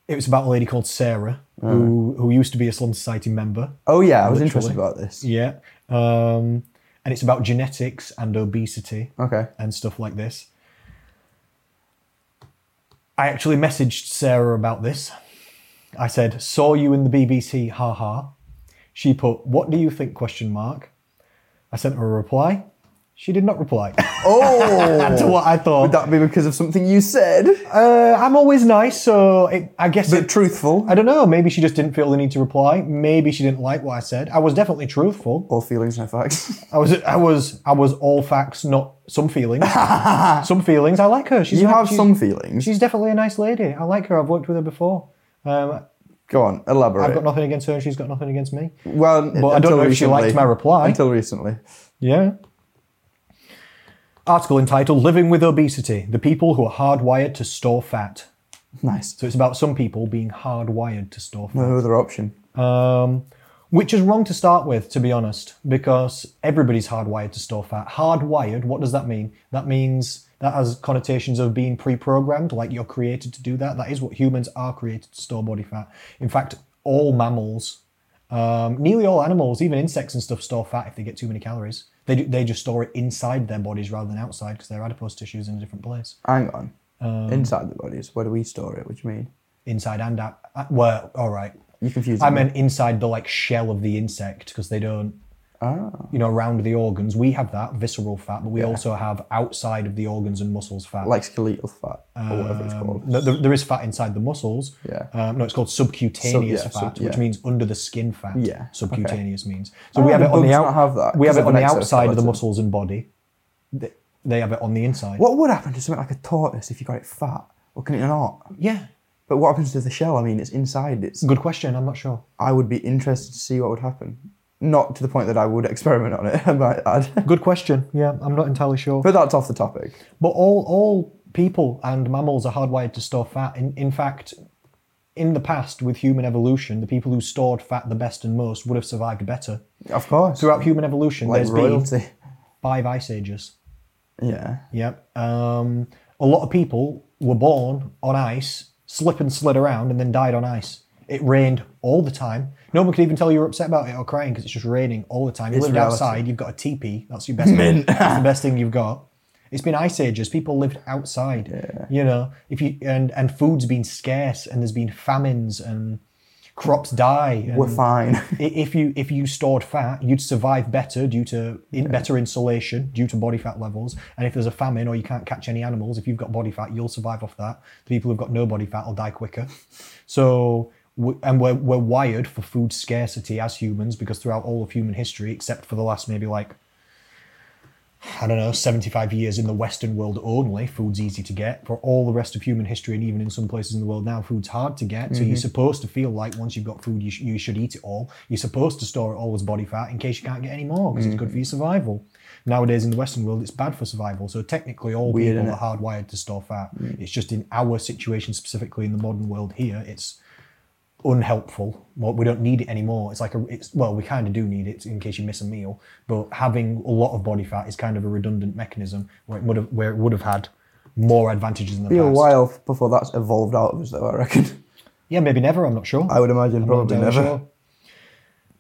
A: it was about a lady called Sarah
B: Hmm.
A: who who used to be a Slum Society member.
B: oh yeah, I was interested about this.
A: Yeah. Um, and it's about genetics and obesity
B: Okay.
A: and stuff like this. I actually messaged Sarah about this. I said, "Saw you in the BBC, haha." She put, "What do you think?" question mark. I sent her a reply. She did not reply.
B: Oh,
A: to what I
B: would
A: thought.
B: that be because of something you said?
A: Uh, I'm always nice, so it, I guess
B: But
A: it,
B: truthful
A: I don't know. Maybe she just didn't feel the need to reply. Maybe she didn't like what I said. I was definitely truthful.
B: or feelings, no facts.
A: I was, I was, I was all facts, not some feelings. some feelings. I like her. She's
B: You
A: a-
B: have
A: she's-
B: some feelings.
A: She's definitely a nice lady. I like her. I've worked with her before. Um,
B: Go on,
A: I've
B: elaborate.
A: got nothing against her, and she's got nothing against me.
B: well,
A: But I don't
B: until
A: know if she liked
B: recently.
A: my reply.
B: Until recently,
A: Yeah. Article entitled "Living with Obesity: The People Who Are Hardwired to Store Fat."
B: nice.
A: So it's about some people being hardwired to store fat,
B: No other option.
A: um, which is wrong to start with, to be honest, because everybody's hardwired to store fat. Hardwired. What does that mean? That means that has connotations of being pre-programmed, like you're created to do that. That is what humans are created to store body fat. In fact, all mammals Um, nearly all animals, even insects and stuff, store fat if they get too many calories. They do, they just store it inside their bodies rather than outside because their adipose tissue is in a different place,
B: Hang on.
A: Um,
B: Inside the bodies, where do we store it? What do you mean?
A: inside and out. uh, Well, all right.
B: You confused
A: I
B: me.
A: meant inside the like shell of the insect because they don't,
B: Oh.
A: you know, around the organs. We have that visceral fat, but we also have outside of the organs and muscles fat. Um,
B: like skeletal fat or whatever it's called.
A: No, there, there is fat inside the muscles.
B: Yeah.
A: Um, no, it's called subcutaneous
B: Sub- yeah,
A: fat,
B: sub-
A: which
B: yeah.
A: means under the skin fat.
B: Yeah,
A: Subcutaneous means. So we have
B: do
A: it on the
B: bugs
A: out-
B: not have that
A: We have
B: 'cause
A: it
B: of
A: on the
B: an
A: outside of the
B: exoskeleton?
A: muscles and body. They, they have it on the inside.
B: What would happen to something like a tortoise if you got it fat? Or can it not?
A: Yeah.
B: But what happens to the shell? I mean, it's inside. It's.
A: Good question. I'm not sure.
B: I would be interested to see what would happen. Not to the point that I would experiment on it. I might add.
A: Good question. Yeah, I'm not entirely sure. But,
B: But that's off the topic.
A: all all people and mammals are hardwired to store fat. In in fact, in the past with human evolution, the people who stored fat the best and most would have survived better.
B: Of course.
A: Throughout human evolution,
B: like
A: there's been
B: royalty.
A: five ice ages.
B: Yeah.
A: Yep. Um, a lot of people were born on ice, slip and slid around, and then died on ice. It rained all the time. No one could even tell you were upset about it or crying because it's just raining all the time. You
B: It's
A: lived
B: reality.
A: outside. You've got a teepee. That's your best. Thing. That's the best thing you've got. It's been ice ages. People lived outside. You know, if you and and food's been scarce, and there's been famines, and crops die. and-
B: We're fine.
A: I- if you if you stored fat, you'd survive better due to in, better insulation, due to body fat levels. And if there's a famine or you can't catch any animals, if you've got body fat, you'll survive off that. The people who've got no body fat will die quicker. So w- and we're we're wired for food scarcity as humans because throughout all of human history, except for the last maybe like I don't know, 75 years in the Western world only, food's easy to get. For all the rest of human history, and even in some places in the world now, food's hard to get. So you're supposed to feel like once you've got food, you, sh- you should eat it all. You're supposed to store it all as body fat in case you can't get any more because it's good for your survival. Nowadays in the Western world, it's bad for survival. So technically, all people are hardwired to store fat. It's just in our situation, specifically in the modern world here, it's unhelpful. Well, we don't need it anymore. It's like a, it's well, we kind of do need it in case you miss a meal. But having a lot of body fat is kind of a redundant mechanism where it would have where it would have had more advantages in the
B: Be a
A: past.
B: while before that's evolved out of us, though. I reckon.
A: Yeah, maybe never. I'm not sure.
B: I would imagine probably
A: entirely
B: never.
A: sure.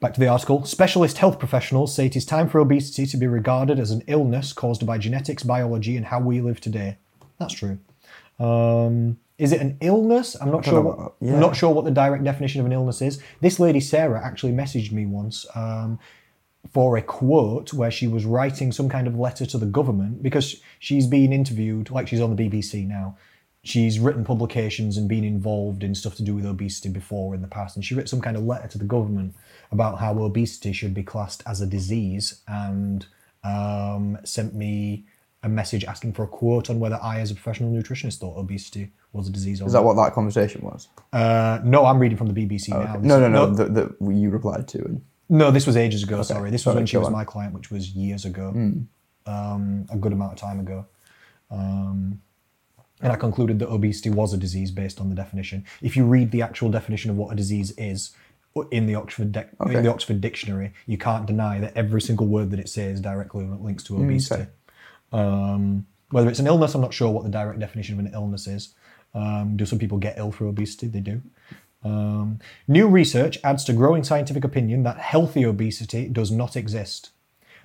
A: Back to the article. Specialist health professionals say it is time for obesity to be regarded as an illness caused by genetics, biology, and how we live today. That's true. Um, is it an illness? I'm not sure.
B: know
A: What,
B: what- yeah.
A: Not sure what the direct definition of an illness is. This lady Sarah actually messaged me once um, for a quote where she was writing some kind of letter to the government because she's been interviewed, like she's on the BBC now. She's written publications and been involved in stuff to do with obesity before in the past. And she wrote some kind of letter to the government about how obesity should be classed as a disease and um, sent me a message asking for a quote on whether I, as a professional nutritionist, thought obesity was a disease or
B: Is that what that conversation was?
A: uh, no, I'm reading from the BBC now.
B: No, no, no.
A: no.
B: That that you replied to. And
A: no, this was ages ago. sorry, this was
B: sorry,
A: when she
B: go
A: was
B: on.
A: my client, which was years ago, um, a good amount of time ago. Um, and I concluded that obesity was a disease based on the definition. If you read the actual definition of what a disease is uh, in the Oxford dec in
B: Okay.
A: the Oxford Dictionary, you can't deny that every single word that it says directly links to obesity. Um, whether it's an illness, I'm not sure what the direct definition of an illness is. Um, do some people get ill through obesity? They do. Um, new research adds to growing scientific opinion that healthy obesity does not exist.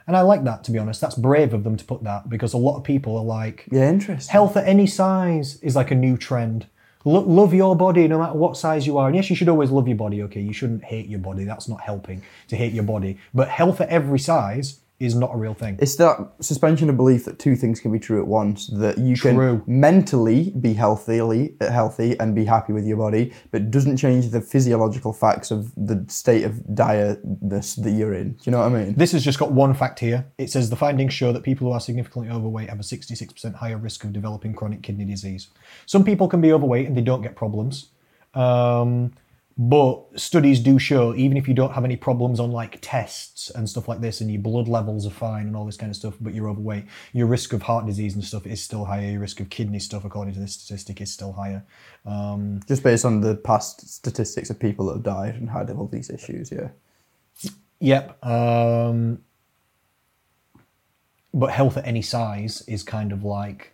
A: And I like that, to be honest. That's brave of them to put that because a lot of people are like,
B: yeah, interesting.
A: health at any size is like a new trend. Lo- love your body no matter what size you are. And yes, you should always love your body, okay? You shouldn't hate your body. That's not helping to hate your body. But health at every size is not a real thing.
B: It's that suspension of belief that two things can be true at once. That you
A: True.
B: can mentally be healthily healthy and be happy with your body, but doesn't change the physiological facts of the state of direness that you're in. Do you know what I mean?
A: This has just got one fact here. It says the findings show that people who are significantly overweight have a 66% higher risk of developing chronic kidney disease. Some people can be overweight and they don't get problems. Um, but studies do show, even if you don't have any problems on like tests and stuff like this, and your blood levels are fine and all this kind of stuff, but you're overweight, your risk of heart disease and stuff is still higher. Your risk of kidney stuff, according to this statistic, is still higher. Um,
B: Just based on the past statistics of people that have died and had all these issues. Yeah.
A: Yep. Um, but health at any size is kind of like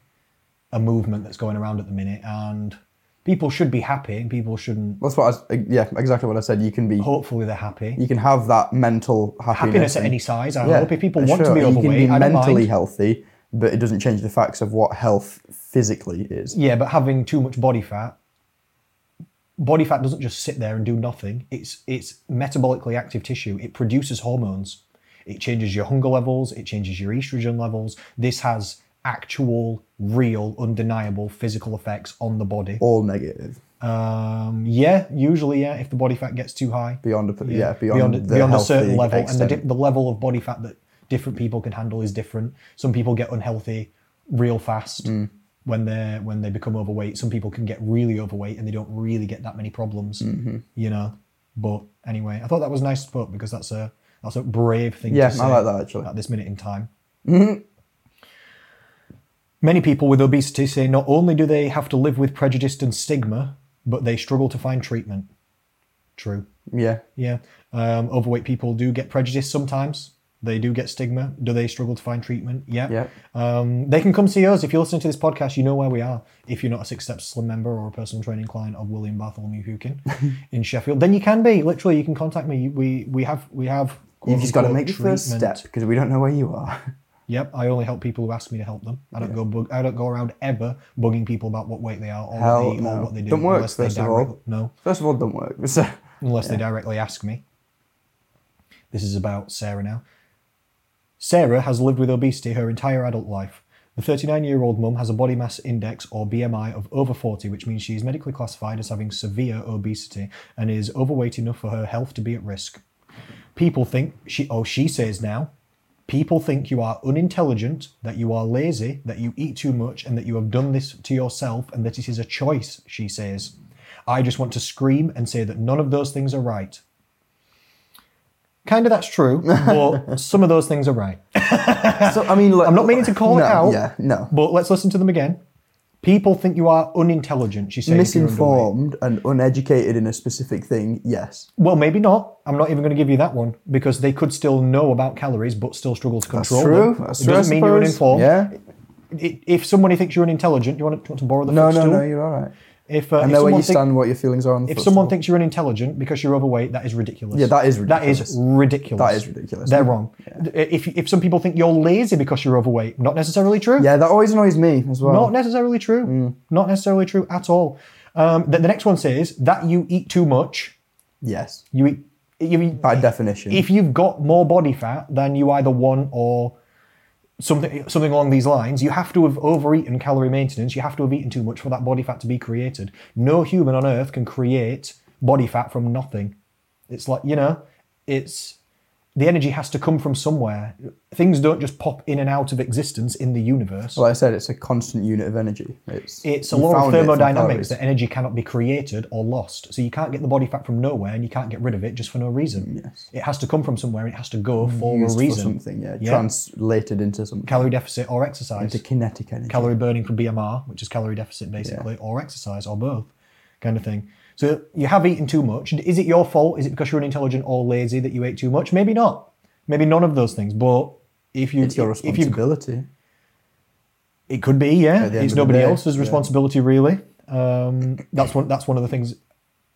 A: a movement that's going around at the minute, and people should be happy, and people shouldn't.
B: That's what I. s- Yeah, exactly what I said. You can be.
A: Hopefully, they're happy.
B: You can have that mental happiness.
A: Happiness at
B: and-
A: any size. I
B: Yeah,
A: hope if people
B: and
A: want to
B: sure,
A: be
B: you
A: overweight,
B: can
A: I
B: be
A: don't
B: mentally
A: mind.
B: healthy, but it doesn't change the facts of what health physically is.
A: Yeah, but having too much body fat, body fat doesn't just sit there and do nothing. It's it's metabolically active tissue. It produces hormones. It changes your hunger levels. It changes your estrogen levels. This has actual, real, undeniable physical effects on the body.
B: All negative.
A: Um, yeah, usually, yeah. If the body fat gets too high,
B: beyond a, yeah, beyond,
A: beyond,
B: the
A: beyond a
B: healthy
A: certain level, and
B: extent.
A: the, di- the level of body fat that different people can handle is different. Some people get unhealthy real fast
B: Mm.
A: when they are when they become overweight. Some people can get really overweight and they don't really get that many problems,
B: Mm-hmm.
A: you know. But anyway, I thought that was nice to put because that's a that's a brave thing.
B: yeah,
A: to say
B: I like that actually. Mm-hmm.
A: at this minute in time. Many people with obesity say not only do they have to live with prejudice and stigma, but they struggle to find treatment. True.
B: Yeah,
A: Yeah. Um, overweight people do get prejudice sometimes. They do get stigma. Do they struggle to find treatment? Yeah.
B: Yeah.
A: Um, they can come see us. If you're listening to this podcast, you know where we are. If you're not a Six Steps Slim member or a personal training client of William Bartholomew Hukin in Sheffield, then you can be. Literally, you can contact me. We we have we have.
B: you've just got to
A: quote,
B: make the first
A: treatment.
B: step because we don't know where you are.
A: Yep, I only help people who ask me to help them. I don't go bug, I don't go around ever bugging people about what weight they are or,
B: Hell
A: what, they, eat
B: no.
A: or what they do.
B: Don't work,
A: unless they
B: first of all.
A: direct- No,
B: First of all, don't work. So,
A: unless they directly ask me. This is about Sarah now. Sarah has lived with obesity her entire adult life. The 39 year old mum has a body mass index or BMI of over 40, which means she is medically classified as having severe obesity and is overweight enough for her health to be at risk. People think she, oh, she says now, people think you are unintelligent, that you are lazy, that you eat too much, and that you have done this to yourself and that it is a choice, she says. I just want to scream and say that none of those things are right. Kind of that's true, but some of those things are right.
B: so I mean, look,
A: I'm not meaning to call
B: no,
A: it out.
B: Yeah, no.
A: But let's listen to them again. People think you are unintelligent. She says if you're underweight.
B: Misinformed and uneducated in a specific thing. Yes,
A: Well, maybe not. I'm not even going to give you that one because they could still know about calories, but still struggle to control
B: true.
A: them.
B: That's
A: it
B: true. I
A: doesn't mean you're uninformed.
B: suppose. Yeah,
A: i- if somebody thinks you're unintelligent, you want to, want to borrow the
B: No, no,
A: footstool?
B: no, you're all right.
A: If, uh,
B: I
A: if
B: know where
A: someone
B: you
A: think-
B: stand, what your feelings are on the
A: If someone
B: footstool.
A: thinks you're unintelligent because you're overweight, that is ridiculous.
B: Yeah, that is
A: That
B: ridiculous.
A: is ridiculous.
B: That is ridiculous.
A: They're wrong. If, if some people think you're lazy because you're overweight, not necessarily true.
B: Yeah, Mm. that always annoys me as well.
A: Not necessarily true. Not necessarily true at all. Um, the, the next one says that you eat too much.
B: yes,
A: You eat. You eat
B: by definition.
A: if you've got more body fat than you either want or something something along these lines, you have to have overeaten calorie maintenance. You have to have eaten too much for that body fat to be created. No human on earth can create body fat from nothing. It's like you know, it's the energy has to come from somewhere. Things don't just pop in and out of existence in the universe.
B: like I said, it's a constant unit of energy. It's
A: It's a
B: you
A: law of
B: found it from
A: thermodynamics
B: calories.
A: that energy cannot be created or lost. So you can't get the body fat from nowhere and you can't get rid of it just for no reason.
B: Mm, Yes. Mm,
A: It has to come from somewhere and it has to go for
B: Used
A: a reason.
B: something, yeah,
A: Yeah.
B: translated into something.
A: Calorie deficit or exercise.
B: into kinetic energy.
A: Calorie burning from BMR, which is calorie deficit basically, or exercise or both kind of thing. So you have eaten too much. And Is it your fault? Is it because you're unintelligent or lazy that you ate too much? Maybe not. Maybe none of those things. But if you
B: it's your
A: if you
B: responsibility.
A: It could be, yeah.
B: At the end
A: It's
B: of the
A: nobody
B: day,
A: else's
B: yeah.
A: responsibility, really. Um, that's one. That's one of the things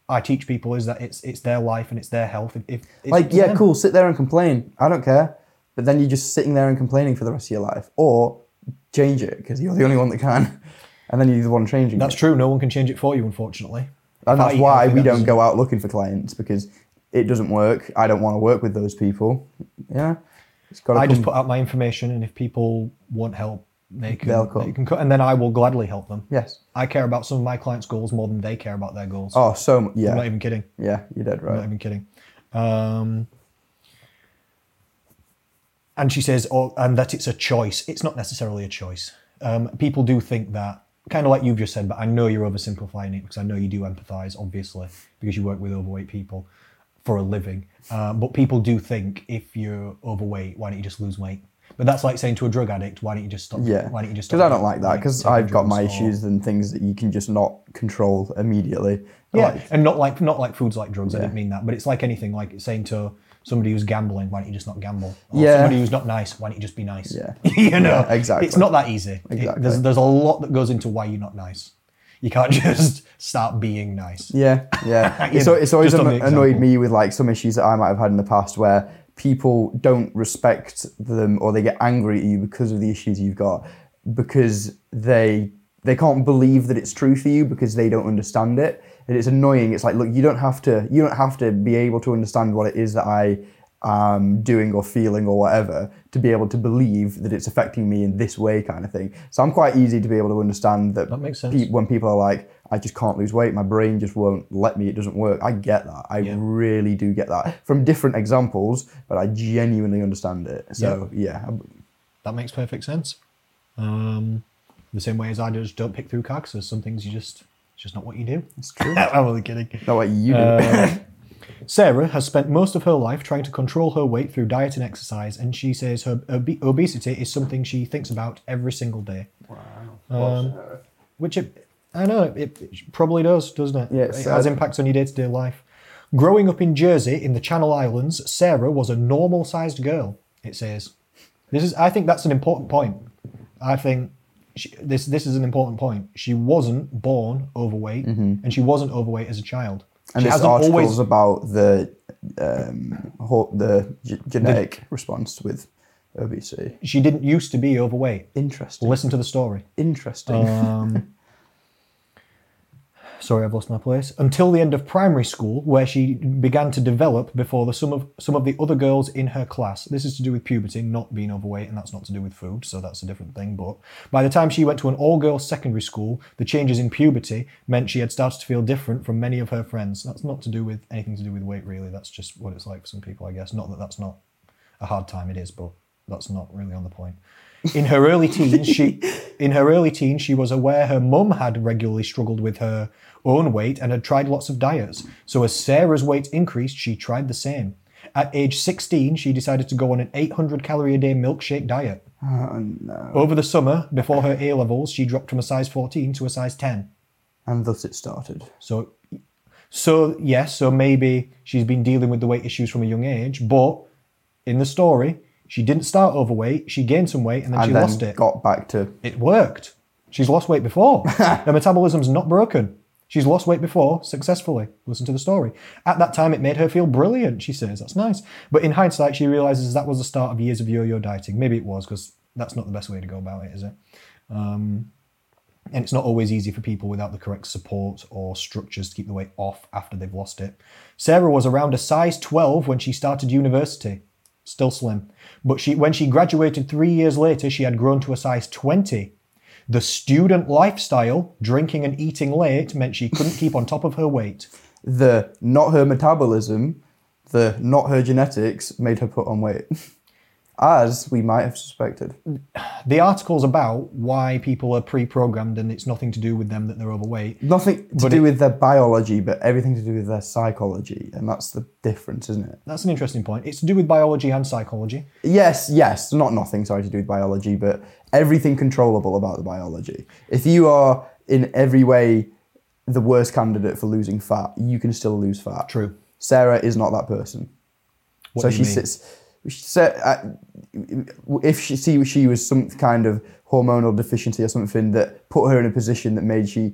A: I teach people is that it's it's their life and it's their health. If, if it's up
B: like,
A: to
B: yeah,
A: them.
B: cool, sit there and complain. I don't care. But then you're just sitting there and complaining for the rest of your life. Or change it because you're the only one that can. And then you're the one changing
A: That's
B: it.
A: true. No one can change it for you, unfortunately.
B: And
A: If I
B: that's
A: eat
B: why
A: healthy,
B: we
A: that
B: don't
A: doesn't-
B: go out looking for clients because it doesn't work. I don't want to work with those people. Yeah. It's got to
A: I
B: come
A: just put out my information, and if people want help, they can.
B: They'll come.
A: They can co- and then I will gladly help them.
B: Yes.
A: I care about some of my clients' goals more than they care about their goals.
B: Oh, so mu-
A: I'm
B: yeah,
A: not even kidding.
B: yeah, you're dead
A: I'm not
B: right.
A: even kidding. Um, and she says, oh, and that it's a choice. It's not necessarily a choice. Um, people do think that, kind of like you've just said, but I know you're oversimplifying it because I know you do empathize, obviously, because you work with overweight people for a living. Um, but people do think if you're overweight, why don't you just lose weight? But that's like saying to a drug addict, why don't you just stop?
B: Yeah,
A: Why don't you just?
B: because
A: stop
B: I don't like that
A: taking
B: because I've got
A: drugs
B: my
A: or-
B: issues and things that you can just not control immediately. I
A: Yeah,
B: like-
A: and not like not like foods like drugs. I
B: Yeah.
A: didn't mean that, but it's like anything. Like it's saying to somebody who's gambling, why don't you just not gamble? Or
B: Yeah.
A: Somebody who's not nice, why don't you just be nice?
B: Yeah.
A: you know,
B: Yeah, exactly.
A: It's not that easy. It-
B: Exactly.
A: there's there's a lot that goes into why you're not nice. You can't just start being nice.
B: Yeah, yeah.
A: You
B: it's,
A: know,
B: al- it's always
A: just on
B: anno-
A: the
B: annoyed
A: example.
B: me with like some issues that I might have had in the past where people don't respect them or they get angry at you because of the issues you've got because they they can't believe that it's true for you because they don't understand it and it's annoying. It's like look, you don't have to you don't have to be able to understand what it is that I am doing or feeling or whatever to be able to believe that it's affecting me in this way kind of thing. So I'm quite easy to be able to understand that,
A: That makes sense.
B: pe- when people are like, I just can't lose weight, my brain just won't let me, it doesn't work. I get that. I really do get that from different examples, but I genuinely understand it. So, yeah.
A: That makes perfect sense. Um, the same way as I just don't pick through cars. There's some things you just it's just not what you do.
B: it's true. Not
A: I'm only kidding.
B: what you
A: Uh,
B: do.
A: Sarah has spent most of her life trying to control her weight through diet and exercise, and she says her obe- obesity is something she thinks about every single day. Um, which it, I know it, it probably does, doesn't it?
B: Yeah,
A: it
B: it's
A: has
B: sad.
A: impacts on your day-to-day life. Growing up in Jersey in the Channel Islands, Sarah was a normal-sized girl. It says, "This is." I think that's an important point. I think she, this this is an important point. She wasn't born overweight, and she wasn't overweight as a child.
B: Mm-hmm. and
A: she
B: this
A: hasn't
B: article's
A: always
B: about the um, ho- the g- genetic response with obesity.
A: she didn't used to be overweight.
B: Interesting.
A: Listen to the story.
B: Interesting.
A: Um, sorry, I've lost my place. Until the end of primary school, where she began to develop before the some of some of the other girls in her class. This is to do with puberty, not being overweight, and that's not to do with food, so that's a different thing. But by the time she went to an all-girls secondary school, the changes in puberty meant she had started to feel different from many of her friends. That's not to do with anything to do with weight, really. That's just what it's like for some people, I guess. Not that that's not a hard time it is, but that's not really on the point. In her early teens, she in her early teens she was aware her mum had regularly struggled with her own weight and had tried lots of diets. So as Sarah's weight increased, she tried the same. At age 16, she decided to go on an 800 calorie a day milkshake diet.
B: oh, no.
A: Over the summer, before her A levels, she dropped from a size 14 to a size 10.
B: And thus it started.
A: So, so yes, so maybe she's been dealing with the weight issues from a young age, but in the story, She didn't start overweight. She gained some weight and then
B: and
A: she
B: then
A: lost it.
B: got back to
A: it worked. She's lost weight before. Her metabolism's not broken. She's lost weight before successfully. Listen to the story. At that time, it made her feel brilliant, she says. That's nice. But in hindsight, she realizes that was the start of years of yo yo dieting. Maybe it was, because that's not the best way to go about it, is it? and it's not always easy for people without the correct support or structures to keep the weight off after they've lost it. Sarah was around a size 12 when she started university, still slim, but she when she graduated 3 years later she had grown to a size 20. The student lifestyle, drinking and eating late meant she couldn't keep on top of her weight.
B: the not her metabolism, the not her genetics made her put on weight, as we might have suspected.
A: The article's about why people are pre-programmed and it's nothing to do with them that they're overweight.
B: Nothing to do with their biology, but everything to do with their psychology, and that's the difference, isn't it?
A: That's an interesting point. It's to do with biology and psychology.
B: Yes, yes, not nothing, sorry, to do with biology, but everything controllable about the biology. If you are in every way the worst candidate for losing fat, you can still lose fat.
A: True.
B: Sarah is not that person.
A: What
B: so
A: do you
B: she
A: mean?
B: sits. She said, uh, if she see she was some kind of hormonal deficiency or something that put her in a position that made she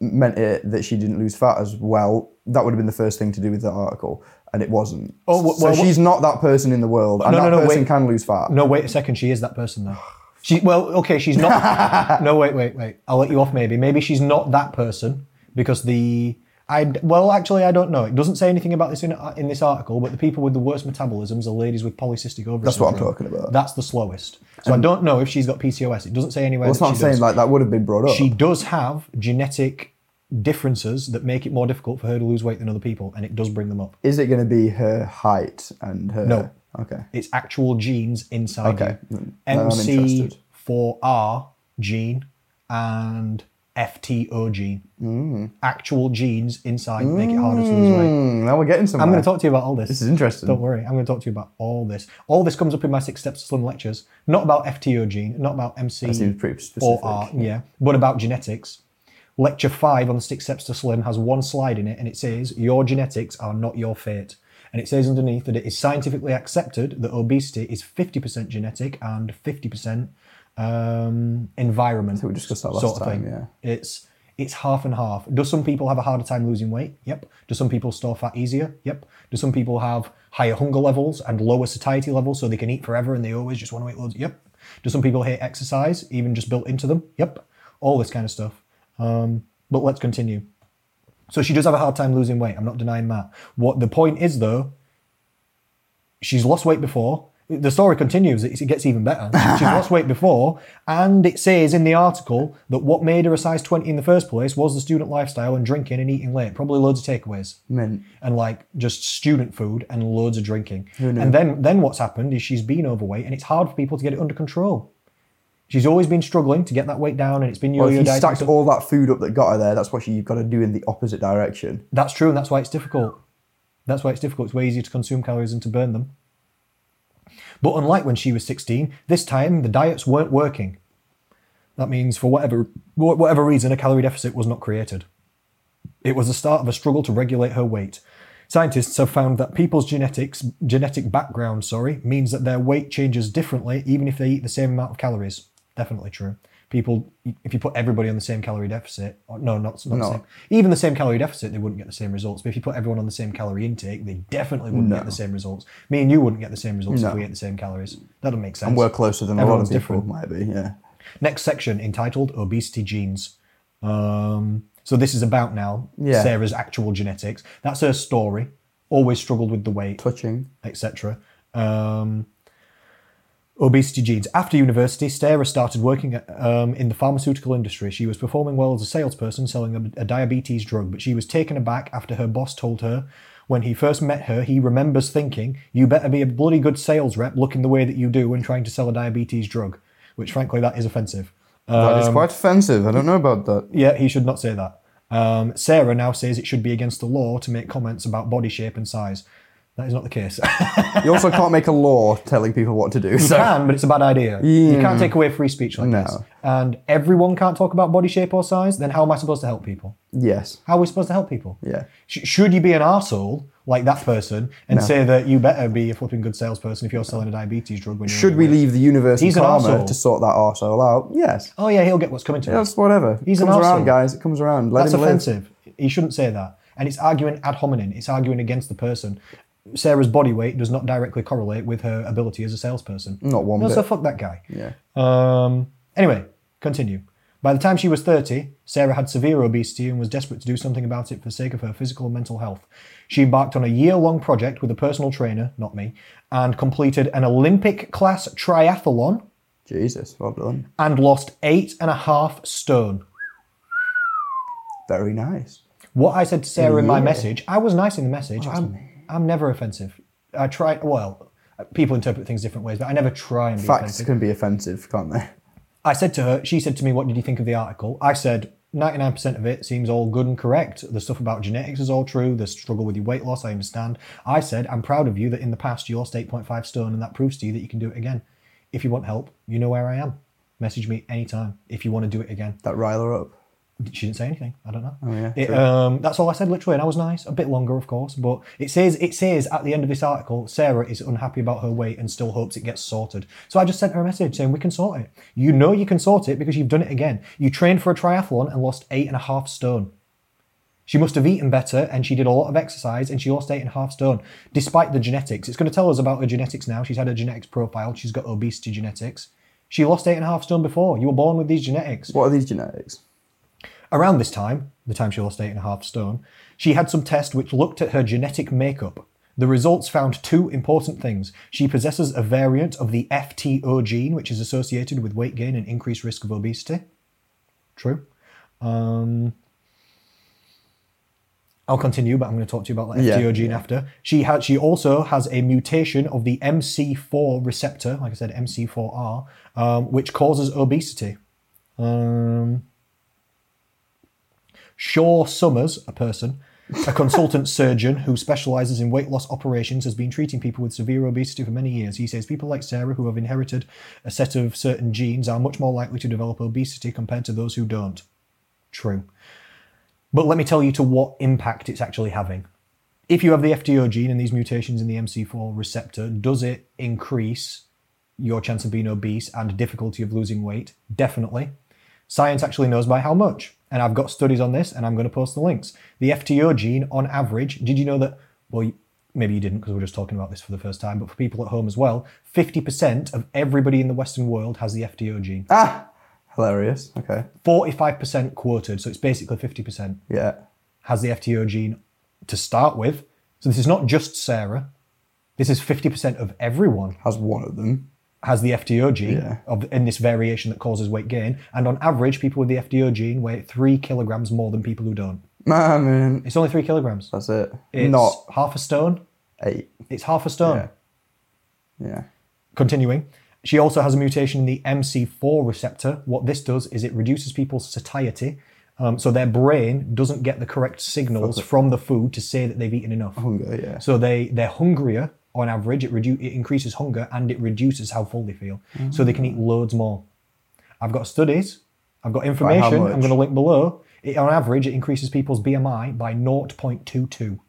B: meant it that she didn't lose fat as well, that would have been the first thing to do with the article, and it wasn't.
A: Oh, wh- well, wh- Oh,
B: so she's not that person in the world, and
A: No, no,
B: that
A: no,
B: person
A: wait.
B: can lose fat.
A: No, wait a second. She is that person though. She well, okay, she's not. no, wait, wait, wait. I'll let you off. Maybe, maybe she's not that person because the I well, actually, I don't know. It doesn't say anything about this in in this article, but the people with the worst metabolisms are ladies with polycystic ovary.
B: That's what I'm
A: syndrome.
B: talking about.
A: That's the slowest. So I don't know if she's got PCOS. It doesn't say anywhere.
B: That's
A: that
B: what I'm
A: she
B: saying.
A: does.
B: Like that would have been brought up.
A: she does have genetic differences that make it more difficult for her to lose weight than other people, and it does bring them up.
B: is it going to be her height and her?
A: No.
B: Okay.
A: It's actual genes inside
B: Okay.
A: you.
B: Now I'm interested.
A: MC4R gene and FTO gene.
B: Mm.
A: Actual genes inside make it harder to lose weight.
B: Hmm, now we're getting somewhere.
A: I'm going to talk to you about all this.
B: This is interesting.
A: Don't worry, I'm going to talk to you about all this. All this comes up in my Six Steps to Slim lectures, not about FTO gene, not about
B: seems pretty specific.
A: MC4R, yeah, but about genetics. Lecture 5 on the Six Steps to Slim has one slide in it and it says, Your genetics are not your fate. And it says underneath that it is scientifically accepted that obesity is 50% genetic and 50% um, environment.
B: we discussed that last
A: sort of
B: time,
A: thing.
B: yeah.
A: It's it's half and half. Do some people have a harder time losing weight? Yep. Do some people store fat easier? Yep. Do some people have higher hunger levels and lower satiety levels so they can eat forever and they always just want to eat loads? Yep. Do some people hate exercise, even just built into them? Yep. All this kind of stuff. Um, but let's continue. So she does have a hard time losing weight. I'm not denying that. What the point is though, she's lost weight before. The story continues, it it gets even better. She's lost weight before, and it says in the article that what made her a size 20 in the first place was the student lifestyle and drinking and eating late. Probably loads of takeaways
B: Mint.
A: and like just student food and loads of drinking. And then, then what's happened is she's been overweight, and it's hard for people to get it under control. She's always been struggling to get that weight down, and it's been yo
B: Well, if
A: yo
B: you
A: dieting.
B: stacked
A: so-
B: all that food up that got her there, that's what she, you've got to do in the opposite direction.
A: That's true, and that's why it's difficult. That's why it's difficult. It's way easier to consume calories than to burn them. But unlike when she was 16, this time the diets weren't working. That means, for whatever wh- whatever reason, a calorie deficit was not created. It was the start of a struggle to regulate her weight. Scientists have found that people's genetics genetic background, sorry, means that their weight changes differently even if they eat the same amount of calories. Definitely true. People, if you put everybody on the same calorie deficit, or, no, not, not the
B: No.
A: same. Even the same calorie deficit, they wouldn't get the same results. But if you put everyone on the same calorie intake, they definitely wouldn't get the same results. Me and you wouldn't get the same results if
B: No.
A: we ate the same calories. That doesn't make sense.
B: And we're closer than
A: Everyone's
B: a lot of people
A: different.
B: might be, yeah.
A: Next section entitled Obesity Genes. Um, so this is about now
B: Yeah.
A: Sarah's actual genetics. That's her story. Always struggled with the weight,
B: Touching.
A: etc. Um, obesity genes. After university, Sarah started working um, in the pharmaceutical industry. She was performing well as a salesperson selling a, a diabetes drug, but she was taken aback after her boss told her when he first met her, he remembers thinking, You better be a bloody good sales rep looking the way that you do when trying to sell a diabetes drug, which frankly, that is offensive.
B: that
A: Um,
B: is quite offensive. I don't know about that.
A: Yeah, he should not say that. Um, Sarah now says it should be against the law to make comments about body shape and size. That is not the case.
B: You also can't make a law telling people what to do.
A: You
B: So
A: can, but it's a bad idea. You can't take away free speech like
B: No.
A: this. And everyone can't talk about body shape or size, then how am I supposed to help people?
B: yes,
A: How are we supposed to help people?
B: Yeah.
A: Sh- should you be an arsehole like that person and say that you better be a flipping good salesperson if you're selling a diabetes drug when you're
B: should we leave the universe
A: He's
B: and
A: an
B: karma
A: arsehole.
B: to sort that arsehole out? Yes,
A: Oh yeah, he'll get what's coming to him.
B: that's whatever.
A: He's
B: it
A: an
B: comes around,
A: arsehole.
B: guys. It comes around. Let
A: That's
B: him live.
A: offensive. He shouldn't say that. And it's arguing ad hominem. It's arguing against the person. Sarah's body weight does not directly correlate with her ability as a salesperson.
B: Not one
A: No,
B: bit.
A: so fuck that guy.
B: Yeah.
A: Um, anyway, continue. By the time she was 30, Sarah had severe obesity and was desperate to do something about it for the sake of her physical and mental health. She embarked on a year long project with a personal trainer, not me, and completed an Olympic class triathlon
B: Jesus, well done.
A: and lost eight and a half stone.
B: Very nice.
A: What I said to Sarah in my
B: Yeah.
A: message, I was nice in the message. I'm, I'm never offensive. I try, well, people interpret things different ways, but I never try and be
B: Facts
A: offensive.
B: can be offensive, can't they?
A: I said to her, she said to me, What did you think of the article? I said, 99% of it seems all good and correct. The stuff about genetics is all true. The struggle with your weight loss, I understand. I said, I'm proud of you that in the past you lost 8.5 stone and that proves to you that you can do it again. If you want help, you know where I am. Message me anytime if you want to do it again.
B: That rile her up.
A: She didn't say anything. I don't know.
B: Oh, yeah,
A: It,
B: true.
A: um, that's all I said literally, and I was nice. A bit longer, of course, but it says it says at the end of this article, Sarah is unhappy about her weight and still hopes it gets sorted. So I just sent her a message saying we can sort it. You know you can sort it because you've done it again. You trained for a triathlon and lost eight and a half stone. She must have eaten better and she did a lot of exercise and she lost eight and a half stone, despite the genetics. It's going to tell us about her genetics now. She's had her genetics profile. She's got obesity genetics. She lost eight and a half stone before. You were born with these genetics
B: What are these genetics?
A: around this time, the time she lost eight and a half stone, she had some test which looked at her genetic makeup. The results found two important things. She possesses a variant of the FTO gene, which is associated with weight gain and increased risk of obesity. True. Um, I'll continue, but I'm going to talk to you about that
B: Yeah,
A: FTO gene after. She has. She also has a mutation of the MC4 receptor, like I said, MC4R, um, which causes obesity. Um, Shaw Summers, a person, a consultant surgeon who specializes in weight loss operations, has been treating people with severe obesity for many years. He says people like Sarah, who have inherited a set of certain genes, are much more likely to develop obesity compared to those who don't. True. But let me tell you to what impact it's actually having. If you have the FTO gene and these mutations in the MC4 receptor, does it increase your chance of being obese and difficulty of losing weight? Definitely. Science actually knows by how much. And I've got studies on this and I'm going to post the links. The FTO gene, on average, did you know that? Well, you- maybe you didn't because we're just talking about this for the first time, but for people at home as well, 50% of everybody in the Western world has the FTO gene.
B: Ah, hilarious. Okay.
A: 45% quoted, so it's basically 50%
B: Yeah.
A: has the FTO gene to start with. So this is not just Sarah. This is 50% of everyone
B: Has one of them.
A: has the FTO gene
B: Yeah.
A: of, in this variation that causes weight gain. And on average, people with the FTO gene weigh three kilograms more than people who don't.
B: I mean,
A: It's only three kilograms.
B: that's it.
A: It's
B: Not
A: half a stone.
B: eight.
A: It's half a stone.
B: Yeah. Yeah.
A: Continuing, she also has a mutation in the MC4 receptor. What this does is it reduces people's satiety. Um, so their brain doesn't get the correct signals from the food to say that they've eaten enough.
B: Hunger, yeah.
A: So they they're hungrier on average. It redu- it increases hunger and it reduces how full they feel. So they can
B: Mm.
A: eat loads more. I've got studies. I've got information. I'm
B: much?
A: going to link below. It, on average, it increases people's BMI by 0.22.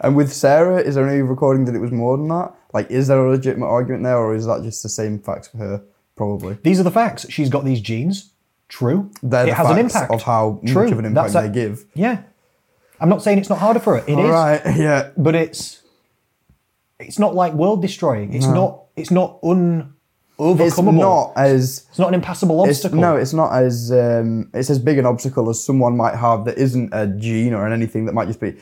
B: And with Sarah, is there any recording that it was more than that? Like, is there a legitimate argument there, or is that just the same facts for her? Probably.
A: These are the facts. She's got these genes. True.
B: They're
A: it
B: the
A: has
B: facts
A: an impact
B: of how
A: True.
B: much of an impact
A: That's
B: they
A: a-
B: give.
A: Yeah. I'm not saying it's not harder for her. It is.
B: All right. Yeah.
A: but it's it's not like world destroying. It's not. It's not un. Overcomable.
B: It's not as.
A: It's not an impassable
B: It's,
A: obstacle.
B: no, it's not as. Um, it's as big an obstacle as someone might have that isn't a gene or anything that might just be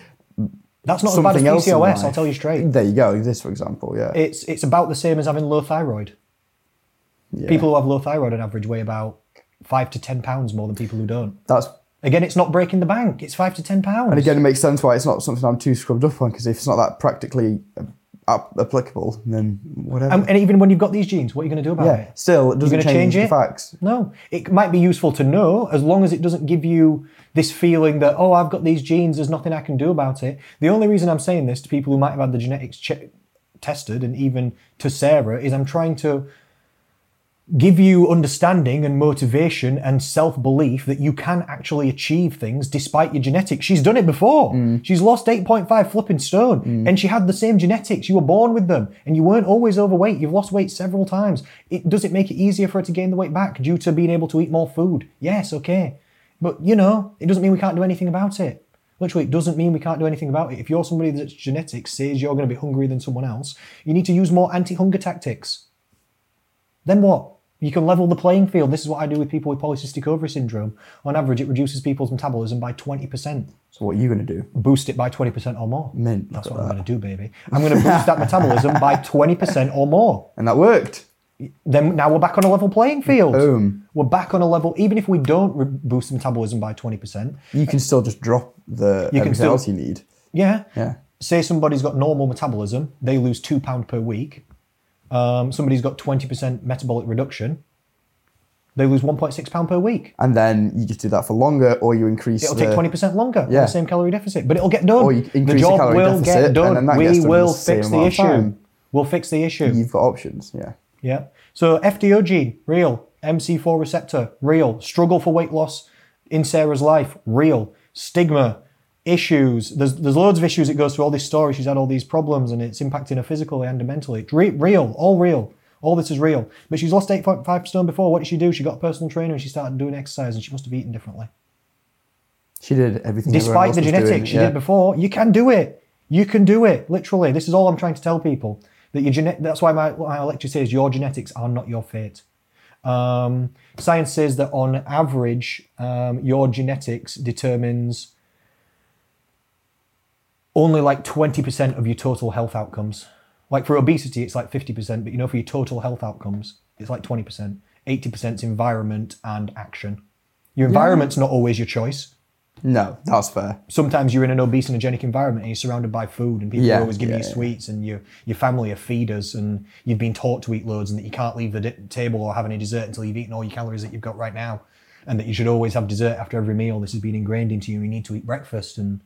A: That's not as bad as
B: something else. in
A: PCOS. I'll
B: life.
A: tell you straight.
B: There you go. This, for example, yeah.
A: It's it's about the same as having low thyroid.
B: Yeah.
A: People who have low thyroid on average weigh about five to ten pounds more than people who don't.
B: That's
A: Again, it's not breaking the bank. It's five to ten pounds.
B: again, it makes sense why it's not something I'm too scrubbed up on because if it's not that practically uh, ap- applicable, then whatever.
A: Um, and even when you've got these genes, what are you going to do about
B: yeah,
A: it?
B: still, it doesn't
A: You're going to change,
B: the
A: it?
B: facts.
A: No. It might be useful to know as long as it doesn't give you this feeling that, oh, I've got these genes, there's nothing I can do about it. The only reason I'm saying this to people who might have had the genetics che- tested and even to Sarah is I'm trying to give you understanding and motivation and self belief that you can actually achieve things despite your genetics. She's done it before. She's lost 8.5 flipping stone and she had the same genetics. You were born with them and you weren't always overweight. You've lost weight several times. It, does it make it easier for her to gain the weight back due to being able to eat more food? Yes, okay. But you know, it doesn't mean we can't do anything about it. Literally, it doesn't mean we can't do anything about it. If you're somebody that's genetics says you're going to be hungrier than someone else, you need to use more anti hunger tactics then what? You can level the playing field. This is what I do with people with polycystic ovary syndrome. On average, it reduces people's metabolism by 20%.
B: So what are you going to do?
A: Boost it by 20% or more.
B: Mint,
A: That's
B: look
A: what
B: at
A: I'm going to do, baby. I'm going to boost that metabolism by 20% or more.
B: And that worked.
A: Then now we're back on a level playing field.
B: Boom.
A: We're back on a level, even if we don't re- boost the metabolism by 20%.
B: You can still just drop the
A: can
B: everything
A: still-
B: else you need.
A: Yeah.
B: Yeah.
A: Say somebody's got normal metabolism, they lose two pounds per week. Um, somebody's got 20% metabolic reduction, they lose 1.6 pounds per week.
B: And then you just do that for longer, or you increase
A: It'll
B: the,
A: take twenty percent longer on
B: Yeah.
A: the same calorie deficit, but it'll get done.
B: Or you increase
A: the
B: the
A: job
B: calorie
A: will
B: deficit,
A: get
B: and
A: done.
B: then that
A: we
B: gets done in
A: will
B: the same
A: fix the
B: amount of
A: issue.
B: time.
A: We'll fix the issue.
B: You've got options. Yeah.
A: Yeah. So FDO gene, real. MC4 receptor, real. Struggle for weight loss in Sarah's life, real. Stigma, issues. There's there's loads of issues. It goes through all this story. She's had all these problems, and it's impacting her physically and mentally. It's re- real, all real. All this is real. But she's lost 8.5 stone before. What did she do? She got a personal trainer and she started doing exercise, and she must have eaten differently
B: She did everything. everyone
A: despite
B: else
A: the
B: was
A: genetics
B: doing,
A: you
B: yeah.
A: did before, you can do it. You can do it. Literally, this is all I'm trying to tell people. That your genet- That's why my, my lecture says your genetics are not your fate. Um, science says that on average, um, your genetics determines only like 20% of your total health outcomes. Like for obesity, it's like 50%, but you know, for your total health outcomes, it's like 20%. 80% is environment and action. Your environment's not always your choice
B: No, that's fair.
A: sometimes you're in an obesogenic environment and you're surrounded by food and people
B: Yeah,
A: are always giving
B: yeah,
A: you
B: yeah.
A: sweets and your your family are feeders and you've been taught to eat loads and that you can't leave the di- table or have any dessert until you've eaten all your calories that you've got right now and that you should always have dessert after every meal this has been ingrained into you you need to eat breakfast and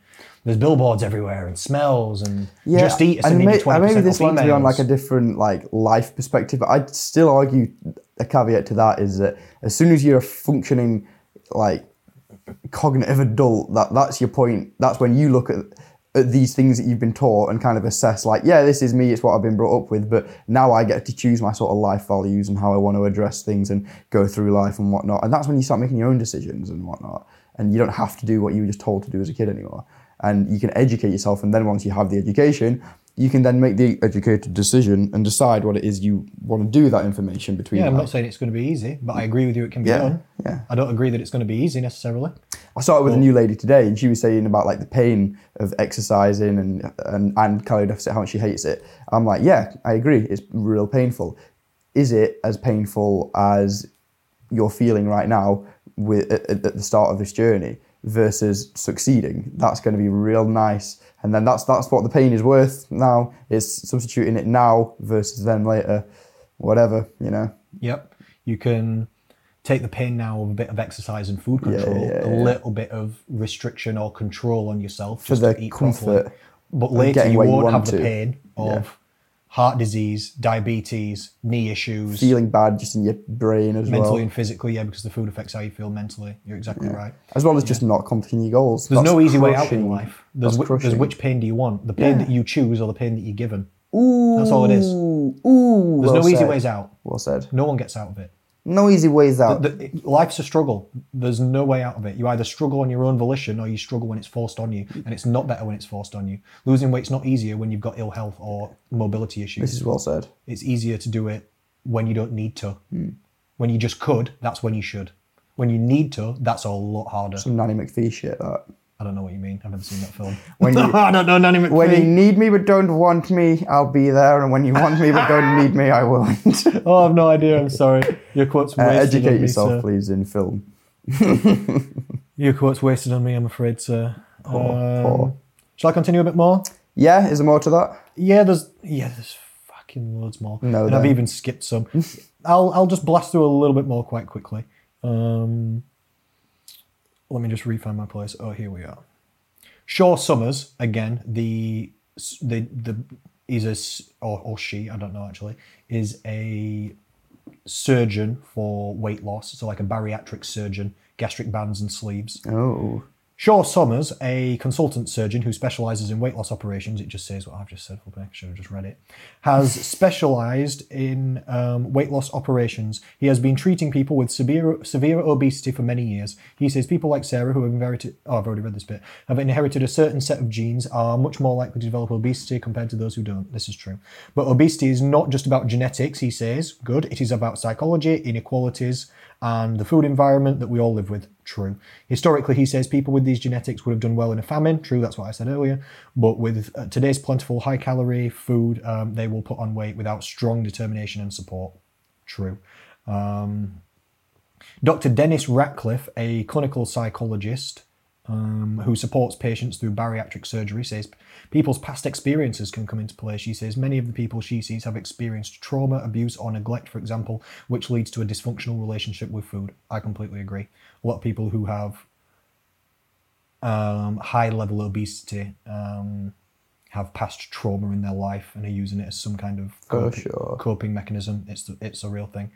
A: there's billboards everywhere and smells and just eat
B: and
A: and
B: may-
A: maybe
B: and
A: 20%
B: maybe this
A: of
B: one's beyond
A: females.
B: like a different like life perspective. But I'd still argue a caveat to that is that as soon as you're a functioning like cognitive adult, that that's your point. That's when you look at at these things that you've been taught and kind of assess like yeah this is me it's what i've been brought up with but now i get to choose my sort of life values and how i want to address things and go through life and whatnot and that's when you start making your own decisions and whatnot and you don't have to do what you were just told to do as a kid anymore and you can educate yourself and then once you have the education you can then make the educated decision and decide what it is you want to do with that information between
A: yeah, I'm
B: like-
A: not saying it's going to be easy, but I agree with you. It can be
B: Yeah,
A: done.
B: yeah.
A: I don't agree that it's going to be easy necessarily.
B: I saw it with a new lady today, and she was saying about like the pain of exercising and and, and calorie deficit, how much she hates it. I'm like, yeah, I agree, it's real painful. Is it as painful as you're feeling right now with at, at at the start of this journey versus succeeding? That's going to be real nice, and then that's that's what the pain is worth. Now it's substituting it now versus then later, whatever you know.
A: Yep. You can take the pain now of a bit of exercise and food control,
B: yeah,
A: a
B: yeah.
A: little bit of restriction or control on yourself just
B: the
A: to eat
B: comfort
A: properly. But later
B: getting
A: you
B: where you
A: won't
B: want
A: have the
B: to.
A: pain of heart disease, diabetes, knee issues,
B: Feeling bad just in your brain as
A: mentally
B: well.
A: and physically. Yeah, because the food affects how you feel mentally. You're exactly right.
B: As well as just not completing your goals.
A: There's
B: That's
A: no easy way out in
B: crushing.
A: life. There's,
B: That's
A: whi- there's
B: crushing.
A: which pain do you want? The pain that you choose or the pain that you're given.
B: Ooh,
A: That's all it is.
B: Ooh, ooh,
A: There's
B: well
A: no easy
B: said.
A: ways out.
B: Well said.
A: No one gets out of it.
B: No easy ways out.
A: the, it- life's a struggle. There's no way out of it. You either struggle on your own volition or you struggle when it's forced on you, and it's not better when it's forced on you. Losing weight's not easier when you've got ill health or mobility
B: this
A: issues.
B: is well said.
A: It's easier to do it when you don't need to.
B: Hmm.
A: When you just could, that's when you should. When you need to, that's a lot harder.
B: Some Nanny McPhee shit. uh, That.
A: I don't know what you mean. I've never seen that film.
B: When you-
A: I don't know Nanny McPhee.
B: When you need me but don't want me, I'll be there. And when you want me but don't need me, I won't. Uh,
A: Oh, I've no idea. I'm sorry. Your quote's wasted on
B: educate
A: me,
B: yourself,
A: sir.
B: please, in film.
A: Your quote's wasted on me, I'm afraid, sir.
B: Poor, poor.
A: Shall I continue a bit more?
B: Yeah, is there more to that?
A: Yeah, there's yeah, there's fucking loads more.
B: No,
A: and I've
B: then.
A: even skipped some. I'll I'll just blast through a little bit more quite quickly. Um, let me just refine my place. Oh, here we are. Shaw Summers again. The s- the the is a s- or, or she I don't know actually is a surgeon for weight loss. So like a bariatric surgeon, gastric bands and sleeves.
B: Oh.
A: Shaw Summers, a consultant surgeon who specializes in weight loss operations, it just says what I've just said, I should have just read it, has specialized in um, weight loss operations. He has been treating people with severe, severe obesity for many years. He says people like Sarah, who have inherited, oh, I've already read this bit, have inherited a certain set of genes, are much more likely to develop obesity compared to those who don't. This is true. But obesity is not just about genetics, he says. Good. It is about psychology, inequalities, and the food environment that we all live with. True. Historically, he says people with these genetics would have done well in a famine. True, that's what I said earlier. But with uh, today's plentiful high calorie food, um, they will put on weight without strong determination and support. True. Dr. Dennis Ratcliffe, a clinical psychologist um, who supports patients through bariatric surgery, says people's past experiences can come into play. She says many of the people she sees have experienced trauma, abuse, or neglect, for example, which leads to a dysfunctional relationship with food. I completely agree. A lot of people who have um, high level obesity um, have past trauma in their life and are using it as some kind of coping,
B: sure.
A: coping mechanism. It's, it's a real thing.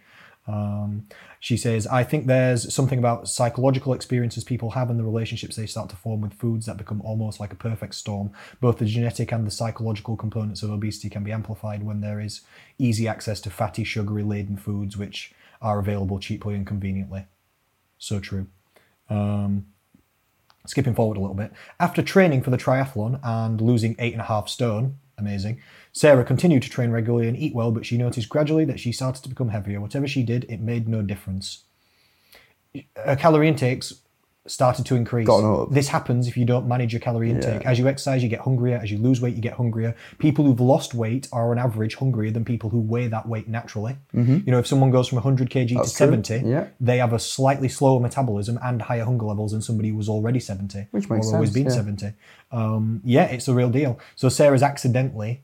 A: Um, she says, I think there's something about psychological experiences people have and the relationships they start to form with foods that become almost like a perfect storm. Both the genetic and the psychological components of obesity can be amplified when there is easy access to fatty, sugary laden foods which are available cheaply and conveniently. So true Um, skipping forward a little bit, after training for the triathlon and losing eight and a half stone, amazing, Sarah continued to train regularly and eat well, but she noticed gradually that she started to become heavier. Whatever she did, it made no difference. Her calorie intakes started to increase.
B: Gone up.
A: This happens if you don't manage your calorie intake. As you exercise, you get hungrier. As you lose weight, you get hungrier. People who've lost weight are on average hungrier than people who weigh that weight naturally. You know, if someone goes from 100 kg to
B: Mm-hmm. true.
A: 70,
B: Yeah.
A: they have a slightly slower metabolism and higher hunger levels than somebody who was already 70
B: Which makes
A: or always
B: sense,
A: been
B: yeah.
A: 70 um, yeah it's a real deal so sarah's accidentally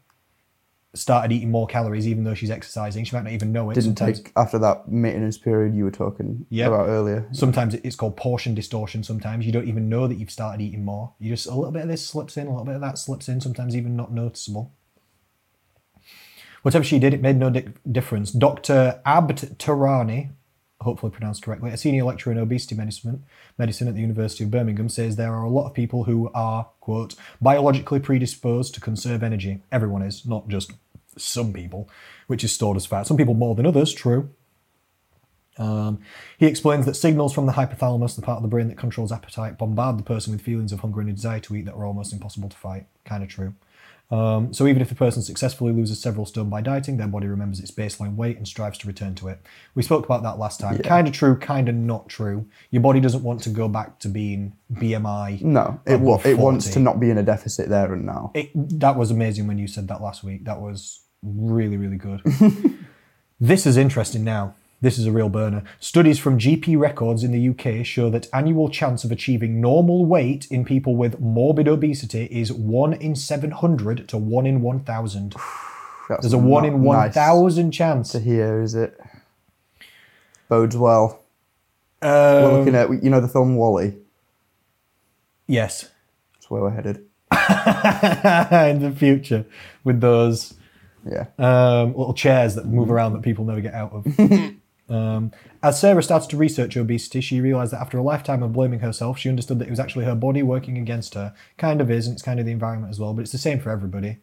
A: started eating more calories even though she's exercising she might not even know it
B: Didn't
A: sometimes
B: take after that maintenance period you were talking
A: Yeah.
B: about earlier.
A: sometimes it- it's called portion distortion sometimes you don't even know that you've started eating more you just a little bit of this slips in a little bit of that slips in sometimes even not noticeable whatever she did it made no di- difference dr abd tarani hopefully pronounced correctly a senior lecturer in obesity medicine, medicine at the university of birmingham says there are a lot of people who are quote biologically predisposed to conserve energy everyone is not just some people which is stored as fat some people more than others true he explains that signals from the hypothalamus, the part of the brain that controls appetite, bombard the person with feelings of hunger and a desire to eat that are almost impossible to fight. Kind of true. Um, so even if the person successfully loses several stone by dieting, their body remembers its baseline weight and strives to return to it. We spoke about that last time. Kind of true, kind of not true. Your body doesn't want to go back to being BMI.
B: No, it, wa-
A: above
B: it wants
A: 40.
B: to not be in a deficit there and now.
A: It, that was amazing when you said that last week. That was really, really good. this is interesting now. This is a real burner. Studies from GP records in the UK show that annual chance of achieving normal weight in people with morbid obesity is 1 in 700 to 1 in 1,000.
B: That's
A: There's a 1
B: not
A: in
B: nice
A: 1,000 chance.
B: to hear, is it? Bodes well. we're looking at you know the film Wally.
A: Yes.
B: That's where we're headed.
A: in the future with those
B: Yeah.
A: um, little chairs that move around that people never get out of. um, as Sarah started to research obesity, she realized that after a lifetime of blaming herself, she understood that it was actually her body working against her. Kind of is, and it's kind of the environment as well, but it's the same for everybody.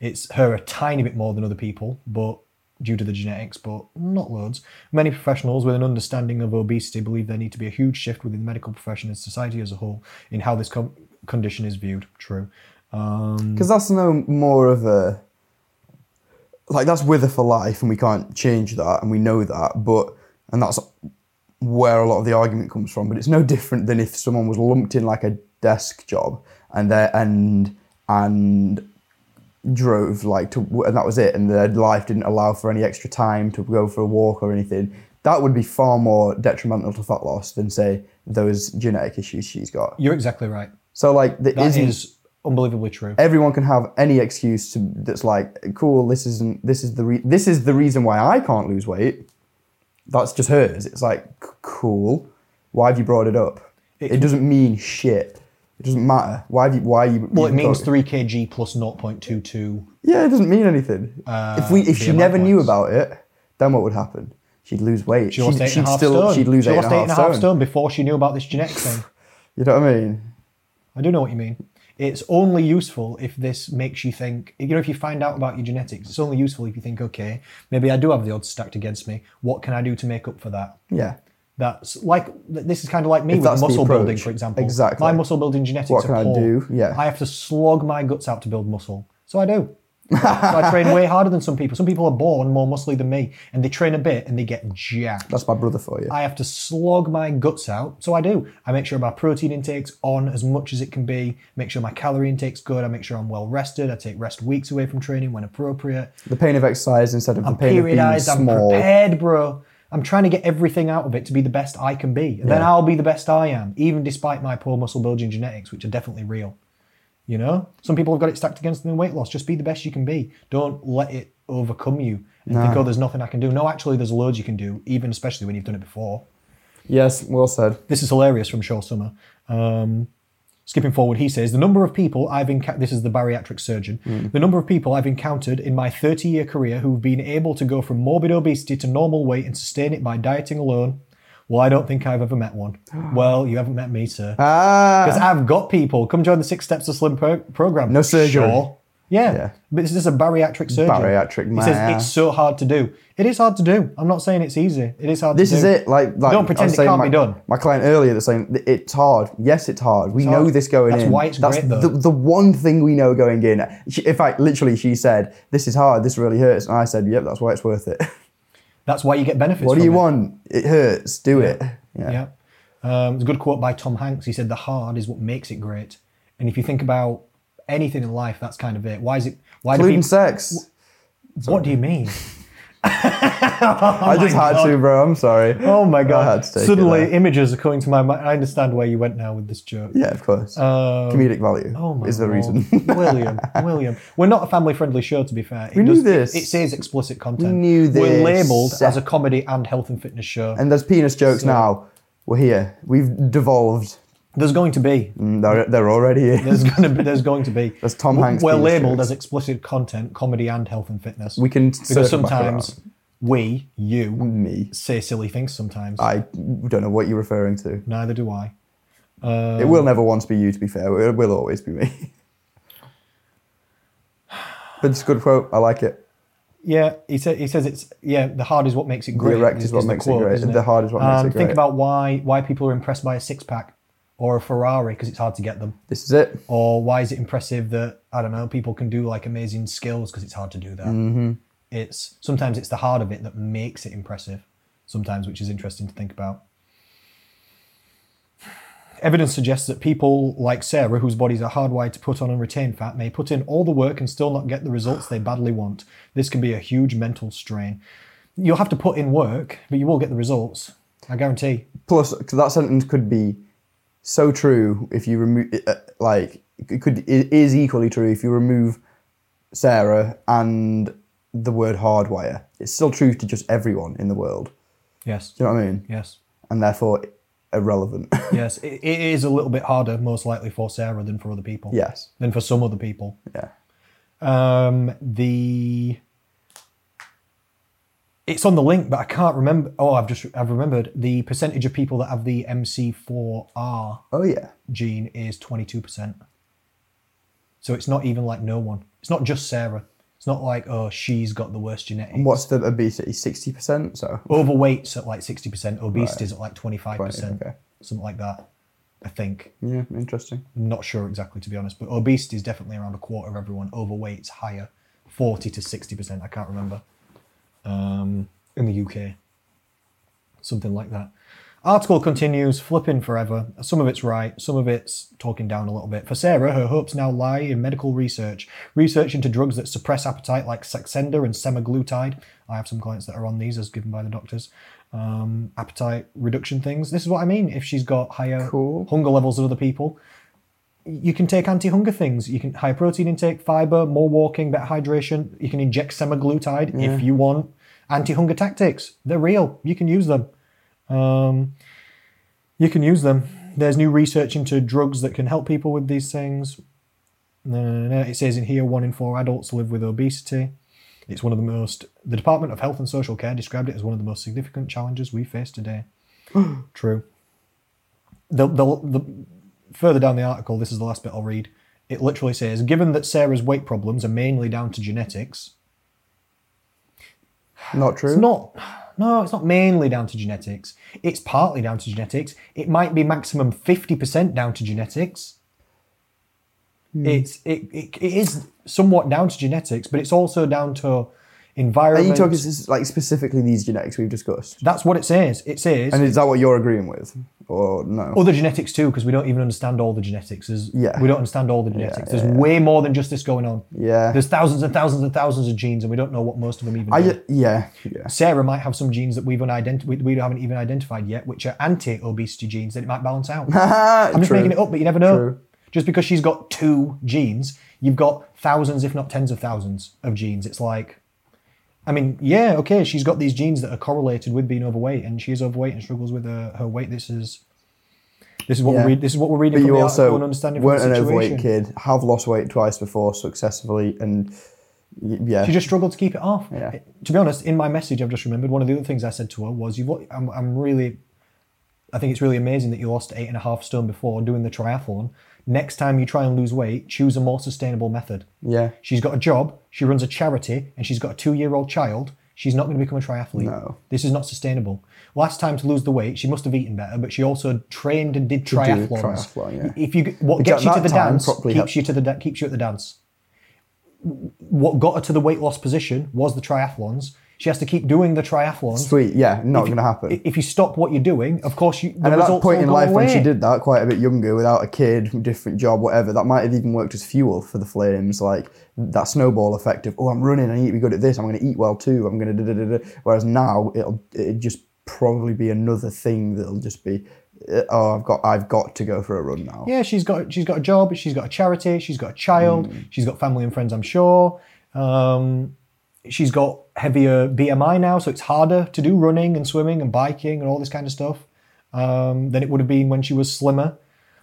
A: It's her a tiny bit more than other people, but due to the genetics, but not loads. Many professionals with an understanding of obesity believe there need to be a huge shift within the medical profession and society as a whole in how this com- condition is viewed. True.
B: Because that's no more of a like that's with her for life, and we can't change that, and we know that. But and that's where a lot of the argument comes from. But it's no different than if someone was lumped in like a desk job, and their and and drove like to and that was it, and their life didn't allow for any extra time to go for a walk or anything. That would be far more detrimental to fat loss than say those genetic issues she's got.
A: You're exactly right.
B: So like there
A: That
B: isn't-
A: is unbelievably true.
B: everyone can have any excuse to, that's like cool this isn't this is the re- this is the reason why i can't lose weight that's just hers it's like c- cool why have you brought it up it, doesn't mean shit it doesn't matter why have you why you
A: Well, it
B: even
A: means
B: brought-
A: 3 kg plus 0.22.
B: yeah it doesn't mean anything
A: Uh,
B: if we if she
A: BMI
B: never knew
A: points.
B: about it then what would happen she'd lose weight
A: She lost eight and a half stone.
B: she'd lose
A: she
B: eight
A: lost
B: and a half
A: stone.
B: stone.
A: before she knew about this genetic thing.
B: you know what i mean
A: I do know what you mean. It's only useful if this makes you think, you know, if you find out about your genetics, it's only useful if you think, okay, maybe I do have the odds stacked against me. What can I do to make up for that?
B: yeah
A: That's like, th- this is kind of like me with
B: that's the
A: muscle building,
B: approach.
A: for example.
B: Exactly.
A: My muscle building genetics
B: What
A: are
B: can I
A: poor.
B: do? Yeah.
A: I have to slog my guts out to build muscle. So I do. so I train way harder than some people. Some people are born more muscly than me and they train a bit and they get jacked.
B: that's my brother for you
A: I have to slog my guts out, so I do. I make sure my protein intake's on as much as it can be, make sure my calorie intake's good, I make sure I'm well rested, I take rest weeks away from training when appropriate.
B: the pain of exercise instead of the pain of being
A: Periodized, I'm
B: small
A: prepared, bro. I'm trying to get everything out of it to be the best I can be. And then I'll be the best I am, even despite my poor muscle building genetics, which are definitely real. You know? Some people have got it stacked against them in weight loss. Just be the best you can be. Don't let it overcome you and think, oh, there's nothing I can do. No, actually, there's loads you can do, even especially when you've done it before.
B: yes well said
A: This is hilarious from Shaw Summer. Um, skipping forward, he says the number of people I've encountered. This is the bariatric surgeon.
B: Mm.
A: The number of people I've encountered in my 30-year career who've been able to go from morbid obesity to normal weight and sustain it by dieting alone. Well, I don't think I've ever met one. well, you haven't met me, sir.
B: ah
A: Because I've got people. Come join the Six Steps to Slim pro- program.
B: No surgery.
A: Sure. Yeah.
B: Yeah.
A: But this is a bariatric surgeon.
B: Bariatric
A: He says
B: man.
A: it's so hard to do. It is hard to do. I'm not saying it's easy. It is hard
B: This
A: to do.
B: is it. Like, like
A: Don't pretend
B: I was
A: it
B: saying
A: can't
B: my,
A: be done.
B: My client earlier that's saying th- it's hard. Yes, it's hard. We know
A: hard.
B: this going
A: That's
B: in.
A: why it's
B: that's
A: great, though.
B: The, the one thing we know going in. She, in fact, literally, she said, "This is hard. This really hurts." And I said, "Yep, that's why it's worth it.
A: That's why you get benefits.
B: what do
A: from
B: you
A: it.
B: want? It hurts. Do it." Yeah.
A: Yeah. Um, it's a good quote by Tom Hanks. He said, "The hard is what makes it great." And if you think about anything in life, that's kind of it. Why is it? Why do
B: Including
A: people?
B: sex.
A: What do you mean?
B: I just had to, bro. I'm sorry.
A: Oh my god!
B: I had to take it
A: Suddenly,
B: there.
A: images are coming to my mind. I understand where you went now with this joke.
B: yeah, of course. Comedic value
A: Oh my
B: is the
A: Lord.
B: reason.
A: William, William. We're not a family friendly show, to be fair. It
B: We knew
A: it-
B: this.
A: It, says explicit content.
B: knew
A: We're
B: this.
A: labelled as a comedy and health and fitness show.
B: and there's penis jokes
A: So-
B: now. We're here. We've devolved.
A: There's going to be.
B: Mm, They're, they're already here.
A: There's going to be. There's going to be.
B: There's Tom
A: W-
B: Hanks
A: We're
B: penis
A: labelled
B: jokes.
A: as explicit content, comedy, and health and fitness.
B: we can circle
A: because
B: back around.
A: sometimes we, you,
B: me.
A: say silly things. Sometimes
B: I don't know what you're referring to.
A: neither do I.
B: it will never once be you, to be fair. It will always be me. but it's a good quote. I like it.
A: Yeah, he says he says it's yeah. The hard is what makes it great.
B: erect is what
A: the
B: makes it great.
A: isn't
B: The hard is what makes
A: Um,
B: it
A: Think
B: great.
A: about why why people are impressed by a six pack or a Ferrari because it's hard to get them,
B: This is it.
A: or why is it impressive that I don't know people can do like amazing skills because it's hard to do that. It's sometimes it's the hard of it that makes it impressive. Sometimes, which is interesting to think about. Evidence suggests that people like Sarah, whose bodies are hardwired to put on and retain fat, may put in all the work and still not get the results they badly want. This can be a huge mental strain. You'll have to put in work, but you will get the results. I guarantee.
B: Plus, 'cause that sentence could be so true if you remove, uh, like, it could it is equally true if you remove Sarah and the word hardwire. It's still true to just everyone in the world.
A: Yes.
B: Do you know what I mean?
A: Yes.
B: And therefore irrelevant.
A: Yes. It, it is a little bit harder, most likely, for Sarah than for other people.
B: yes.
A: Than for some other people.
B: Yeah.
A: Um, the it's on the link, but I can't remember. Oh, I've just I've remembered the percentage of people that have the MC4R
B: Oh yeah.
A: gene is 22%. So it's not even like no one. It's not just Sarah. It's not like, oh, she's got the worst genetic.
B: What's the obesity? Sixty percent. So
A: Overweight's at like 60%, obesity's at like 25%,
B: Right, okay.
A: something like that, I think.
B: yeah, interesting.
A: Not sure exactly, to be honest, but obesity is definitely around a quarter of everyone. Overweight's higher, 40 to 60%, I can't remember. Um, in the UK, something like that. Article continues, flipping forever. Some of it's right, some of it's talking down a little bit. For Sarah, her hopes now lie in medical research, research into drugs that suppress appetite, like Saxenda and semaglutide. I have some clients that are on these, as given by the doctors. Um, appetite reduction things. This is what I mean. If she's got higher
B: Cool.
A: hunger levels than other people, you can take anti-hunger things. You can high protein intake, fiber, more walking, better hydration. You can inject semaglutide if you want. Anti-hunger tactics, they're real. You can use them. Um, you can use them. There's new research into drugs that can help people with these things. No, no, no, no. It says in here, one in four adults live with obesity. It's one of the most. The Department of Health and Social Care described it as one of the most significant challenges we face today. True. The, the, the, further down the article, this is the last bit I'll read. It literally says, given that Sarah's weight problems are mainly down to genetics,
B: Not true.
A: it's not. No, it's not mainly down to genetics. It's partly down to genetics. It might be maximum fifty percent down to genetics.
B: Hmm.
A: It's it, it it is somewhat down to genetics, but it's also down to
B: Are
A: environment.
B: you talking s- like specifically these genetics we've discussed?
A: That's what it says. It says
B: And is that what you're agreeing with, or no?
A: other genetics too, because we don't even understand all the genetics. There's,
B: Yeah.
A: We don't understand all the genetics.
B: yeah,
A: There's way more than just this going on.
B: Yeah.
A: There's thousands and thousands and thousands of genes, and we don't know what most of them even.
B: I
A: do.
B: ju- yeah, yeah.
A: Sarah might have some genes that we've unident- we, we haven't even identified yet, which are anti-obesity genes that it might balance out.
B: I'm
A: I'm just making it up, but you never know.
B: True.
A: Just because she's got two genes, you've got thousands, if not tens of thousands, of genes. It's like, I mean, yeah, okay, she's got these genes that are correlated with being overweight, and she is overweight and struggles with her, her weight. This is, this is what
B: Yeah.
A: we read. This is what we're reading from
B: But you
A: the article
B: also
A: and understanding from the
B: weren't an overweight
A: situation.
B: kid, have lost weight twice before successfully, and y- yeah,
A: She just struggled to keep it off.
B: Yeah.
A: To be honest, in my message, I've just remembered one of the other things I said to her was, "You've, lo- I'm, I'm really, I think it's really amazing that you lost eight and a half stone before doing the triathlon. Next time you try and lose weight, choose a more sustainable method.
B: yeah.
A: She's got a job, she runs a charity, and she's got a two year old child. She's not going to become a triathlete.
B: No.
A: This is not sustainable. Last time to lose the weight, she must have eaten better, but she also trained and did triathlons.
B: triathlon, yeah.
A: If you what
B: Which
A: gets
B: at
A: you to
B: that
A: the
B: time
A: dance
B: probably
A: keeps
B: helped.
A: you to the da- keeps you at the dance. What got her to the weight loss position was the triathlons. She has to keep doing the triathlons.
B: Sweet, yeah, not going to happen.
A: If you stop what you're doing, of course, you. The
B: and at that
A: results
B: point
A: will
B: in
A: go
B: life, when she
A: away.
B: did that, quite a bit younger, without a kid, different job, whatever, that might have even worked as fuel for the flames. Like that snowball effect of, oh, I'm running, I need to be good at this, I'm going to eat well too, I'm going to da da da da. Whereas now, it'll it just probably be another thing that'll just be, uh, oh, I've got I've got to go for a run now.
A: Yeah, she's got she's got a job, she's got a charity, she's got a child,
B: Mm.
A: she's got family and friends, I'm sure. Um, she's got heavier BMI now, so it's harder to do running and swimming and biking and all this kind of stuff um, than it would have been when she was slimmer.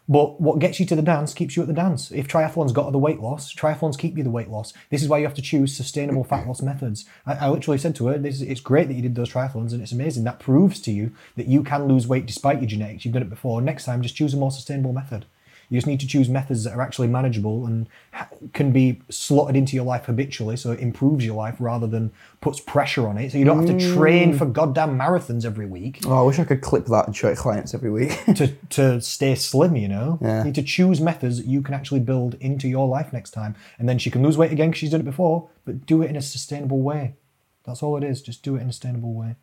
A: But what gets you to the dance keeps you at the dance. If triathlons got her the weight loss, triathlons keep you the weight loss. This is why you have to choose sustainable fat loss methods. I, I literally said to her, "This is, it's great that you did those triathlons, and it's amazing. That proves to you that you can lose weight despite your genetics. You've done it before. Next time, just choose a more sustainable method. You just need to choose methods that are actually manageable and ha- can be slotted into your life habitually, so it improves your life rather than puts pressure on it. So you don't have to train for goddamn marathons every week
B: Oh, I wish I could clip that and show it clients every week.
A: to, to stay slim, you know?
B: Yeah.
A: You need to choose methods that you can actually build into your life next time. And then she can lose weight again because she's done it before, but do it in a sustainable way. That's all it is. Just do it in a sustainable way.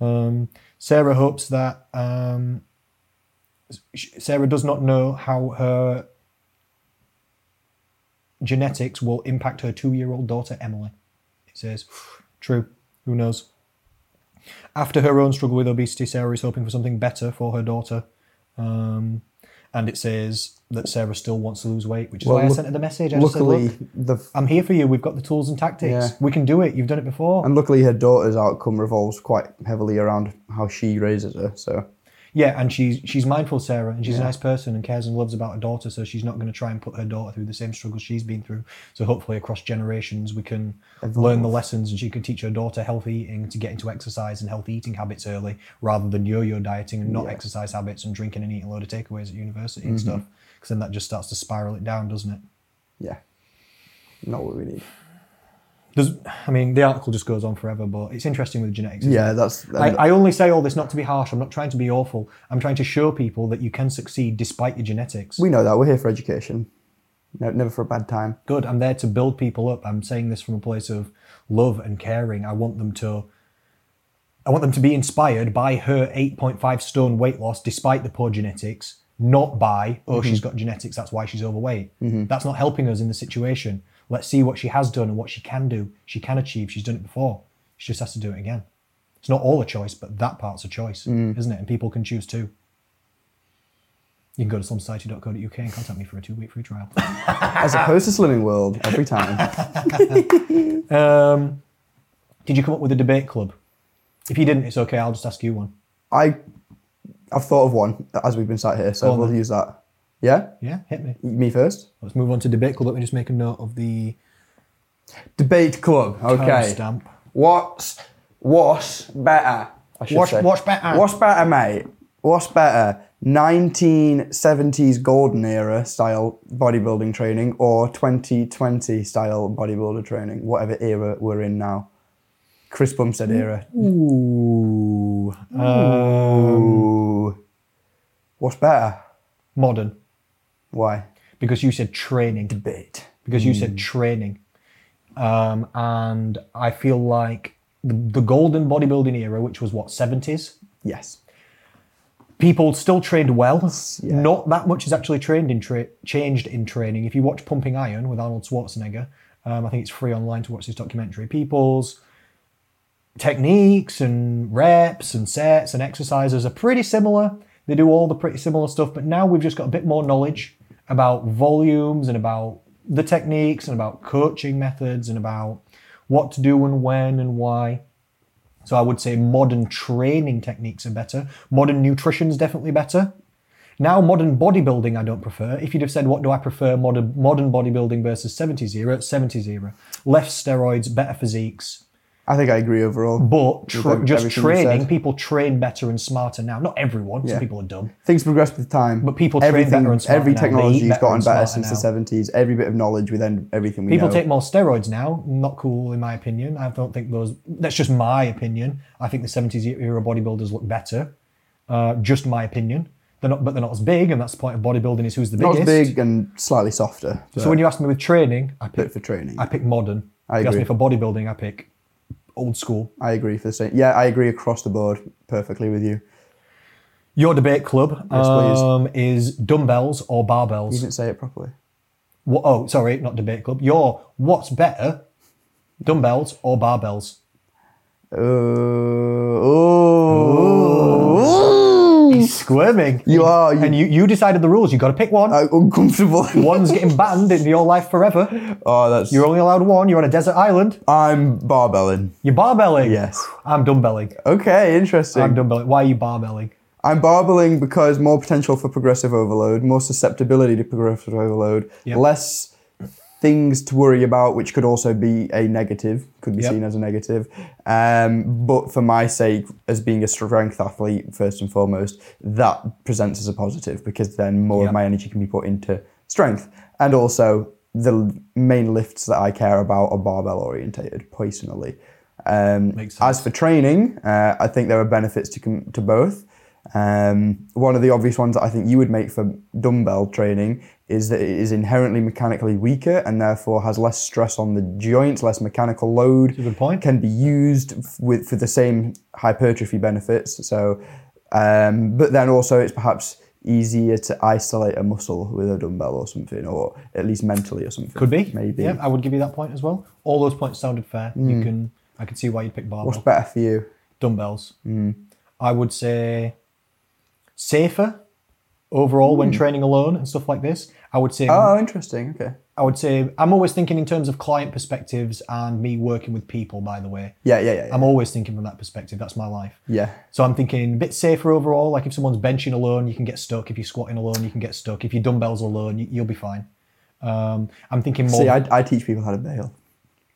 A: Um, Sarah hopes that um, sh- Sarah does not know how her genetics will impact her two year old daughter, Emily. It says, true. Who knows? After her own struggle with obesity, Sarah is hoping for something better for her daughter. Um, and it says that Sarah still wants to lose weight, which is
B: Well,
A: why I
B: look-
A: sent her the message. I just said,
B: luckily,
A: Look,
B: the f-
A: I'm here for you. We've got the tools and tactics.
B: Yeah.
A: We can do it. You've done it before.
B: and luckily her daughter's outcome revolves quite heavily around how she raises her. So
A: Yeah, and she's she's mindful, Sarah, and she's a nice person and cares and loves about her daughter, so she's not going to try and put her daughter through the same struggles she's been through. So hopefully, across generations, we can learn the lessons, and she can teach her daughter healthy eating, to get into exercise and healthy eating habits early, rather than yo-yo dieting and not exercise habits and drinking and eating a load of takeaways at university and stuff. Because then that just starts to spiral it down, doesn't it?
B: yeah, not what we need.
A: There's, I mean, the article just goes on forever, but it's interesting with genetics. isn't
B: Yeah, that's
A: I, I only say all this not to be harsh. I'm not trying to be awful. I'm trying to show people that you can succeed despite your genetics.
B: we know that we're here for education, no, never for a bad time.
A: Good. I'm there to build people up. I'm saying this from a place of love and caring. I want them to. I want them to be inspired by her 8.5 stone weight loss despite the poor genetics, not by, oh, she's got genetics, that's why she's overweight. That's not helping us in the situation. Let's see what she has done and what she can do. She can achieve. She's done it before. She just has to do it again. It's not all a choice, but that part's a choice, isn't it? And people can choose too. You can go to slumsociety.co.uk and contact me for a two week free trial.
B: As opposed to Slimming World every time.
A: um, did you come up with a debate club? If you didn't, it's okay. I'll just ask you one.
B: I, I've thought of one as we've been sat here, so
A: on
B: we'll
A: then.
B: use that. Yeah?
A: Yeah, hit me.
B: Me first?
A: Let's move on to debate club. Let me just make a note of the
D: Debate club.
A: timestamp.
D: Okay. What's what's better? I should
A: What's-
D: say.
A: what's better?
D: What's better, mate?
B: What's better, 1970s golden era style bodybuilding training or 2020 style bodybuilder training, whatever era we're in now? Chris Bumstead era.
A: Ooh, Uh,
B: Ooh. Um, What's better?
A: modern.
B: Why?
A: Because you said training.
B: Bit.
A: because you said training. Um, and I feel like the, the golden bodybuilding era, which was what, 70s?
B: Yes.
A: People still trained well.
B: yeah.
A: Not that much is actually trained in tra- changed in training. If you watch Pumping Iron with Arnold Schwarzenegger, um, I think it's free online to watch this documentary. People's techniques and reps and sets and exercises are pretty similar. They do all the pretty similar stuff, but now we've just got a bit more knowledge about volumes and about the techniques and about coaching methods and about what to do and when and why. So I would say modern training techniques are better. Modern nutrition's definitely better. Now modern bodybuilding I don't prefer. If you'd have said what do I prefer modern modern bodybuilding versus 70s era, 70s era. Less steroids, better physiques,
B: I think I agree overall.
A: but tra-
B: ev-
A: just
B: everything you
A: training,
B: said.
A: people train better and smarter now. Not everyone, some people are dumb.
B: Things progress with time.
A: But people train better and smarter
B: Every
A: now. They eat
B: technology has
A: better
B: gotten
A: and
B: better
A: smarter
B: since
A: now.
B: the 70s. Every bit of knowledge within everything we
A: People
B: know.
A: take more steroids now. Not cool, in my opinion. I don't think those. That's just my opinion. I think the 70s era bodybuilders look better. Uh, just my opinion. They're not, but they're not as big, and that's the point of bodybuilding is who's the
B: Not as
A: biggest.
B: big and slightly softer.
A: So when you ask me with training, I
B: but
A: pick
B: for training.
A: I pick modern.
B: I
A: If you ask me
B: agree.
A: for bodybuilding, I pick old school.
B: I agree for the same. Yeah, I agree across the board perfectly with you.
A: Your debate club
B: Yes, please.
A: um, is dumbbells or
B: You
A: barbells.
B: didn't say it properly.
A: Wha- oh, sorry, not debate club. Your what's better, dumbbells or barbells?
B: Uh, oh,
A: He's squirming.
B: You are. You,
A: And you, you decided the rules. You got to pick one.
B: are uncomfortable.
A: One's getting banned into your life forever.
B: oh, that's.
A: You're only allowed one. You're on a desert island.
B: I'm barbelling.
A: You're barbelling.
B: Yes.
A: I'm dumbbelling.
B: Okay, interesting.
A: I'm dumbbelling. Why are you barbelling?
B: I'm barbelling because more potential for progressive overload, more susceptibility to progressive overload,
A: Yep.
B: less things to worry about, which could also be a negative, could be
A: Yep.
B: seen as a negative. Um, but for my sake, as being a strength athlete, first and foremost, that presents as a positive because then more
A: Yep.
B: of my energy can be put into strength. And also, the l- main lifts that I care about are barbell orientated personally. Um,
A: Makes sense.
B: as for training, uh, I think there are benefits to com- to both. Um, one of the obvious ones that I think you would make for dumbbell training is that it is inherently mechanically weaker and therefore has less stress on the joints, less mechanical load.
A: a good point.
B: Can be used f- with for the same hypertrophy benefits. So, um, but then also it's perhaps easier to isolate a muscle with a dumbbell or something, or at least mentally or something.
A: Could be.
B: maybe.
A: Yeah,
B: Mm.
A: I would give you that point as well. All those points sounded fair. You can. I can see why you'd pick barbell.
B: What's Mm. better for you?
A: dumbbells. I would say safer overall
B: Mm.
A: when training alone and stuff like this. I would say
B: Oh, interesting. Okay.
A: I would say I'm always thinking in terms of client perspectives and me working with people. By the way,
B: Yeah, yeah, yeah. yeah.
A: I'm always thinking from that perspective. That's my life.
B: yeah.
A: So I'm thinking a bit safer overall. Like if someone's benching alone, you can get stuck. If you're squatting alone, you can get stuck. If you're dumbbells alone, you, you'll be fine. Um, I'm thinking more.
B: See, I, I teach people how to bail.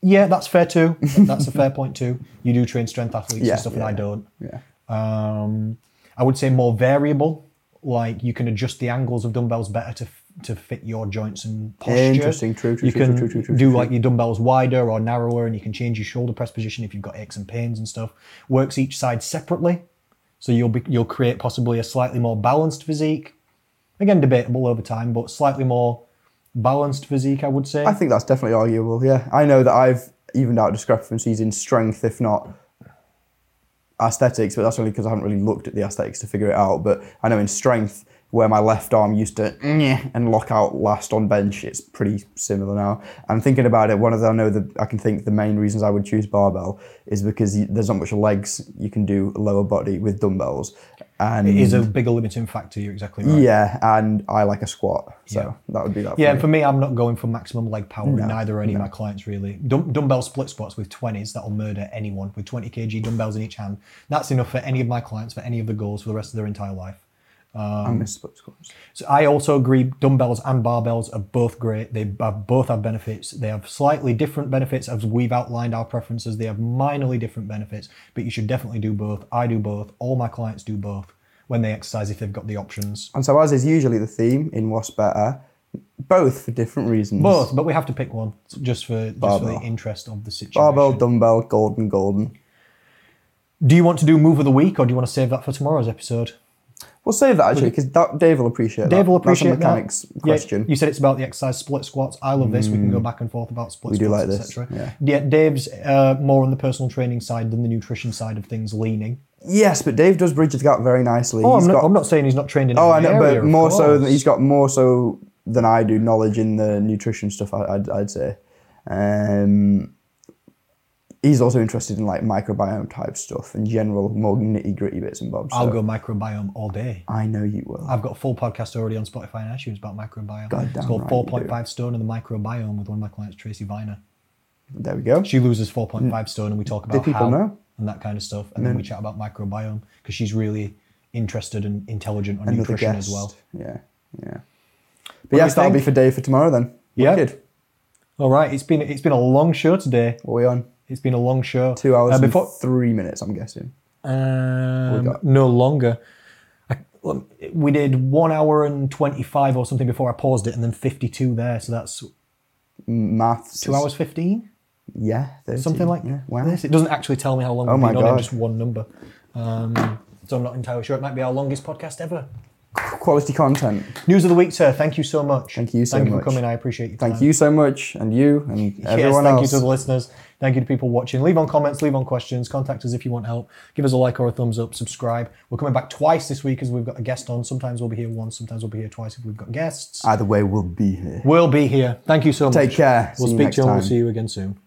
A: yeah, that's fair too. That's a fair point too. You do train strength athletes
B: Yeah,
A: and stuff, and
B: yeah,
A: I
B: yeah.
A: don't.
B: Yeah.
A: Um, I would say more variable. Like you can adjust the angles of dumbbells better to f- to fit your joints and posture.
B: Interesting. True, true,
A: you
B: true,
A: can
B: true, true, true,
A: do
B: true,
A: like your dumbbells wider or narrower, and you can change your shoulder press position if you've got aches and pains and stuff. Works each side separately, so you'll be you'll create possibly a slightly more balanced physique. Again, debatable over time, but slightly more balanced physique, I would say.
B: I think that's definitely arguable. Yeah. I know that I've evened out discrepancies in strength, if not aesthetics, but that's only because I haven't really looked at the aesthetics to figure it out. But I know in strength, where my left arm used to "Nyeh," and lock out last on bench, it's pretty similar now. And thinking about it, one of the I know the I can think the main reasons I would choose barbell is because you, there's not much legs you can do lower body with dumbbells, And
A: It is a bigger limiting factor. You're exactly right.
B: yeah, and I like a squat, so
A: Yeah.
B: that would be that.
A: Yeah,
B: for
A: and
B: me.
A: for me, I'm not going for maximum leg power in neither are any of my clients really. Dum- dumbbell split squats with 20s, that'll murder anyone with 20 kg dumbbells in each hand. That's enough for any of my clients for any of the goals for the rest of their entire life.
B: I miss split squats.
A: So I also agree dumbbells and barbells are both great. They b- both have benefits. They have slightly different benefits as we've outlined our preferences. They have minorly different benefits, but you should definitely do both. I do both. All my clients do both when they exercise if they've got the options.
B: And so, as is usually the theme in What's Better, both for different reasons.
A: Both, but we have to pick one just for, just for the
B: Barbell.
A: interest of the situation.
B: Barbell, dumbbell, golden, golden.
A: Do you want to do move of the week, or do you want to save that for tomorrow's episode?
B: We'll save that actually because that Dave will appreciate.
A: Dave
B: that.
A: will appreciate
B: That's a mechanics
A: that.
B: question. Mm.
A: Yeah, you said it's about the exercise split squats. I love this. We can go back and forth about split
B: We do
A: squats,
B: like this,
A: etc.
B: yeah.
A: Dave's uh, more on the personal training side than the nutrition side of things. Leaning.
B: Yes, but Dave does bridge the gap very nicely.
A: Oh, I'm
B: He's
A: not,
B: got-
A: I'm not saying he's not trained in.
B: Oh, I
A: every
B: know,
A: area, of
B: but more so than
A: course.
B: he's got more so than I do knowledge in the nutrition stuff. I, I'd, I'd say. Um, he's also interested in like microbiome type stuff and general more nitty gritty bits and bobs.
A: I'll
B: so
A: go microbiome all day.
B: I know you will.
A: I've got a full podcast already on Spotify and iTunes about microbiome.
B: Goddamn
A: it's called
B: right you do.
A: 4.5 Stone and the Microbiome with one of my clients, Tracy Viner.
B: there we go.
A: She loses 4.5 stone, and we talk about
B: people
A: how
B: know?
A: and that kind of stuff. And then we chat about microbiome because she's really interested and intelligent on
B: Another
A: nutrition
B: guest.
A: as well.
B: Yeah, yeah.
A: do
B: But yes,
A: you
B: that'll be
A: think?
B: for Dave for tomorrow then.
A: Yeah.
B: Wicked.
A: All right, it's been it's been a long show today.
B: What are we on?
A: It's been a long show.
B: Two hours
A: Uh,
B: and
A: before
B: three minutes, I'm guessing.
A: um,
B: got?
A: no longer. I, well, we did one hour and twenty five or something before I paused it, and then fifty two there. So that's
B: Maths.
A: two hours fifteen,
B: Yeah, 13.
A: something like
B: yeah. Wow.
A: this. It doesn't actually tell me how long. Oh we've
B: my
A: been on it,
B: God.
A: Just one number. Um, so I'm not entirely sure. It might be our longest podcast ever.
B: Quality content.
A: News of the week, sir. Thank you so much.
B: Thank you so
A: thank you
B: much.
A: for coming. I appreciate you.
B: Thank you so much, and you, and
A: Uh, Yes,
B: everyone
A: thank
B: else.
A: you to the listeners. Thank you to people watching. Leave on comments, leave on questions, contact us if you want help. Give us a like or a thumbs up, subscribe. We're coming back twice this week as we've got a guest on. Sometimes we'll be here once, sometimes we'll be here twice if we've got guests.
B: Either way, we'll be here.
A: We'll be here. Thank you so much.
B: Take care.
A: We'll
B: See you
A: speak
B: next
A: to you and
B: time.
A: we'll see you again soon.